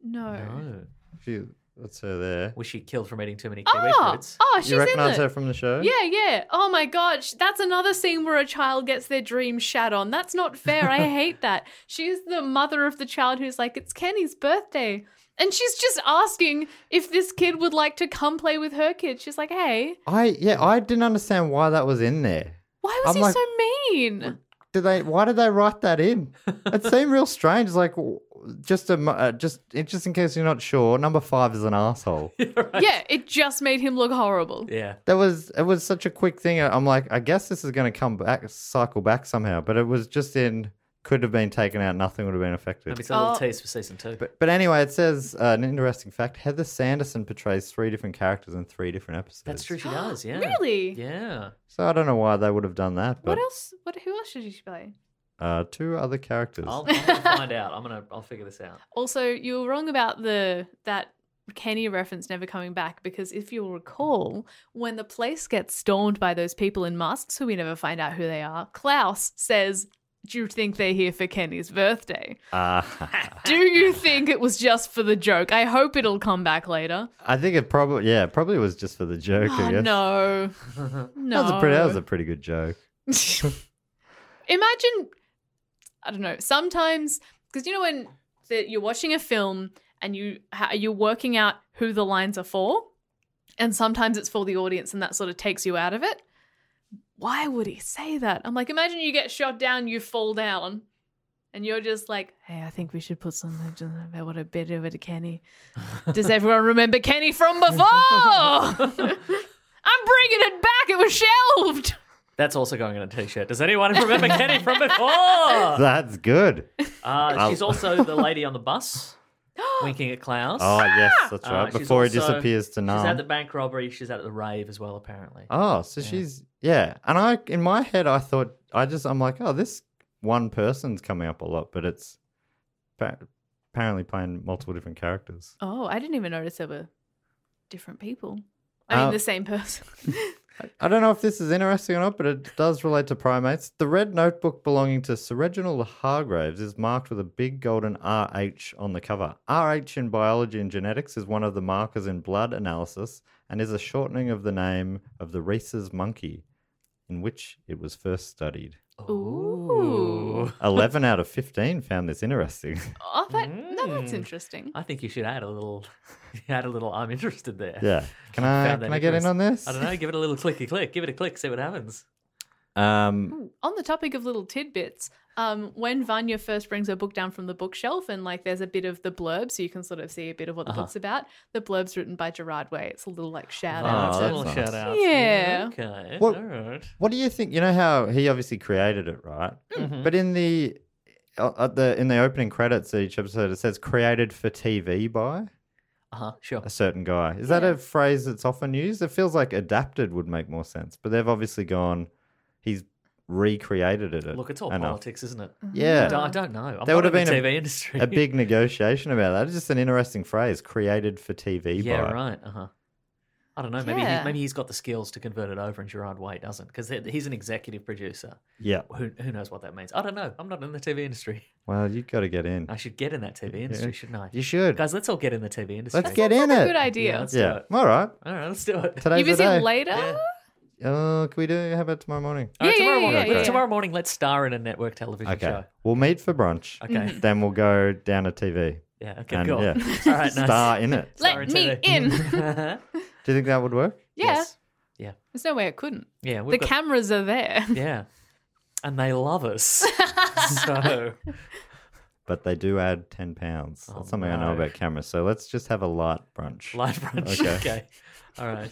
S4: No.
S5: No.
S3: She, that's her there.
S5: Was she killed from eating too many kiwi
S4: Oh,
S5: fruits?
S4: oh, she's
S3: you recognize
S4: in
S3: her
S4: it.
S3: from the show?
S4: Yeah, yeah. Oh my gosh, that's another scene where a child gets their dream shat on. That's not fair. I hate that. She's the mother of the child who's like, "It's Kenny's birthday," and she's just asking if this kid would like to come play with her kid. She's like, "Hey,
S3: I yeah. I didn't understand why that was in there.
S4: why was
S3: I'm
S4: he
S3: like-
S4: so mean?"
S3: Did they? Why did they write that in? It seemed real strange. Like w- just a mo- uh, just just in case you're not sure, number five is an asshole.
S4: Yeah, it just made him look horrible.
S5: Yeah.
S3: That was it was such a quick thing. I'm like, I guess this is going to come back, cycle back somehow. But it was just in could have been taken out. Nothing would have been
S5: Maybe
S3: affected.
S5: it's a little
S4: Oh.
S5: taste for season two.
S3: But but anyway, it says uh, an interesting fact: Heather Sanderson portrays three different characters in three different episodes.
S5: that's true. She does. Yeah.
S4: Really?
S5: Yeah.
S3: So I don't know why they would have done that. But
S4: What else? What? Who else should she play?
S3: Uh, two other characters.
S5: I'll, I'm gonna find out. I'm gonna. I'll figure this out.
S4: Also, you were wrong about the that Kenny reference never coming back because if you'll recall, when the place gets stormed by those people in masks who we never find out who they are, Klaus says, "Do you think they're here for Kenny's birthday?
S3: Ah.
S4: Do you think it was just for the joke? I hope it'll come back later."
S3: I think it probably yeah probably was just for the joke. I
S4: oh
S3: guess.
S4: no,
S3: That
S4: no.
S3: was a pretty that was a pretty good joke.
S4: imagine i don't know sometimes because you know when the, you're watching a film and you ha- you're working out who the lines are for and sometimes it's for the audience and that sort of takes you out of it why would he say that i'm like imagine you get shot down you fall down and you're just like hey i think we should put something to- about what a bit over to kenny does everyone remember kenny from before i'm bringing it back it was shelved
S5: That's also going on a T-shirt. Does anyone remember Kenny from before?
S3: That's good.
S5: Uh, she's also the lady on the bus, winking at Klaus.
S3: Oh yes, that's
S5: Uh,
S3: right.
S5: she's
S3: Before he
S5: also-
S3: disappears to
S5: She's at
S3: Nam.
S5: the bank robbery. She's at the rave as well, apparently.
S3: Oh, so she's yeah. And I in my head I thought I just I'm like oh this one person's coming up a lot, but it's pa- apparently playing multiple different characters.
S4: Oh, I didn't even notice there were different people. I
S3: Uh,
S4: mean, the same person.
S3: I don't know if this is interesting or not, but it does relate to primates. The red notebook belonging to Sir Reginald Hargraves is marked with a big golden RH on the cover. RH in biology and genetics is one of the markers in blood analysis and is a shortening of the name of the rhesus monkey in which it was first studied.
S4: Ooh.
S3: 11 out of 15 found this interesting.
S4: Oh, that, no, that's
S5: Mm.
S4: interesting.
S5: I think you should add a little, add a little. I'm interested there.
S3: Yeah. Can I
S5: Found that
S3: can I get in
S5: interesting.
S3: on this?
S5: I don't know. Give it a little clicky click. Give it a click. See what happens.
S3: Um
S4: Ooh, On the topic of little tidbits, um, when Vanya first brings her book down from the bookshelf and like there's a bit of the blurb, so you can sort of see a bit of what the
S5: Uh-huh.
S4: book's about. The blurb's written by Gerard Way. It's a little like shout
S3: Oh,
S4: out.
S3: that's
S4: to-
S5: little
S3: nice.
S5: shout out.
S4: Yeah.
S5: Okay.
S3: What-
S5: All
S3: What do you think? You know how he obviously created it, right?
S5: Mm-hmm.
S3: But in the uh, at the in the opening credits of each episode, it says "created for TV by
S5: Uh huh. Sure.
S3: a certain guy." Is that a phrase that's often used? It feels like adapted would make more sense, but they've obviously gone. He's recreated it.
S5: Look, it's all
S3: enough.
S5: politics, isn't it?
S4: Mm.
S5: I don't,
S3: Yeah,
S5: I don't know. I'm
S3: There
S5: not
S3: would've
S5: in the
S3: been a-
S5: TV industry.
S3: a big negotiation about that. It's just an interesting phrase, "created for TV
S5: yeah,
S3: by."
S5: right. Uh huh. I don't know. Maybe
S4: Yeah.
S5: he, maybe he's got the skills to convert it over, and Gerard Way doesn't because he's an executive producer.
S3: Yeah.
S5: Who, who knows what that means? I don't know. I'm not in the TV industry.
S3: Well, you've got to get in.
S5: I should get in that TV industry, shouldn't I?
S3: You should.
S5: Guys, let's all get in the TV industry.
S3: Let's get in
S4: That's a
S3: it.
S4: good
S5: Yeah,
S4: idea.
S5: let's do
S3: Yeah.
S5: it.
S3: All right.
S5: All right, let's do it.
S3: Today's
S4: you
S3: the
S4: visit
S3: day.
S4: later?
S5: Yeah.
S3: Oh, can we do it? How about tomorrow morning?
S5: All right,
S4: Yeah,
S5: tomorrow
S4: yeah,
S5: morning.
S4: yeah,
S5: Look,
S4: yeah.
S5: Tomorrow morning, let's star in a network television
S3: Okay.
S5: show.
S3: We'll meet for brunch.
S5: Okay.
S3: Then we'll go down to TV.
S5: Yeah. Okay.
S3: And,
S5: cool.
S3: yeah.
S5: All right. Nice.
S3: Star in it.
S4: Let
S5: Star in
S4: me
S5: TV.
S4: in.
S5: yeah.
S3: Do you think that would work?
S4: Yeah.
S5: Yeah.
S4: There's no way it couldn't.
S5: Yeah.
S4: the
S5: we've got-
S4: cameras are there.
S5: Yeah. And they love us. so
S3: But they do add 10 pounds.
S5: Oh,
S3: That's something I know
S5: no.
S3: about cameras. So let's just have a light brunch.
S5: live brunch.
S3: Okay.
S5: Okay. All right.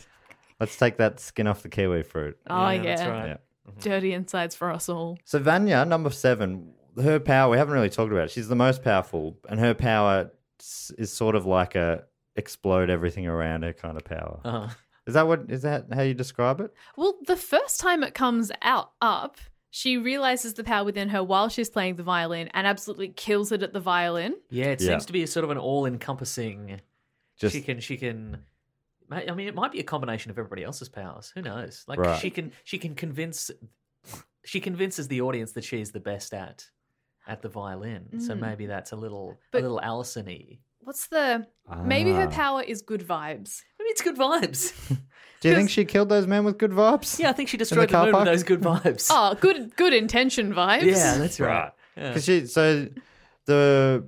S3: Let's take that skin off the kiwi fruit.
S4: Oh, yeah.
S5: That's right. Mm-hmm.
S3: Yeah.
S4: Dirty insides for us all.
S3: So Vanya, number seven, her power, we haven't really talked about it. She's the most powerful, and her power s- is sort of like a explode everything around her kind of power.
S5: Uh-huh.
S3: Is that what is that how you describe it?
S4: Well, the first time it comes out up, she realizes the power within her while she's playing the violin and absolutely kills it at the violin.
S5: Yeah. It
S3: Yeah.
S5: seems to be a sort of an all-encompassing.
S3: Just
S5: She can. She can. ma- I mean, it might be a combination of everybody else's powers. Who knows? Like
S3: Right.
S5: she can. She can convince. She convinces the audience that she's the best at, at the violin. So
S4: Mm.
S5: maybe that's a little,
S4: But-
S5: a little Allison-y.
S4: What's the maybe her
S3: Ah.
S4: power is good vibes.
S5: Maybe it's good vibes.
S3: Do you think she killed those men with good vibes?
S5: yeah, I think she destroyed the,
S3: car
S5: moon
S3: park?
S5: with those good vibes.
S4: Oh, good good intention vibes.
S5: yeah, that's right.
S3: Right.
S5: Yeah.
S3: Because she so the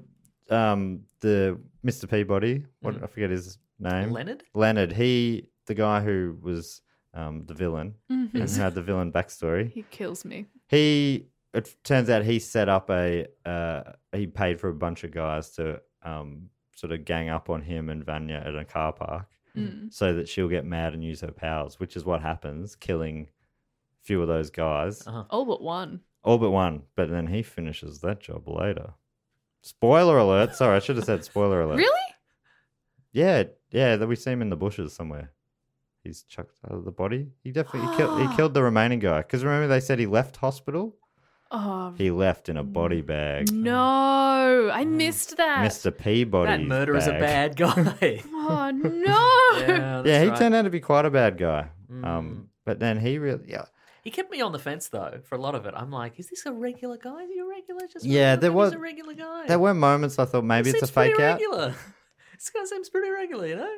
S3: um the Mr Peabody, what I forget his name,
S5: Leonard?
S3: Leonard. He the guy who was um the villain and had the villain backstory.
S4: He kills me.
S3: He it turns out he set up a uh he paid for a bunch of guys to um sort of gang up on him and Vanya at a car park so that she'll get mad and use her powers, which is what happens, killing a few of those guys.
S5: Uh-huh.
S4: All but one.
S3: All but one, but then he finishes that job later. Spoiler alert. Sorry, I should have said spoiler alert.
S4: Really?
S3: Yeah, yeah, that we see him in the bushes somewhere. He's chucked out of the body. He definitely he killed, he killed the remaining guy. Because remember they said he left hospital?
S4: Oh
S3: He left in a body bag.
S4: no. I missed that.
S3: Mr. Peabody.
S5: That murderer's
S3: bag.
S5: a bad guy.
S4: Oh no.
S5: yeah, that's
S3: Yeah, he
S5: right. Mm.
S3: turned out to be quite a bad guy. Um, but then he really, yeah,
S5: He kept me on the fence though for a lot of it. I'm like, is this a regular guy? Is he a regular? Just
S3: Yeah,
S5: regular?
S3: there
S5: Maybe
S3: was-
S5: he's a regular guy.
S3: there were moments I thought
S5: He
S3: maybe it's a
S5: seems
S3: fake
S5: pretty
S3: out.
S5: regular. this guy seems pretty regular, you know.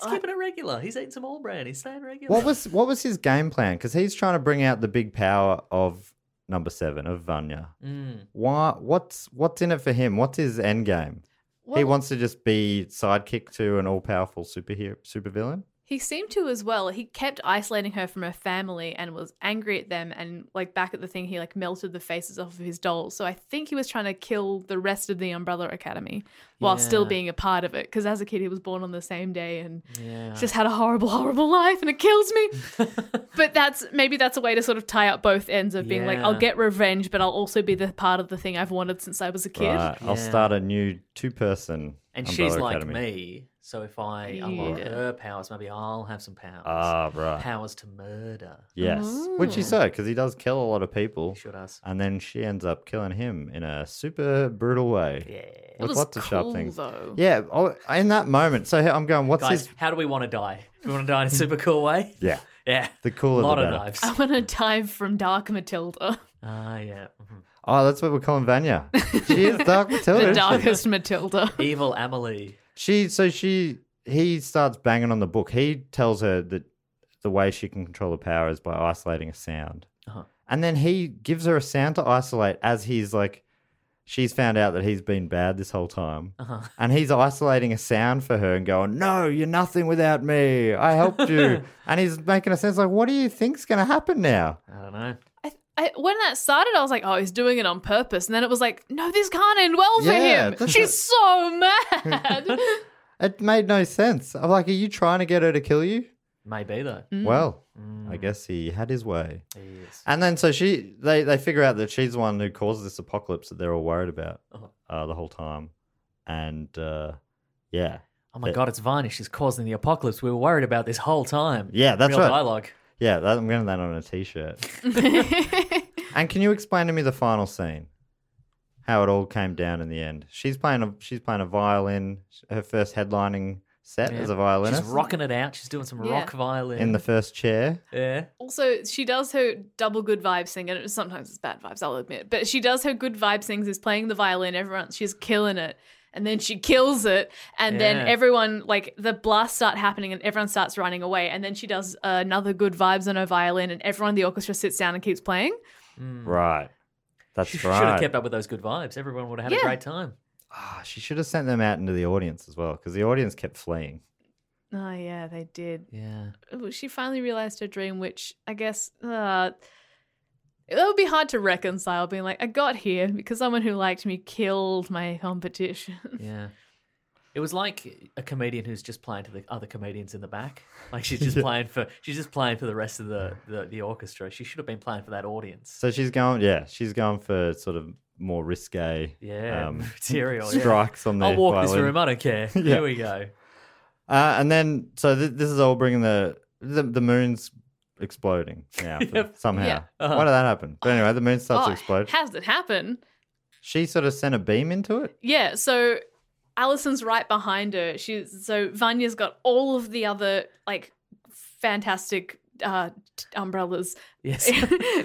S5: He's keeping it regular. He's eating some all brand. He's staying regular.
S3: What was what was his game plan? Because he's trying to bring out the big power of number seven of Vanya.
S5: Mm.
S3: Why? What's what's in it for him? What's his end game? he
S4: Well,
S3: wants to just be sidekick to an all powerful superhero supervillain.
S4: He seemed to as well. He kept isolating her from her family and was angry at them. And like back at the thing, he like melted the faces off of his dolls. So I think he was trying to kill the rest of the Umbrella Academy while still
S5: Yeah.
S4: being a part of it. Because as a kid, he was born on the same day and
S5: Yeah.
S4: just had a horrible, horrible life, and it kills me. but that's maybe that's a way to sort of tie up both ends of being like, I'll
S5: Yeah.
S4: get revenge, but I'll also be the part of the thing I've wanted since I was a kid.
S3: Right. I'll
S5: Yeah.
S3: start a new two person.
S5: and she's like me, so if I unlock
S4: Yeah.
S5: her powers, maybe I'll have some powers.
S3: Ah, right.
S5: powers to murder.
S3: Yes, which he
S4: Oh.
S3: said because he does kill a lot of people,
S5: Should us?
S3: and then she ends up killing him in a super brutal way.
S5: Yeah.
S4: It
S3: With
S4: was
S3: lots of sharp
S4: cool,
S3: things.
S4: though.
S3: Yeah, oh, in that moment. So here- I'm going. What's
S5: Guys,
S3: his?
S5: how do we want to die? Do we want to die in a super cool way?
S3: Yeah.
S5: Yeah.
S3: The cooler
S5: a lot
S3: the
S5: of
S3: better.
S5: knives.
S4: I want to dive from Dark Matilda,
S5: Ah, yeah. Mhm.
S3: Oh, that's what we're calling Vanya. She is Dark Matilda.
S4: the
S3: isn't she?
S4: darkest Matilda.
S5: Evil Amelie.
S3: She so she he starts banging on the book. He tells her that the way she can control her power is by isolating a sound.
S5: Uh-huh.
S3: And then he gives her a sound to isolate as he's like she's found out that he's been bad this whole time.
S5: Uh-huh.
S3: And he's isolating a sound for her and going, "No, you're nothing without me. I helped you." and he's making a sense like, "What do you think's going to happen now?"
S5: I don't know.
S4: I, I, when that started, I was like, "Oh, he's doing it on purpose," and then it was like, "No, this can't end well for
S3: Yeah,
S4: him.
S3: that's
S4: She's
S3: it.
S4: so mad."
S3: It made no sense. I'm like, "Are you trying to get her to kill you?"
S5: Maybe though.
S3: Well,
S5: Mm.
S3: I guess he had his way.
S5: Yes.
S3: And then so she they they figure out that she's the one who caused this apocalypse that they're all worried about
S5: Oh.
S3: uh, the whole time, and uh, yeah,
S5: Oh my god, it's Varnish. She's causing the apocalypse. We were worried about this whole time.
S3: Yeah, that's
S5: Real
S3: right.
S5: dialogue.
S3: yeah. That, I'm getting that on a t-shirt. and can you explain to me the final scene? How it all came down in the end. She's playing a she's playing a violin. Her first headlining set
S5: Yeah.
S3: as a violinist
S5: She's rocking it out. She's doing some
S4: Yeah.
S5: rock violin.
S3: in the first chair.
S5: yeah.
S4: also, she does her double good vibes thing, and it- sometimes it's bad vibes, I'll admit. But she does her good vibes things is playing the violin. Everyone, she's killing it, and then she kills it, and
S5: Yeah.
S4: then everyone like the blasts start happening, and everyone starts running away, and then she does another good vibes on her violin, and everyone in the orchestra sits down and keeps playing.
S3: Right. That's
S5: Hmm. She should
S3: right.
S5: have kept up with those good vibes. Everyone would have had
S4: Yeah.
S5: a great time.
S3: Ah, she should have sent them out into the audience as well because the audience kept fleeing.
S4: Oh yeah, they did.
S5: Yeah.
S4: Well, she finally realized her dream, which I guess uh, it would be hard to reconcile. Being like, I got here because someone who liked me killed my competition.
S5: Yeah. It was like a comedian who's just playing to the other comedians in the back. Like she's just playing for she's just playing for the rest of the, the, the orchestra. She should have been playing for that audience.
S3: So she's going, yeah, she's going for sort of more risque
S5: Yeah.
S3: um,
S5: material. yeah.
S3: strikes on the
S5: I'll walk this
S3: violin.
S5: room, I don't care. Here we go.
S3: Uh, and then, so th- this is all bringing the the, the moon's exploding now for-
S5: Yep. Uh-huh.
S3: somehow.
S4: Yeah.
S3: Why did that happen? But anyway, the moon starts
S4: Oh,
S3: to explode.
S4: Has it happened?
S3: she sort of sent a beam into it.
S4: Yeah. So Allison's right behind her. She's so Vanya's got all of the other like fantastic uh, t- umbrellas
S5: Yes.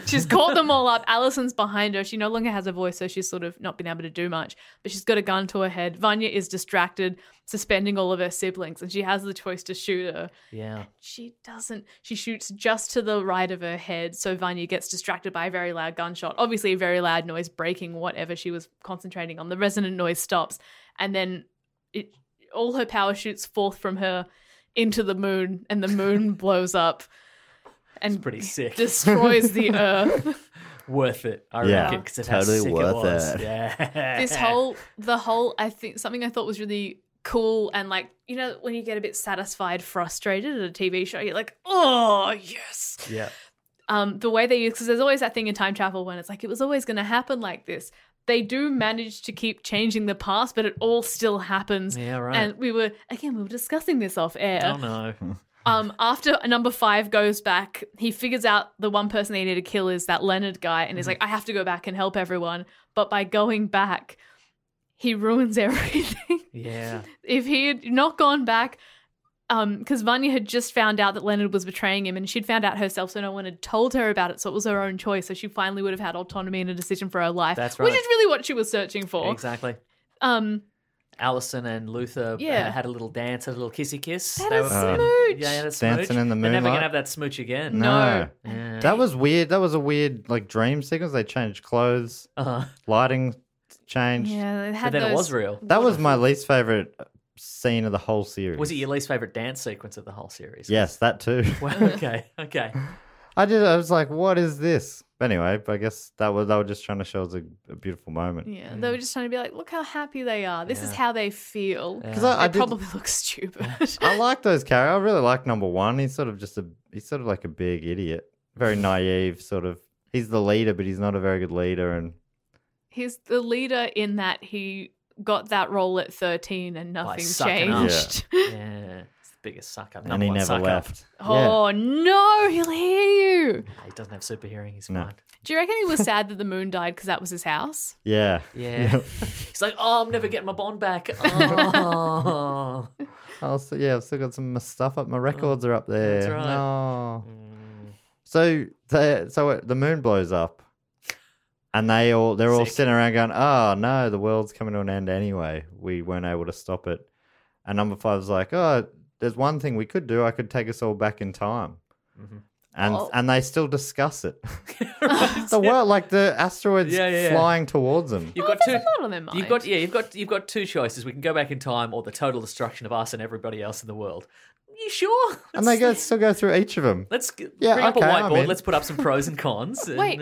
S4: she's caught them all up. Allison's behind her. She no longer has a voice, so she's sort of not been able to do much. But she's got a gun to her head. Vanya is distracted, suspending all of her siblings, and she has the choice to shoot her.
S5: yeah.
S4: She doesn't. She shoots just to the right of her head, so Vanya gets distracted by a very loud gunshot. Obviously, a very loud noise breaking whatever she was concentrating on. The resonant noise stops, and then it, all her power shoots forth from her into the moon, and the moon blows up. And
S5: pretty sick.
S4: Destroys the earth.
S5: Worth it. I
S3: Yeah.
S5: reckon because of
S3: Totally
S5: how sick
S3: worth
S5: it was.
S3: it.
S5: Yeah.
S4: this whole the whole i think something i thought was really cool and like you know when you get a bit satisfied frustrated at a tv show you're like oh yes
S5: Yeah.
S4: um the way they use because there's always that thing in time travel when it's like it was always going to happen like this they do manage to keep changing the past but it all still happens
S5: Yeah, right.
S4: and we were again we were discussing this off air
S5: Oh no.
S4: um, after number five goes back, he figures out the one person they need to kill is that Leonard guy, and he's like,
S5: Mm-hmm.
S4: I have to go back and help everyone. But by going back, he ruins everything.
S5: Yeah.
S4: if he had not gone back, um, because Vanya had just found out that Leonard was betraying him, and she'd found out herself, so no one had told her about it, so it was her own choice. So she finally would have had autonomy and a decision for her life,
S5: That's
S4: which
S5: right.
S4: is really what she was searching for.
S5: Exactly.
S4: Um,
S5: Allison and Luther
S4: Yeah.
S5: uh, had a little dance, had a little kissy kiss.
S4: Had
S5: They
S4: a
S5: were-
S4: smooch.
S5: Yeah, had a smooch.
S3: Dancing in the
S5: They're never
S3: moonlight.
S5: gonna have that smooch again.
S3: No.
S5: Yeah.
S3: That was weird. That was a weird like dream sequence. They changed clothes,
S5: Uh-huh.
S3: lighting changed.
S4: yeah, it
S5: But
S4: had
S5: then
S4: those,
S5: it was real.
S3: That was my least favorite uh, scene of the whole series.
S5: Was it your least favorite dance sequence of the whole series?
S3: Yes, that too.
S5: Well, okay. Okay.
S3: I did. I was like, "What is this?" But anyway, I guess that was they were just trying to show us a, a beautiful moment.
S4: Yeah, they were just trying to be like, look how happy they are. This is
S5: Yeah.
S4: how they feel.
S3: 'Cause I, I
S4: I
S3: did-
S4: probably look stupid.
S3: I like those characters. I really like number one. He's sort of just a he's sort of like a big idiot, very naive. Sort of. He's the leader, but he's not a very good leader. And
S4: He's the leader in that he got that role at 13 and nothing
S5: sucking
S3: up.
S4: changed.
S5: Yeah. It's the biggest suck up.
S3: and
S5: Number
S3: he
S5: one
S3: never
S5: suck
S3: left.
S4: Oh no, he'll hear you.
S5: Up. He doesn't have super hearing. He's
S3: No.
S5: fine.
S4: Do you reckon he was sad that the moon died because that was his house?
S3: Yeah.
S5: Yeah. He's like, oh, I'm never getting my bond back. Oh.
S3: I'll s yeah, I've still got some of my stuff up. My records are up there.
S5: That's right.
S3: No. So the so it- the moon blows up, and they all they're all
S5: Sick.
S3: sitting around going, "Oh no, the world's coming to an end anyway. We weren't able to stop it." And number five's like, "Oh, there's one thing we could do. I could take us all back in time."
S5: Mhm.
S3: And
S4: Oh.
S3: and they still discuss it.
S5: Right.
S3: the world, like the asteroids
S5: Yeah, yeah, yeah.
S3: flying towards them.
S5: You've
S4: Oh,
S5: got
S4: there's
S5: two.
S4: a lot on their mind.
S5: You've got yeah, you've got you've got two choices. We can go back in time, or the total destruction of us and everybody else in the world. You sure?
S3: and they go
S5: Let's-
S3: still go through each of them.
S5: Let's g-
S3: Yeah,
S5: bring up a
S3: okay, I'm
S5: whiteboard.
S3: in.
S5: Let's put up some pros and cons. and-
S4: Wait.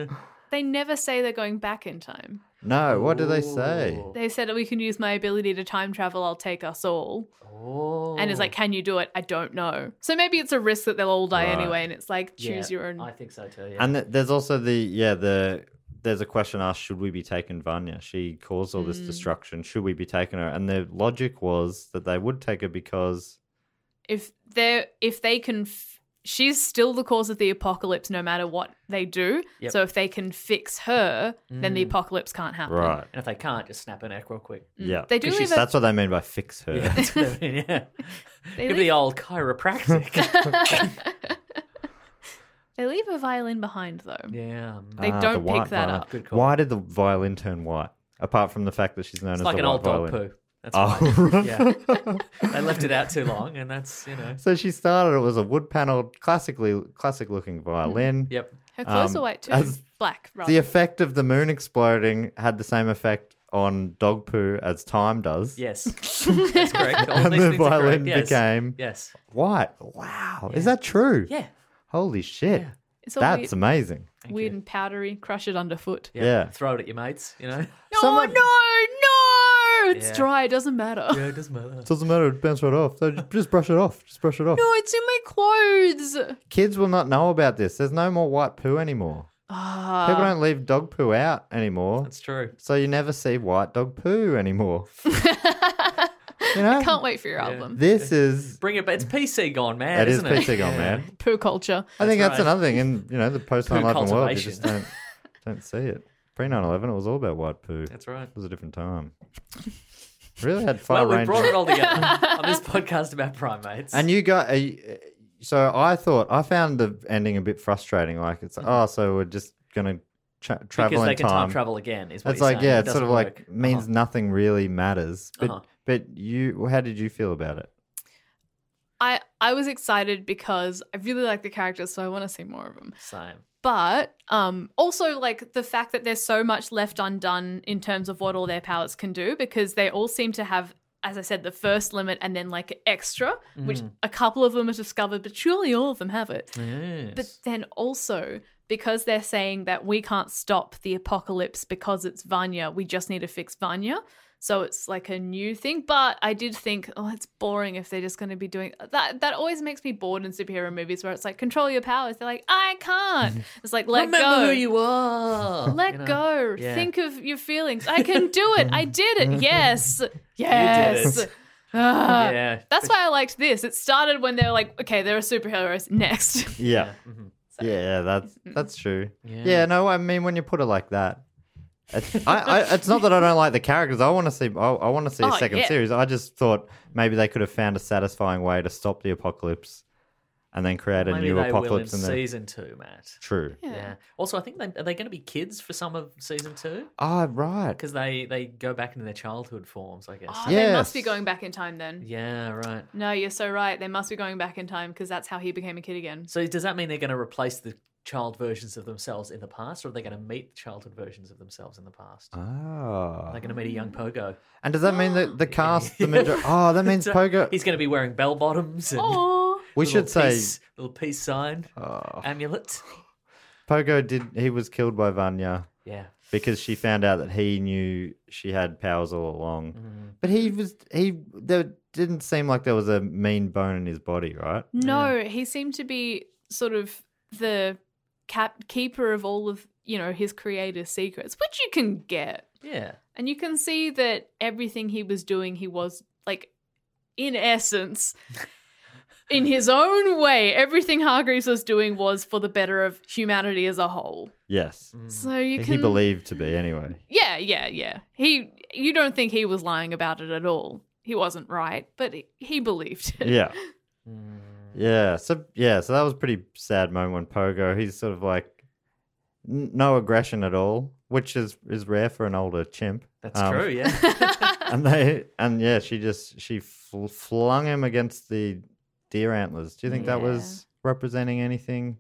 S4: They never say they're going back in time.
S3: No, what do they say?
S5: Ooh.
S4: They said we can use my ability to time travel. I'll take us all.
S5: Oh.
S4: And it's like, can you do it? I don't know. So maybe it's a risk that they'll all die
S3: Right.
S4: anyway. And it's like, choose
S5: Yeah,
S4: your own.
S5: I think so too. Yeah.
S3: And th- there's also the yeah the there's a question asked: Should we be taking Vanya? She caused all this
S5: Mm.
S3: destruction. Should we be taking her? And the logic was that they would take her because
S4: if they if they can, f- she's still the cause of the apocalypse, no matter what they do.
S5: Yep.
S4: So if they can fix her, then the apocalypse can't happen.
S5: And if they can't, just snap her neck real quick.
S3: yeah.
S4: They do
S3: 'Cause
S4: leave
S3: she's-
S4: a-
S3: That's what they mean by fix her.
S5: Mm. Yeah, that's what I mean, yeah.
S4: They
S5: Give
S4: leave-
S5: the old chiropractic.
S4: They leave a violin behind though.
S5: yeah. um,
S4: They
S3: Ah, the
S4: don't pick
S3: white
S4: that
S3: violin.
S4: up.
S5: Good call.
S3: Why did the violin turn white? Apart from the fact that she's known
S5: It's
S3: as
S5: like
S3: the
S5: an
S3: white
S5: old dog
S3: violin.
S5: poo. That's why.
S3: Oh, right.
S5: yeah. They left it out too long, and that's you know.
S3: So she started. It was a wood paneled, classically classic looking
S5: Mm.
S3: violin.
S5: Yep.
S4: Her clothes
S3: Um,
S4: are white too.
S3: as-
S4: Black, rather.
S3: The effect of the moon exploding had the same effect on dog poo as time does.
S5: Yes. that's correct. All
S3: and
S5: these
S3: the
S5: things are correct,
S3: violin
S5: yes.
S3: became
S5: Yes.
S3: white. Wow, is that true?
S5: Yeah.
S3: Holy shit,
S5: Yeah.
S4: it's all
S3: that's
S4: weird,
S3: amazing.
S4: weird and powdery. Crush it underfoot.
S5: Yeah.
S3: Yeah.
S5: Throw it at your mates. You know.
S4: No,
S3: Someone-
S4: no, no! It's
S5: Yeah.
S4: dry. It doesn't matter.
S5: yeah, it doesn't matter.
S3: Doesn't matter. It bounce right off. So just- just brush it off. Just brush it off.
S4: No, it's in my clothes.
S3: Kids will not know about this. There's no more white poo anymore.
S5: Ah.
S3: People don't leave dog poo out anymore.
S5: That's true.
S3: So you never see white dog poo anymore. you know,
S4: Can't wait for your album.
S3: this is
S5: Bring it back. It's PC gone mad,
S3: that is
S5: isn't it?
S3: PC gone, man.
S4: Poo culture.
S3: I think
S5: That's
S3: that's
S5: right.
S3: another thing in you know the post 9/11 world. You
S5: cultivation.
S3: just don't don't see it. Pre 9/11, it was all about white poo.
S5: That's right.
S3: It was a different time. Really had far
S5: Well, we
S3: range.
S5: brought it all together on this podcast about primates.
S3: And you got are you- so I thought I found the ending a bit frustrating. Like it's oh, so we're just gonna tra- travel
S5: Mm-hmm. because
S3: in
S5: they can
S3: time.
S5: time. travel again. Is what
S3: It's
S5: you're
S3: like
S5: saying.
S3: yeah,
S5: It
S3: it's sort
S5: doesn't
S3: of
S5: work.
S3: like means nothing really matters. But
S5: Uh-huh.
S3: but you, how did you feel about it?
S4: I, I was excited because I really like the characters, so I want to see more of them.
S5: Same.
S4: but um, also like the fact that there's so much left undone in terms of what all their powers can do because they all seem to have as i said the first limit and then like extra which a couple of them are discovered but surely all of them have it but
S5: Yes.
S4: then also because they're saying that we can't stop the apocalypse because it's vanya we just need to fix vanya so it's like a new thing but i did think oh it's boring if they're just going to be doing that that always makes me bored in superhero movies where it's like control your powers they're like i can't it's like let
S5: Remember
S4: go
S5: who you are.
S4: let
S5: You know?
S4: go
S5: Yeah.
S4: think of your feelings i can do it i did it yes
S5: did
S4: yes
S5: it.
S4: Ah.
S5: Yeah.
S4: that's why i liked this it started when they were like okay there are superheroes next
S3: Yeah,
S5: Mhm.
S3: yeah, that's that's true.
S5: mm-hmm. Yeah.
S3: Yeah. no, I mean when you put it like that. It's, I, I, it's not that I don't like the characters. I want to see. I, I want to see a
S4: Oh,
S3: second
S4: yeah.
S3: series. I just thought maybe they could have found a satisfying way to stop the apocalypse, and then create a new
S5: Maybe they will in
S3: apocalypse. And then
S5: season two, Matt.
S3: true.
S5: Yeah. Also, I think they are they going to be kids for some of season two
S3: Ah, right.
S5: because they they go back into their childhood forms, I guess.
S4: Oh, They must be
S3: Yes.
S4: going back in time then.
S5: Yeah. Right.
S4: No, you're so right. They must be going back in time because that's how he became a kid again.
S5: So does that mean they're going to replace the child versions of themselves in the past, or are they going to meet the childhood versions of themselves in the past?
S3: Ah.
S5: They're going to meet a young Pogo.
S3: And does that mean that the cast, the major- oh, that means
S5: So
S3: Pogo.
S5: He's going to be wearing bell bottoms. and
S4: Oh,
S3: We
S5: little
S3: should say Oh.
S5: peace, little peace sign amulet.
S3: Pogo did. He was killed by Vanya
S5: Yeah,
S3: because she found out that he knew she had powers all along.
S5: Mm-hmm.
S3: But he was he. There didn't seem like there was a mean bone in his body, right?
S4: no. He seemed to be sort of the cap- keeper of all of, you know, his creator's secrets, which you can get.
S5: yeah.
S4: And you can see that everything he was doing, he was like, in essence, in his own way, everything Hargreaves was doing was for the better of humanity as a whole.
S3: Yes.
S5: Mm.
S4: So you
S3: He
S4: can
S3: believed to be anyway.
S4: Yeah, yeah, yeah. He you don't think he was lying about it at all. He wasn't right, but he- he believed it.
S3: Yeah.
S5: Mm.
S3: Yeah. So yeah. So that was a pretty sad moment when Pogo. He's sort of like n- no aggression at all, which is is rare for an older chimp.
S5: That's
S3: Um,
S5: true, yeah.
S3: And they and yeah, she just she fl- flung him against the deer antlers. Do you think that
S4: Yeah.
S3: was representing anything,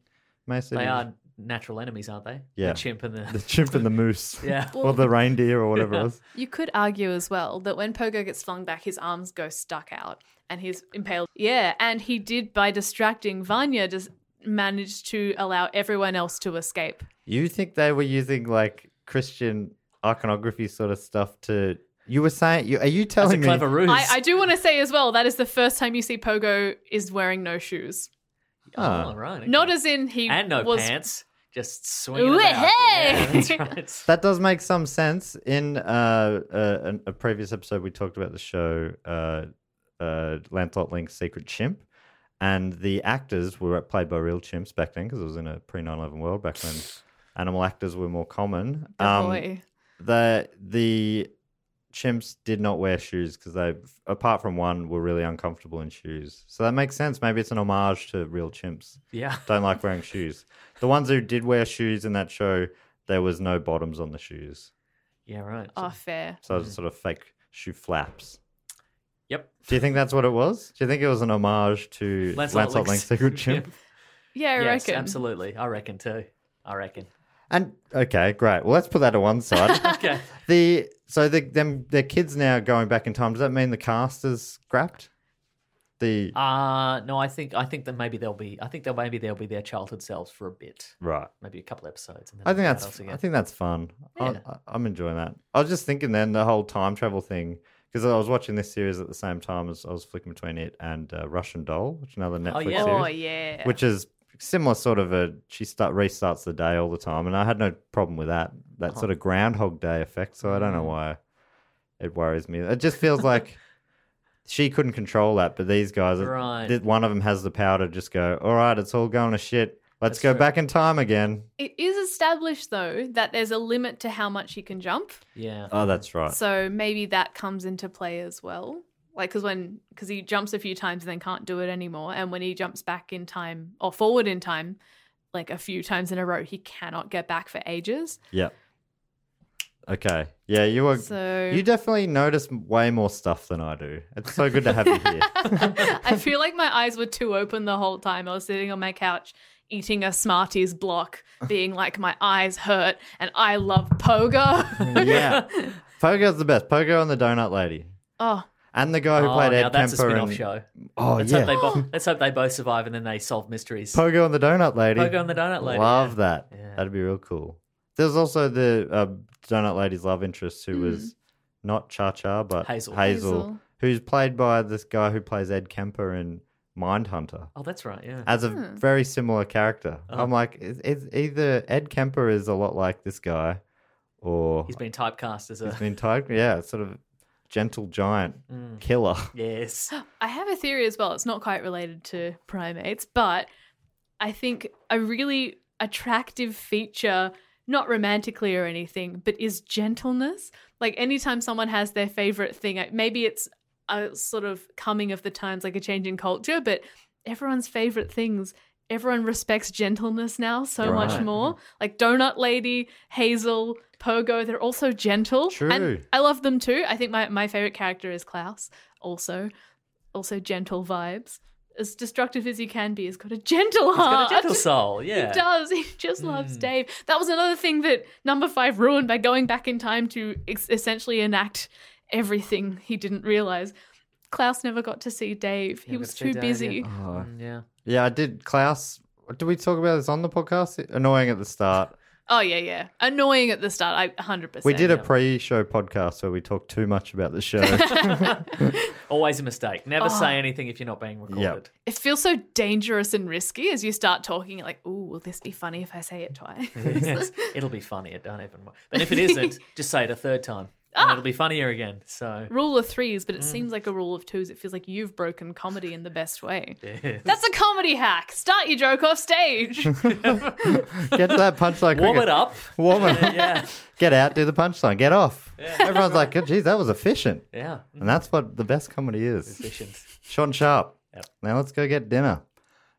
S3: Mason?
S5: they are natural enemies, aren't they?
S3: Yeah.
S5: The chimp and
S3: the
S5: the.
S3: chimp and the moose.
S5: yeah.
S3: Or the reindeer or whatever it was.
S4: You could argue as well that when Pogo gets flung back, his arms go stuck out and he's impaled. Yeah, and he did by distracting Vanya, just managed to allow everyone else to escape.
S3: You think they were using like Christian iconography sort of stuff to? You were saying you are you
S5: That's a
S3: telling
S5: clever
S3: me?
S5: ruse.
S4: I, I do want to say as well that is the first time you see Pogo is wearing no shoes.
S3: Ah.
S5: oh, right. okay.
S4: Not as in he
S5: and no
S4: was.
S5: pants, just swinging
S4: Ooh,
S5: about. Yeah,
S4: hey!
S5: that's right.
S3: That does make some sense. In uh, uh, an- a previous episode, we talked about the show uh, uh, Lancelot Link's Secret Chimp, and the actors were played by real chimps back then because it was in a pre 9 11 world back when animal actors were more common.
S4: Good
S3: Um,
S4: Oh, boy.
S3: the the chimps did not wear shoes because they, apart from one, were really uncomfortable in shoes. So that makes sense. Maybe it's an homage to real chimps.
S5: Yeah.
S3: Don't like wearing shoes. The ones who did wear shoes in that show, there was no bottoms on the shoes.
S5: Yeah, right.
S4: Oh, fair.
S3: So it's sort of fake shoe flaps.
S5: Yep.
S3: Do you think that's what it was? Do you think it was an homage to Lancelot, Link's Secret Chimp?
S4: Yeah, I
S5: yes,
S4: reckon.
S5: absolutely. I reckon too. I reckon.
S3: And okay, great. Well, let's put that to one side.
S5: Okay.
S3: the so the them their kids now going back in time. Does that mean the cast is scrapped? The
S5: Uh no, I think I think that maybe they'll be I think they'll maybe they'll be their childhood selves for a bit.
S3: right.
S5: Maybe a couple episodes and then
S3: I think
S5: they'll be
S3: that's
S5: adults
S3: I
S5: again.
S3: think that's fun.
S5: Yeah.
S3: I, I, I'm enjoying that. I was just thinking then the whole time travel thing because I was watching this series at the same time as I was flicking between it and uh, Russian Doll, which is another Netflix
S5: yeah.
S3: series.
S4: Oh, yeah.
S3: which is similar sort of a she start restarts the day all the time and i had no problem with that that
S5: Uh-huh.
S3: sort of groundhog day effect so i don't
S5: Mm.
S3: know why it worries me it just feels like she couldn't control that but these guys
S5: Right.
S3: th- one of them has the power to just go all right it's all going to shit let's
S5: That's
S3: go
S5: true.
S3: back in time again
S4: It is established, though, that there's a limit to how much he can jump.
S5: Yeah.
S3: oh that's right
S4: So maybe that comes into play as well. Like, because when because he jumps a few times and then can't do it anymore, and when he jumps back in time or forward in time, like a few times in a row, he cannot get back for ages.
S3: yeah okay yeah you were
S4: So
S3: you definitely notice way more stuff than i do it's so good to have you here
S4: I feel like my eyes were too open the whole time. I was sitting on my couch eating a Smarties block, being like, my eyes hurt, and I love Pogo.
S3: yeah pogo's the best pogo and the donut lady
S4: oh,
S3: and the guy who
S5: oh,
S3: played
S5: now
S3: Ed
S5: that's a
S3: Kemper
S5: spin-off
S3: in-
S5: show.
S3: Oh
S5: Let's
S3: yeah,
S5: hope they both let's hope they both survive and then they solve mysteries.
S3: Pogo and the Donut Lady.
S5: Pogo and the Donut Lady,
S3: Love
S5: yeah.
S3: that.
S5: Yeah.
S3: That'd be real cool. There's also the uh, Donut Lady's love interest who was not Cha Cha but
S5: Mm. Hazel.
S4: Hazel.
S3: who's played by this guy who plays Ed Kemper in Mindhunter
S5: oh, that's right, yeah.
S3: as a very similar character.
S5: Uh-huh.
S3: I'm like, is, is either Ed Kemper is a lot like this guy, or
S5: He's been typecast as
S3: he's
S5: a
S3: been typed- yeah, sort of gentle giant killer.
S5: Yes.
S4: I have a theory as well. It's not quite related to primates, but I think a really attractive feature, not romantically or anything, but is gentleness. Like anytime someone has their favorite thing, uh, maybe it's a sort of coming of the times, like a change in culture, but everyone's favorite things. Everyone respects gentleness now so much
S3: Right. Mm-hmm.
S4: more. Like Donut Lady, Hazel, Pogo, they're all so gentle.
S3: True.
S4: And I love them too. I think my, my favorite character is Klaus, also also gentle vibes. As destructive as he can be, he's got a gentle
S5: He's
S4: heart.
S5: got a gentle soul, yeah.
S4: He
S5: Hmm.
S4: does. He just loves Dave. That was another thing that number five ruined by going back in time to ex- essentially enact everything he didn't realize. Klaus never got to see Dave. He
S5: Never
S4: was
S5: see
S4: too
S5: Dave,
S4: busy.
S5: Yeah. Mm, yeah.
S3: Yeah, I did. Klaus, did we talk about this on the podcast? Annoying at the start.
S5: Uh-huh.
S4: Oh yeah, yeah. Annoying at the start. I hundred percent.
S3: We did a pre-show podcast where we talked too much about the show.
S5: Always a mistake. Never say anything if you're not being recorded.
S4: It feels so dangerous and risky as you start talking. Like, oh, will this be funny if I say it twice?
S5: It'll be funny. It don't even. But if it isn't, just say it a third time. and
S4: Ah!
S5: it'll be funnier again. So
S4: Rule of threes,
S3: Mm.
S4: but it seems like a rule of twos. It feels like you've broken comedy in the best way.
S5: yeah.
S4: That's a comedy hack. Start your joke off stage.
S3: Get to that punchline
S5: warm
S3: quicker.
S5: it up.
S3: Warm it.
S5: yeah,
S3: Get out, do the punchline, get off. Everyone's like, "Good, geez, that was efficient.
S5: yeah,
S3: And that's what the best comedy is.
S5: efficient.
S3: Sean Sharp.
S5: Yep.
S3: Now let's go get dinner.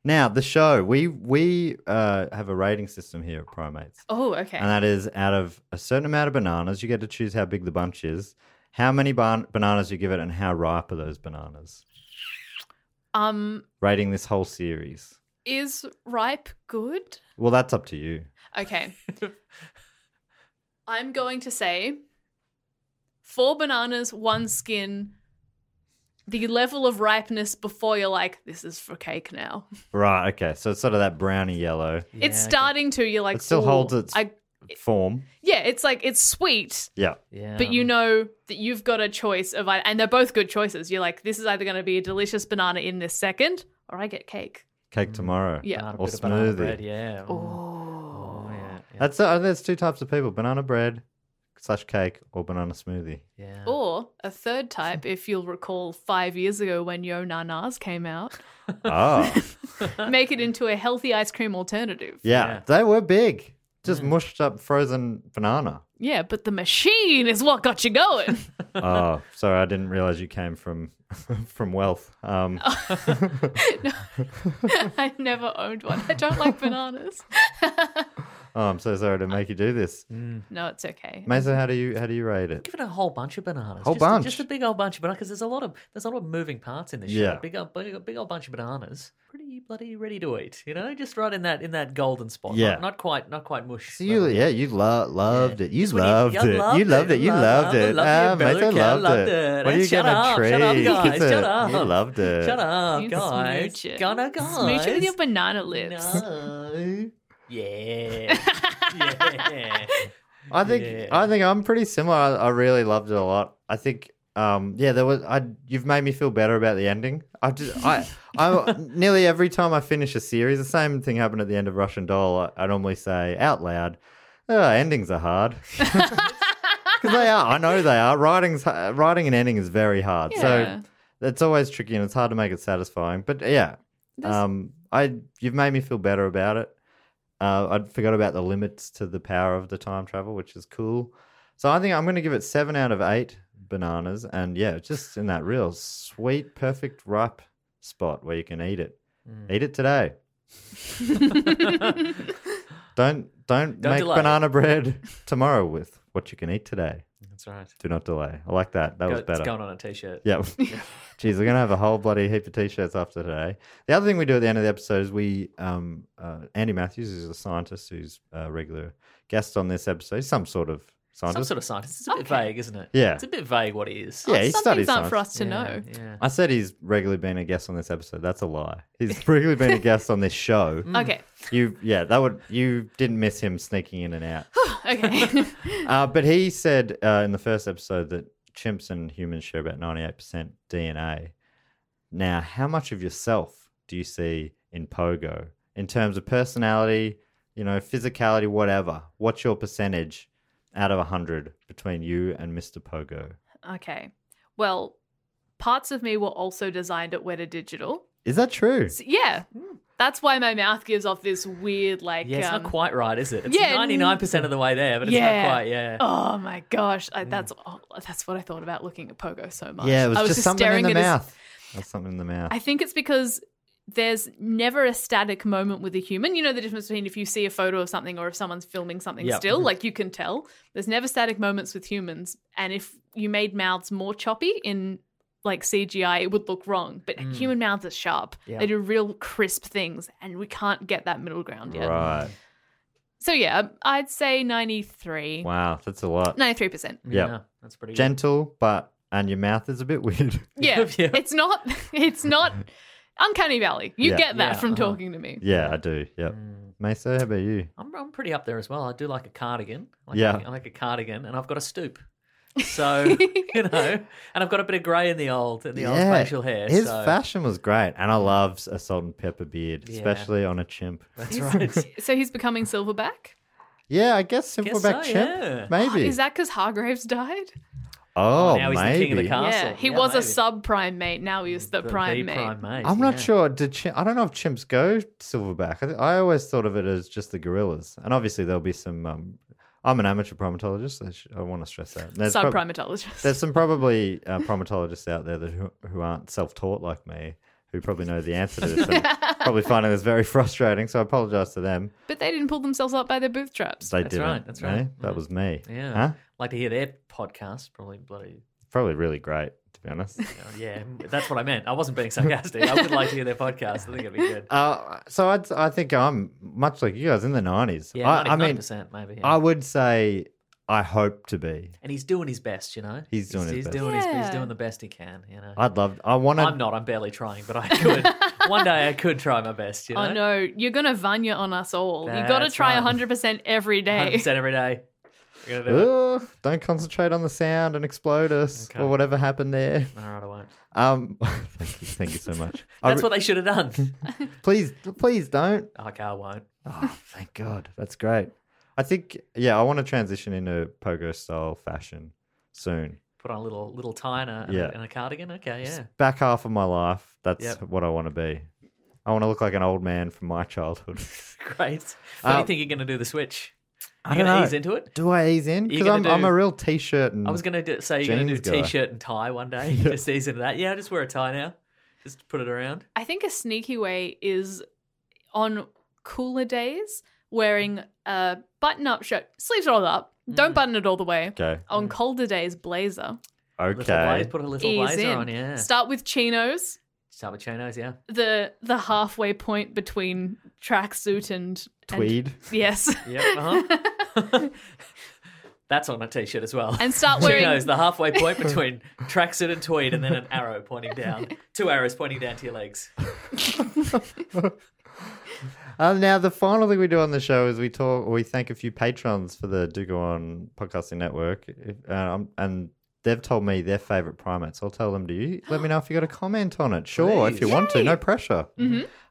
S3: Now, the show, we we uh, have a rating system here at Primates.
S4: oh, okay.
S3: And that is out of a certain amount of bananas, you get to choose how big the bunch is, how many ban- bananas you give it, and how ripe are those bananas.
S4: Um,
S3: Rating this whole series.
S4: is ripe good?
S3: Well, that's up to you.
S4: Okay. I'm going to say four bananas, one skin, the level of ripeness before you're like, this is for cake now.
S3: Right, okay. So it's sort of that browny yellow
S5: Yeah, okay.
S4: it's starting to, you're like,
S3: It still
S4: "Ooh,
S3: holds its-
S4: I,
S3: form.
S4: yeah, it's like, it's sweet,
S3: Yeah.
S5: Yeah,
S4: but you know that you've got a choice of, ei- and they're both good choices. You're like, this is either going to be a delicious banana in this second, or I get cake.
S3: Cake tomorrow.
S4: Yeah.
S5: Mm. Banana-
S3: Or
S5: bit of banana
S3: smoothie.
S5: bread, yeah. Mm.
S4: Oh.
S5: Oh, yeah, yeah.
S3: That's uh, there's two types of people: banana bread slash cake or banana smoothie.
S5: yeah.
S4: Or a third type, if you'll recall five years ago when Yo Nanas came out,
S3: Ah,
S4: make it into a healthy ice cream alternative.
S3: yeah,
S5: Yeah.
S3: they were big. Just
S4: Mm.
S3: mushed up frozen banana.
S4: Yeah, but the machine is what got you going.
S3: oh, sorry, I didn't realize you came from from wealth. Um,
S4: I never owned one. I don't like bananas.
S3: oh, I'm so sorry to make you do this,
S4: no, it's okay.
S3: Mesa. How do you how do you rate it?
S5: Give it a whole bunch of bananas.
S3: Whole
S5: just
S3: bunch.
S5: A, just a big old bunch of bananas. Because there's a lot of there's a lot of moving parts in this
S3: Yeah.
S5: show. Big old big, big old bunch of bananas. Pretty bloody ready to eat. You know, just right in that in that golden spot. Not-
S3: Yeah.
S5: Not, quite not quite mush.
S3: So you,
S5: level.
S3: yeah, you lo- loved it. You
S5: Just when
S3: loved
S5: you
S3: it. You loved it. You loved it. Ah,
S5: Love it.
S3: Mesa loved it. What are you
S5: shut
S3: gonna
S5: up,
S3: treat?
S5: Shut up, guys.
S3: It.
S5: Shut up.
S3: You loved it.
S5: Shut up,
S4: You
S5: guys.
S4: smooch it.
S5: Gonna
S4: Smooch it with your
S5: guys.
S4: banana lips.
S5: No. Yeah. yeah.
S3: I think
S5: Yeah.
S3: I think I'm pretty similar. I, I really loved it a lot. I think um yeah, there was I you've made me feel better about the ending. I just I I nearly every time I finish a series, the same thing happened at the end of Russian Doll. I, I normally say out loud, oh, endings are hard. Because they are, I know they are. Writing's h- writing an ending is very hard,
S4: Yeah.
S3: so it's always tricky and it's hard to make it satisfying. But yeah, um, I you've made me feel better about it. Uh, I forgot about the limits to the power of the time travel, which is cool. So I think I'm going to give it seven out of eight bananas, and yeah, just in that real sweet, perfect ripe spot where you can eat it.
S5: Mm.
S3: Eat it today. don't don't,
S5: Don't
S3: make
S5: delay.
S3: banana bread tomorrow with what you can eat today.
S5: That's right.
S3: Do not delay. I like that. That
S5: Go-
S3: was better.
S5: It's going on a t-shirt.
S3: Yeah. Jeez, we're gonna have a whole bloody heap of t-shirts after today. The other thing we do at the end of the episode is we, um, uh, Andy Matthews is a scientist who's a regular guest on this episode. He's some sort of
S5: Some
S3: scientist.
S5: sort of scientist. It's a bit
S4: Okay.
S5: vague, isn't it?
S3: Yeah.
S5: It's a bit vague what it is.
S3: yeah, he
S4: Some
S3: studies
S4: things
S3: science.
S4: aren't for us to know.
S5: Yeah.
S3: I said he's regularly been a guest on this episode. That's a lie. He's regularly been a guest on this show.
S4: Okay.
S3: You, yeah, that would you didn't miss him sneaking in and out.
S4: Okay.
S3: Uh, but he said uh, in the first episode that chimps and humans share about 98% DNA. Now, how much of yourself do you see in Pogo in terms of personality, you know, physicality, whatever? What's your percentage out of 100 between you and Mr. Pogo?
S4: okay. Well, parts of me were also designed at Weta Digital.
S3: Is that true?
S4: So, yeah. That's why my mouth gives off this weird, like,
S5: Hmm. yeah, it's
S4: um,
S5: not quite right, is it? It's
S4: yeah,
S5: 99% of the way there, but it's
S4: yeah.
S5: not quite, yeah.
S4: Oh my gosh, I, that's oh, that's what I thought about looking at Pogo so much.
S3: Yeah, it was,
S4: I was
S3: just, something in
S4: staring
S3: the
S4: at his-
S3: mouth. That's something in the mouth.
S4: I think it's because there's never a static moment with a human. You know the difference between if you see a photo of something or if someone's filming something
S5: Yep.
S4: still, like you can tell. There's never static moments with humans, and if you made mouths more choppy in like CGI, it would look wrong. But human mouths are sharp;
S5: Mm. Yeah.
S4: they do real crisp things, and we can't get that middle ground yet.
S3: Right.
S4: So yeah, I'd say 93,
S3: Wow, that's a lot.
S4: 93 percent.
S3: Yeah.
S5: That's pretty good.
S3: Gentle, but, and your mouth is a bit weird.
S4: Yeah.
S5: Yeah.
S4: It's not it's not Uncanny Valley. You
S3: Yeah.
S4: get that
S5: Yeah,
S4: from
S5: uh-huh.
S4: talking to me.
S3: yeah, I do. Yep. Mesa, how about you?
S5: I'm, I'm pretty up there as well. I do like a cardigan. I Like
S3: Yeah.
S5: I like a cardigan, and I've got a stoop. So, you know, and I've got a bit of grey in the old, in the old facial hair.
S3: His
S5: so.
S3: fashion was great, and I loved a salt and pepper beard,
S5: Yeah.
S3: especially on a chimp.
S5: That's right.
S4: So he's becoming silverback?
S3: Yeah, I guess
S5: Guess
S3: Silverback
S5: so,
S3: Chimp.
S5: yeah.
S3: Maybe.
S4: Oh, Is that because Hargraves died?
S3: oh,
S5: now he's
S3: maybe.
S5: the king of the castle.
S4: yeah, he
S5: Yeah,
S4: was
S5: maybe.
S4: a sub primate. Now he's the,
S5: The- the
S4: primate.
S5: primate,
S3: I'm not
S5: yeah.
S3: sure. Did chim- I don't know if chimps go silverback. I, th- I always thought of it as just the gorillas, and obviously there'll be some. Um, I'm an amateur primatologist. I, sh- I want to stress that. There's
S4: Sub
S3: prob-
S4: primatologist.
S3: There's some probably uh, primatologists out there that who, who aren't self-taught like me, who probably know the answer to this. and probably finding this very frustrating. So I apologize to them.
S4: But they didn't pull themselves up by their bootstraps.
S3: They
S5: That's
S3: didn't.
S5: right, that's
S3: eh?
S5: right.
S3: That
S5: Mhm.
S3: was me.
S5: Yeah.
S3: Huh?
S5: Like to hear their podcast, probably bloody.
S3: Probably really great, to be honest.
S5: you know, yeah, that's what I meant. I wasn't being sarcastic. I would like to hear their podcast. I think it'd be good.
S3: Uh, so I'd, I think I'm much like you guys in the 90s.
S5: Yeah,
S3: I, I mean,
S5: percent maybe. yeah.
S3: I would say I hope to be.
S5: and he's doing his best, you know.
S3: He's doing his
S5: he's
S3: best.
S5: Doing his,
S4: Yeah.
S5: he's doing the best he can, you know.
S3: I'd love. I want
S5: I'm
S3: to.
S5: not. I'm barely trying, but I could. One day I could try my best. You know.
S4: Oh no, you're gonna Vanya on us all. you gotta
S5: That's
S4: try
S5: right.
S4: 100% every day.
S5: 100% every day. We're gonna do it.
S3: Ugh, don't concentrate on the sound and explode us
S5: Okay.
S3: or whatever happened there.
S5: All right, I won't.
S3: Um, thank you, thank you so much. I
S5: That's
S3: re-
S5: what they should have done.
S3: please, please don't.
S5: okay, I won't.
S3: Oh, thank God, that's great. I think, yeah, I want to transition into pogo style fashion soon.
S5: Put on a little little tie and a,
S3: Yeah.
S5: and a cardigan. Okay, yeah.
S3: Back half of my life, that's
S5: Yep.
S3: what I want to be. I want to look like an old man from my childhood.
S5: Great. What do
S3: Um,
S5: you think you're going to do the switch?
S3: I
S5: You're
S3: don't
S5: going
S3: know.
S5: to ease into it?
S3: Do I ease in?
S5: You're
S3: Because I'm,
S5: gonna
S3: I'm
S5: do-
S3: a real t-shirt and
S5: I was going to say you're going to
S3: Jeans
S5: do
S3: guy.
S5: a t-shirt and tie one day. Just ease into that. Yeah, just wear a tie now. Just put it around.
S4: I think a sneaky way is on cooler days wearing a button up shirt, sleeves rolled up,
S5: Mm.
S4: don't button it all the way.
S3: okay,
S4: On colder days, blazer.
S5: Little blazer,
S3: okay.
S5: put a little
S4: Ease
S5: blazer
S4: in.
S5: on, yeah.
S4: Start with chinos,
S5: Start with chinos, yeah.
S4: the the halfway point between tracksuit and and-
S3: Tweed.
S4: yes.
S5: Yep, uh-huh. That's on a t-shirt as well.
S4: And start
S5: Chinos,
S4: wearing
S5: the halfway point between tracksuit and tweed, and then an arrow pointing down. Two arrows pointing down to your legs.
S3: Um, now the final thing we do on the show is we talk. We thank a few patrons for the Do Go On Podcasting Network, If- um, and they've told me their favorite primate. So I'll tell them to you. Let me know if you got a comment on it. Sure, if you want to, no pressure.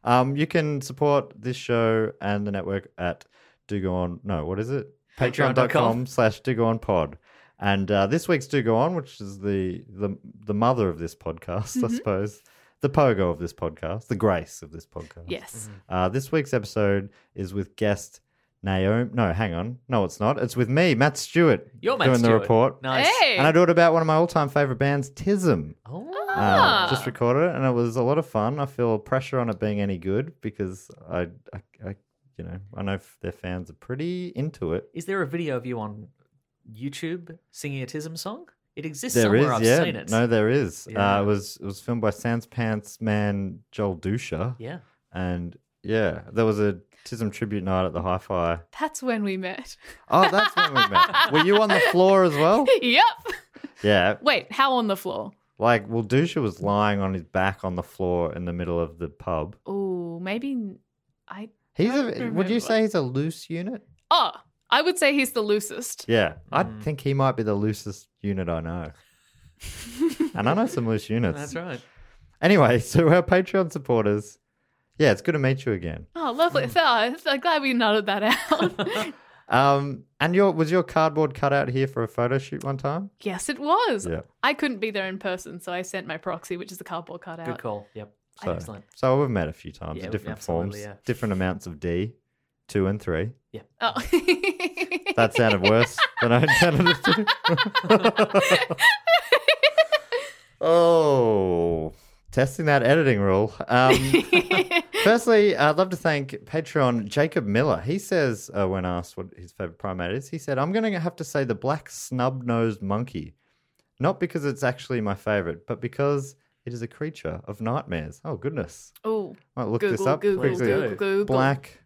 S3: Um, you can support this show and the network at Do Go On. No, what is it?
S5: Patreon.com.
S3: Patreon.com slash Do Go On Pod. And uh, this week's Do Go On, which is the the the mother of this podcast, I suppose, the pogo of this podcast, the grace of this podcast.
S4: Yes.
S3: Uh, this week's episode is with guest Naomi. No, hang on. No, it's not. It's with me, Matt Stewart,
S5: You're Matt
S3: doing the
S5: Stewart.
S3: report.
S5: Nice.
S4: Hey.
S3: And I do it about one of my all-time favorite bands, Tism.
S5: Oh.
S3: Uh, Just recorded it, and it was a lot of fun. I feel pressure on it being any good because I, I, I you know, I know f- their fans are pretty into it.
S5: Is there a video of you on YouTube singing a Tism song? It exists
S3: There
S5: somewhere.
S3: is,
S5: I've
S3: yeah.
S5: seen it.
S3: No, there is.
S5: Yeah.
S3: Uh, it was it was filmed by Sans Pants man Joel Dusha,
S5: yeah.
S3: and yeah, there was a Tism tribute night at the Hi-Fi.
S4: That's when we met.
S3: Oh, that's when we met. Were you on the floor as well?
S4: yep.
S3: Yeah.
S4: Wait, how on the floor?
S3: Like, well, Dusha was lying on his back on the floor in the middle of the pub.
S4: Oh, maybe I
S3: He's
S4: Don't
S3: a, would you
S4: remember.
S3: say he's a loose unit?
S4: Oh, I would say he's the loosest.
S3: Yeah. I think he might be the loosest unit I know. and I know some loose units.
S5: That's right.
S3: Anyway, so our Patreon supporters, yeah, it's good to meet you again.
S4: Oh,
S3: Mm.
S4: lovely. So, I'm glad we noted that out.
S3: Um, and your was your cardboard cutout here for a photo shoot one time?
S4: yes, it was.
S3: Yeah.
S4: I couldn't be there in person, so I sent my proxy, which is a cardboard cutout.
S5: Good call. Yep.
S3: So,
S5: Excellent.
S3: So we've met a few times
S5: Yeah,
S3: in different forms,
S5: absolutely, yeah.
S3: different amounts of D, two and three.
S4: Oh.
S3: That sounded worse than I intended it to. oh, testing that editing rule. Um, firstly, I'd love to thank Patreon Jacob Miller. He says, uh, when asked what his favorite primate is, he said, I'm going to have to say the black snub nosed monkey. Not because it's actually my favorite, but because it is a creature of nightmares. Oh, goodness.
S4: oh,
S3: Might look this
S4: Google,
S3: up
S4: Google,
S3: quickly.
S4: Google, Google.
S3: Black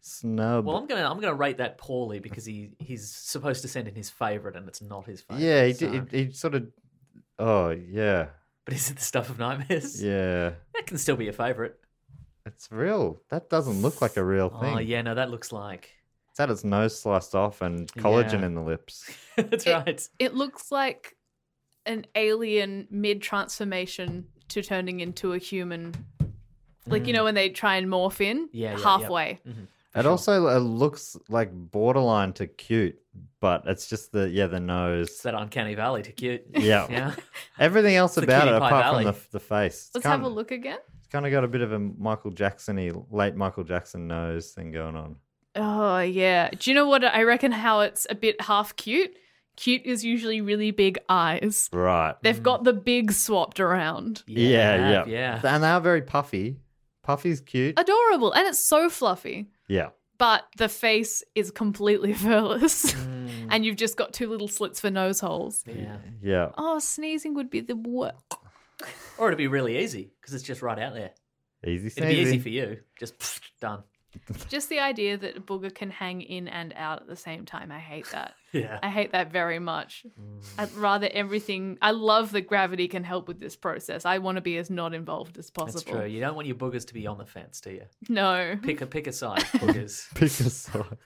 S3: snub.
S5: Well, I'm gonna I'm gonna rate that poorly because he he's supposed to send in his favorite and it's not his favorite.
S3: yeah, he,
S5: so-
S3: did he, he sort of. Oh, yeah.
S5: But is it the stuff of nightmares?
S3: Yeah.
S5: That can still be your favorite.
S3: It's real. That doesn't look like a real thing.
S5: Oh yeah, no, that looks like.
S3: It's had its nose sliced off and collagen
S5: Yeah.
S3: in the lips.
S5: That's
S4: It-
S5: right.
S4: it looks like an alien mid transformation to turning into a human. Like, you know, when they try and morph in
S5: Mm. Yeah, yeah, yeah.
S4: halfway.
S3: It also uh, looks like borderline to cute, but it's just the yeah the
S5: It's
S3: nose.
S5: that uncanny valley to cute.
S3: Yeah.
S5: Yeah.
S3: Everything else
S5: It's the
S3: about it,
S5: cutie pie
S3: apart
S5: valley.
S3: from the, the face,
S4: Let's
S3: kind,
S4: have a look again.
S3: It's kind of got a bit of a Michael Jackson-y, late Michael Jackson nose thing going on.
S4: Oh yeah. Do you know what I reckon? How it's a bit half cute. Cute is usually really big eyes.
S3: Right.
S5: Mm.
S4: They've got the big swapped around.
S3: Yeah, yeah,
S5: Yeah. yeah.
S3: And they are very puffy. Puffy's cute.
S4: Adorable, and it's so fluffy.
S3: Yeah.
S4: But the face is completely furless,
S5: Mm,
S4: and you've just got two little slits for nose holes.
S5: yeah.
S3: Yeah.
S4: Oh, sneezing would be the worst.
S5: Or it'd be really easy because it's just right out there.
S3: Easy
S5: It'd be easy
S3: sneezy.
S5: for you. Just pfft, done.
S4: Just the idea that a booger can hang in and out at the same time. I hate that.
S5: Yeah.
S4: I hate that very much.
S3: Mm.
S4: I'd rather everything. I love that gravity can help with this process. I want to be as not involved as possible.
S5: That's true. You don't want your boogers to be on the fence, do you?
S4: No.
S5: Pick a pick a side, boogers.
S3: Pick a side.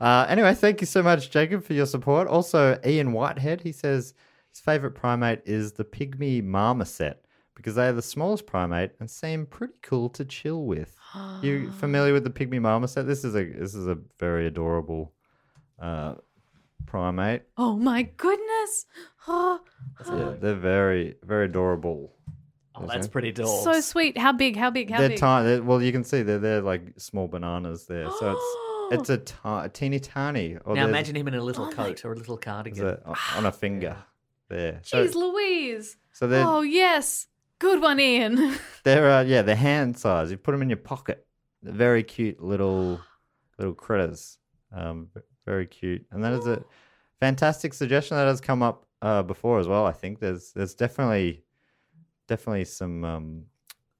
S3: Uh, anyway, thank you so much, Jacob, for your support. Also, Ian Whitehead, he says his favorite primate is the pygmy marmoset because they are the smallest primate and seem pretty cool to chill with. you familiar with the pygmy marmoset? This is a this is a very adorable uh, primate.
S4: Oh my goodness. Oh,
S3: Yeah, they're very very adorable.
S5: Oh, that's pretty dull.
S4: so sweet. How big? How big? How
S3: they're
S4: big?
S3: tiny. They're, well, you can see they're they're like small bananas there. So it's it's a ti- teeny tiny. Or
S5: now
S3: there's-
S5: imagine him in a little
S4: Oh my-
S5: coat or a little cardigan.
S3: there's a-
S5: Ah,
S3: on a finger there. So,
S4: Jeez Louise.
S3: so they're
S4: Oh yes. Good one, Ian.
S3: they're uh, yeah they're hand size. You put them in your pocket. They're very cute little little critters. Um, v- very cute. And that is a fantastic suggestion that has come up uh, before as well. I think there's there's definitely definitely some um,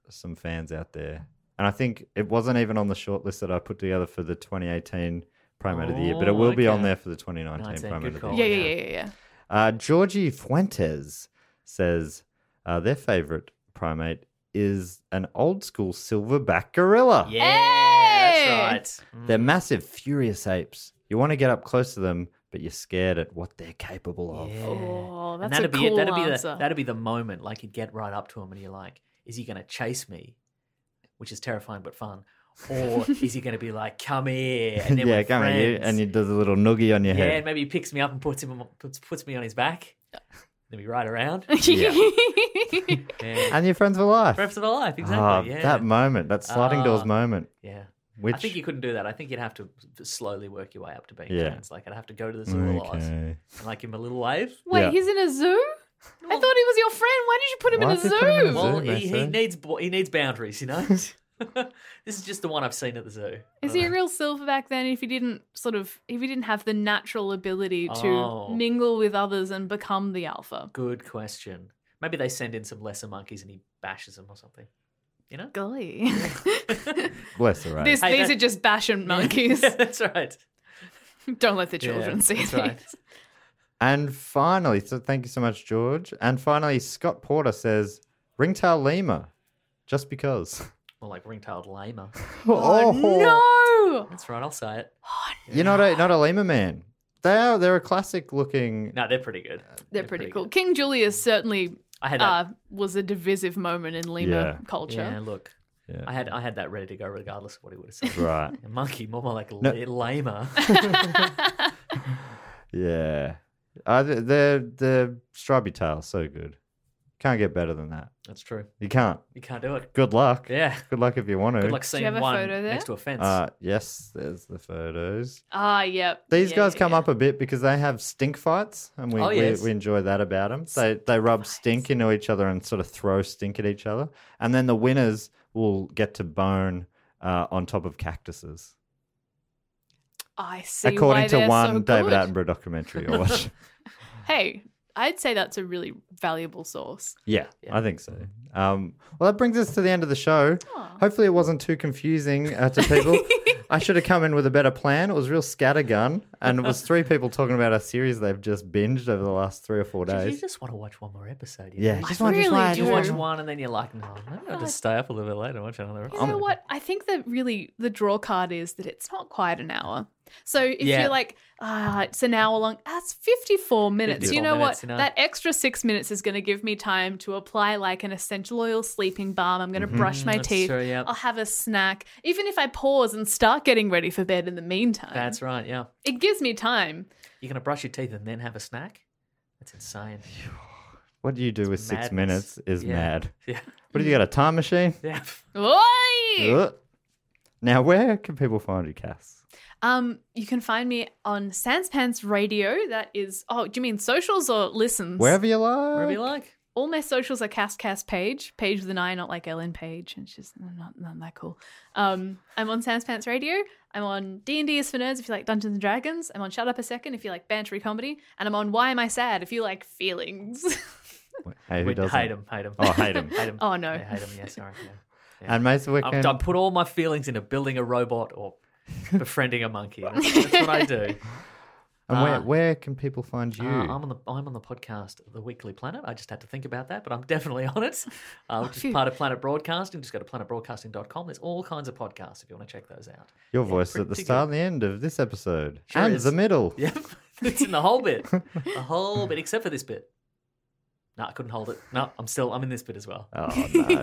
S3: some fans out there. And I think it wasn't even on the short list that I put together for the 2018 Primate of the Year, but it
S5: Oh,
S3: will be on
S5: okay.
S3: there for the 2019
S5: 19,
S3: Primate
S5: good
S3: of the
S5: call.
S3: Year.
S4: yeah, yeah,
S5: yeah.
S4: yeah, yeah, yeah.
S3: Uh, Georgie Fuentes says uh, their favorite primate is an old school silverback gorilla.
S5: Yeah, that's right.
S3: They're massive, furious apes. You want to get up close to them, but you're scared at what they're capable of.
S5: Yeah.
S4: Oh,
S5: And
S4: that's a
S5: that'd be it.
S4: cool
S5: that'd be
S4: answer.
S5: the that'd be the moment like you'd get right up to him and you're like, is he gonna chase me? Which is terrifying but fun. Or is he gonna be like, come here and then
S3: yeah,
S5: we're
S3: come on, you,
S5: friends.
S3: and you does a little noogie on your
S5: Yeah,
S3: head.
S5: and maybe he picks me up and puts him on- puts, puts me on his back. Then we ride around. Yeah.
S3: And you're friends for life.
S5: Perhaps of our life,
S3: Ah,
S5: exactly. yeah.
S3: That moment, that sliding doors
S5: Ah.
S3: moment,
S5: yeah.
S3: which
S5: I think you couldn't do that. I think you'd have to slowly work your way up to being
S3: Yeah.
S5: friends. Like I'd have to go to the zoo a lot and
S3: Okay.
S5: like give him a little wave.
S4: Wait,
S3: Yeah.
S4: he's in a zoo?
S5: Oh.
S4: I thought he was your friend. Why did you put him
S3: Why
S4: in a
S3: did you put him in a
S4: zoo?
S3: zoo?
S5: Well,
S3: they
S5: Oh, he,
S3: say.
S5: he needs bo- he needs boundaries, you know. this is just the one I've seen at the zoo.
S4: Is he a real silverback then if he didn't sort of if he didn't have the natural ability to
S5: Oh.
S4: mingle with others and become the alpha?
S5: Good question. Maybe they send in some lesser monkeys and he bashes them or something. You know.
S4: Golly.
S3: Bless her, right?
S4: This,
S5: Hey,
S4: these
S5: that-
S4: are just bashing monkeys.
S5: yeah, that's right.
S4: Don't let the
S5: Yeah,
S4: children see
S5: that's
S4: these.
S5: right.
S3: And finally, so thank you so much, George. And finally, Scott Porter says, Ringtail Lima, just because.
S5: More like ring-tailed llama.
S3: Oh,
S4: No!
S5: That's right. I'll say it.
S3: You're not a, not a Lima man. They are, they're a classic looking.
S5: No, they're pretty good.
S4: They're pretty cool.
S5: good.
S4: King Julius certainly
S5: I had that.
S4: uh, was a divisive moment in Lima
S3: Yeah.
S4: culture.
S5: yeah, look.
S3: Yeah.
S5: I had I had that ready to go regardless of what he would have said.
S3: Right.
S5: A monkey, more, more like
S3: No.
S5: li- llama.
S3: Yeah. Uh, the, the, the strawberry tail, so good. Can't get better than that.
S5: That's true.
S3: You can't.
S5: You can't do it.
S3: Good luck.
S5: Yeah.
S3: Good luck if you want to.
S5: Good luck
S4: you
S5: seeing
S4: have a
S5: one
S4: photo there?
S5: next to a fence.
S3: Uh, yes, there's the photos.
S4: Ah, yep.
S3: These
S4: Yeah,
S3: guys
S4: yeah,
S3: come
S4: yeah.
S3: up a bit because they have stink fights, and we,
S5: Oh, yes.
S3: we, we enjoy that about them. They they rub stink into each other and sort of throw stink at each other, and then the winners will get to bone uh, on top of cactuses,
S4: I see.
S3: according
S4: why
S3: to
S4: they're
S3: one
S4: so
S3: David
S4: good.
S3: Attenborough documentary. Or watch.
S4: Hey, I'd say that's a really valuable source.
S3: yeah,
S5: Yeah.
S3: I think so. Um, well, that brings us to the end of the show. Hopefully, it wasn't too confusing uh, to people. I should have come in with a better plan. It was real scattergun. and it was three people talking about a series they've just binged over the last three or four
S5: Did
S3: days.
S5: you just want to watch one more episode?
S3: Yeah,
S5: You
S3: I
S5: just
S3: wanna
S4: really
S3: like-
S4: do.
S5: you watch one and then you're like, no, maybe I'll just stay up a little bit later and watch another
S4: You
S5: episode.
S4: know what? I think that really the draw card is that it's not quite an hour. So if
S5: Yeah.
S4: you're like, ah, it's an hour long, that's 54 minutes.
S5: 54
S4: you know
S5: minutes,
S4: what?
S5: you know?
S4: That extra six minutes is going to give me time to apply like an essential oil sleeping balm. I'm going to brush my
S5: Mm-hmm, That's
S4: teeth.
S5: true, yeah.
S4: I'll have a snack. Even if I pause and start getting ready for bed in the meantime,
S5: That's right. Yeah.
S4: it gives me time.
S5: You're going to brush your teeth and then have a snack? That's insane.
S3: What do you do with six
S5: madness.
S3: minutes is
S5: Yeah.
S3: mad.
S5: Yeah.
S3: What do you got? A time machine?
S5: Yeah.
S4: Oi!
S3: Ugh. Now, where can people find you, Cass?
S4: Um, you can find me on Sanspants Radio. That is, oh, do you mean socials or listens?
S3: Wherever you like.
S5: Whatever you like.
S4: all my socials are cast cast page page with an i not like ellen page and she's not, not that cool um i'm on sans pants radio i'm on d&d is for nerds if you like dungeons and dragons i'm on shut up a second if you like bantery comedy and i'm on why am i sad if you like feelings
S3: Hey, who
S5: Wait,
S3: doesn't?
S5: hate him. Hate him.
S3: Oh, hate 'em.
S5: hate him.
S4: Oh, no.
S5: Yeah, hate him. Yeah, sorry. Yeah. Yeah.
S3: And Mesa, where
S5: I've,
S3: can,
S5: I've put all my feelings into building a robot or befriending a monkey. That's, that's what I do.
S3: and where,
S5: uh,
S3: where can people find you?
S5: Uh, I'm on the I'm on the podcast The Weekly Planet. I just had to think about that, but I'm definitely on it. Uh, which
S4: phew.
S5: is part of Planet Broadcasting. Just go to planetbroadcasting.com. There's all kinds of podcasts if you want to check those out.
S3: Your
S5: Yeah,
S3: voice at the
S5: pretty
S3: start and the end of this episode.
S5: Sure
S3: and
S5: is.
S3: the middle.
S5: Yep. It's in the whole bit. The whole bit, except for this bit. No, I couldn't hold it. No, I'm still I'm in this bit as well.
S3: Oh, no.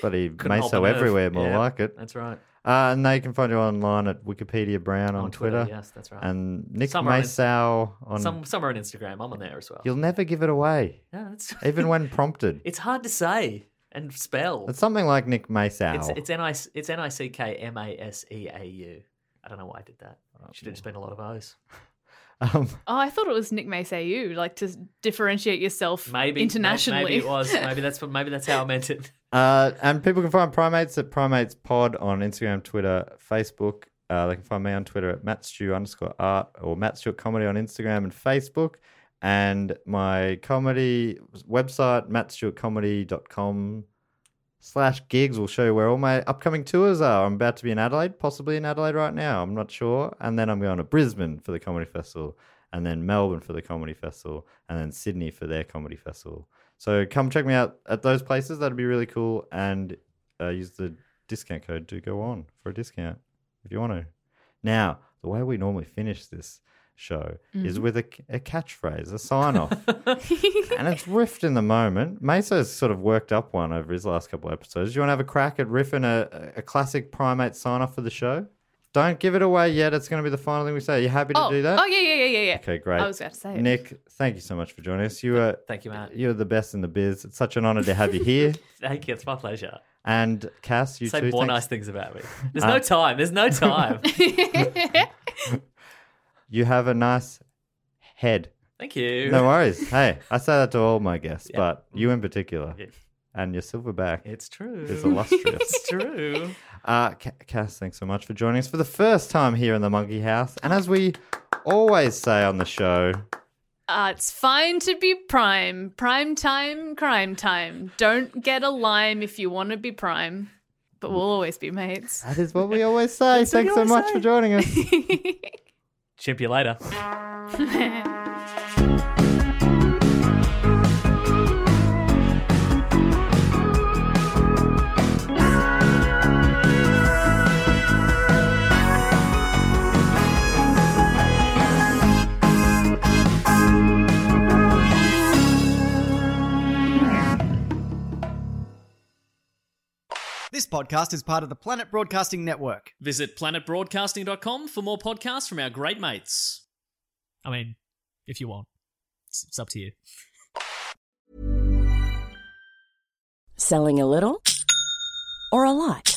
S3: Bloody
S5: Couldn't
S3: Meso
S5: hold the nerve.
S3: everywhere, more
S5: Yeah,
S3: like it.
S5: That's right.
S3: Uh, and they can find you online at Wikipedia Brown on, Twitter.
S5: Yes, that's right.
S3: And Nick
S5: Somewhere on
S3: Masow on.
S5: Some some are on Instagram. I'm on there as well.
S3: You'll never give it away,
S5: Yeah, that's
S3: even when prompted.
S5: It's hard to say and spell.
S3: It's something like Nick Masow.
S5: It's it's N I it's N I C K M A S E A U. I don't know why I did that.
S3: Oh,
S5: Should have just been a lot of O's.
S3: um,
S4: oh i thought it was nick may say you like to differentiate yourself
S5: Maybe
S4: internationally
S5: Maybe it was. Maybe that's what. Maybe that's how I meant it.
S3: Uh, and people can find Primates at Primates Pod on Instagram, Twitter, Facebook. Uh, they can find me on Twitter at MattStew underscore art or Matt Stewart Comedy on Instagram and Facebook. And my comedy website, mattstewartcomedy.com slash gigs will show you where all my upcoming tours are. I'm about to be in Adelaide, possibly in Adelaide right now. I'm not sure. And then I'm going to Brisbane for the comedy festival, and then Melbourne for the comedy festival, and then Sydney for their comedy festival. So come check me out at those places. That'd be really cool. And uh, use the discount code to go on for a discount if you want to. Now, the way we normally finish this show is
S4: Mm-hmm.
S3: with a, a catchphrase, a sign off. and it's riffed in the moment. Mesa's sort of worked up one over his last couple episodes. Do you want to have a crack at riffing a, a classic primate sign off for the show? Don't give it away yet. It's going to be the final thing we say. Are you happy to
S4: oh,
S3: do that?
S4: oh yeah yeah yeah yeah yeah
S3: Okay, great.
S4: i was about to say it.
S3: Nick, thank you so much for joining us. You were
S5: Thank you, Matt.
S3: you're the best in the biz. It's such an honor to have you here.
S5: Thank you. It's my pleasure.
S3: And Cass, you
S5: Say
S3: too.
S5: more
S3: thanks. Uh,
S5: nice things about me. There's no time. There's no time.
S3: You have a nice head.
S5: Thank you.
S3: No worries. hey, I say that to all my guests, but you in particular,
S5: Yeah.
S3: and your silverback
S5: It's true.
S3: is illustrious.
S5: It's true.
S3: Uh, Ca- Cass, thanks so much for joining us for the first time here in the Monkey House. And as we always say on the show,
S4: Uh, it's fine to be prime. Prime time, crime time. Don't get a lime if you want to be prime, but we'll always be mates.
S3: that is what we always say.
S5: what we
S3: thanks so
S5: always
S3: much
S5: say.
S3: for joining us.
S5: Chimp you later.
S1: This podcast is part of the Planet Broadcasting Network.
S7: Visit planetbroadcasting.com for more podcasts from our great mates. I mean, if you want, it's, it's up to you.
S8: Selling a little or a lot?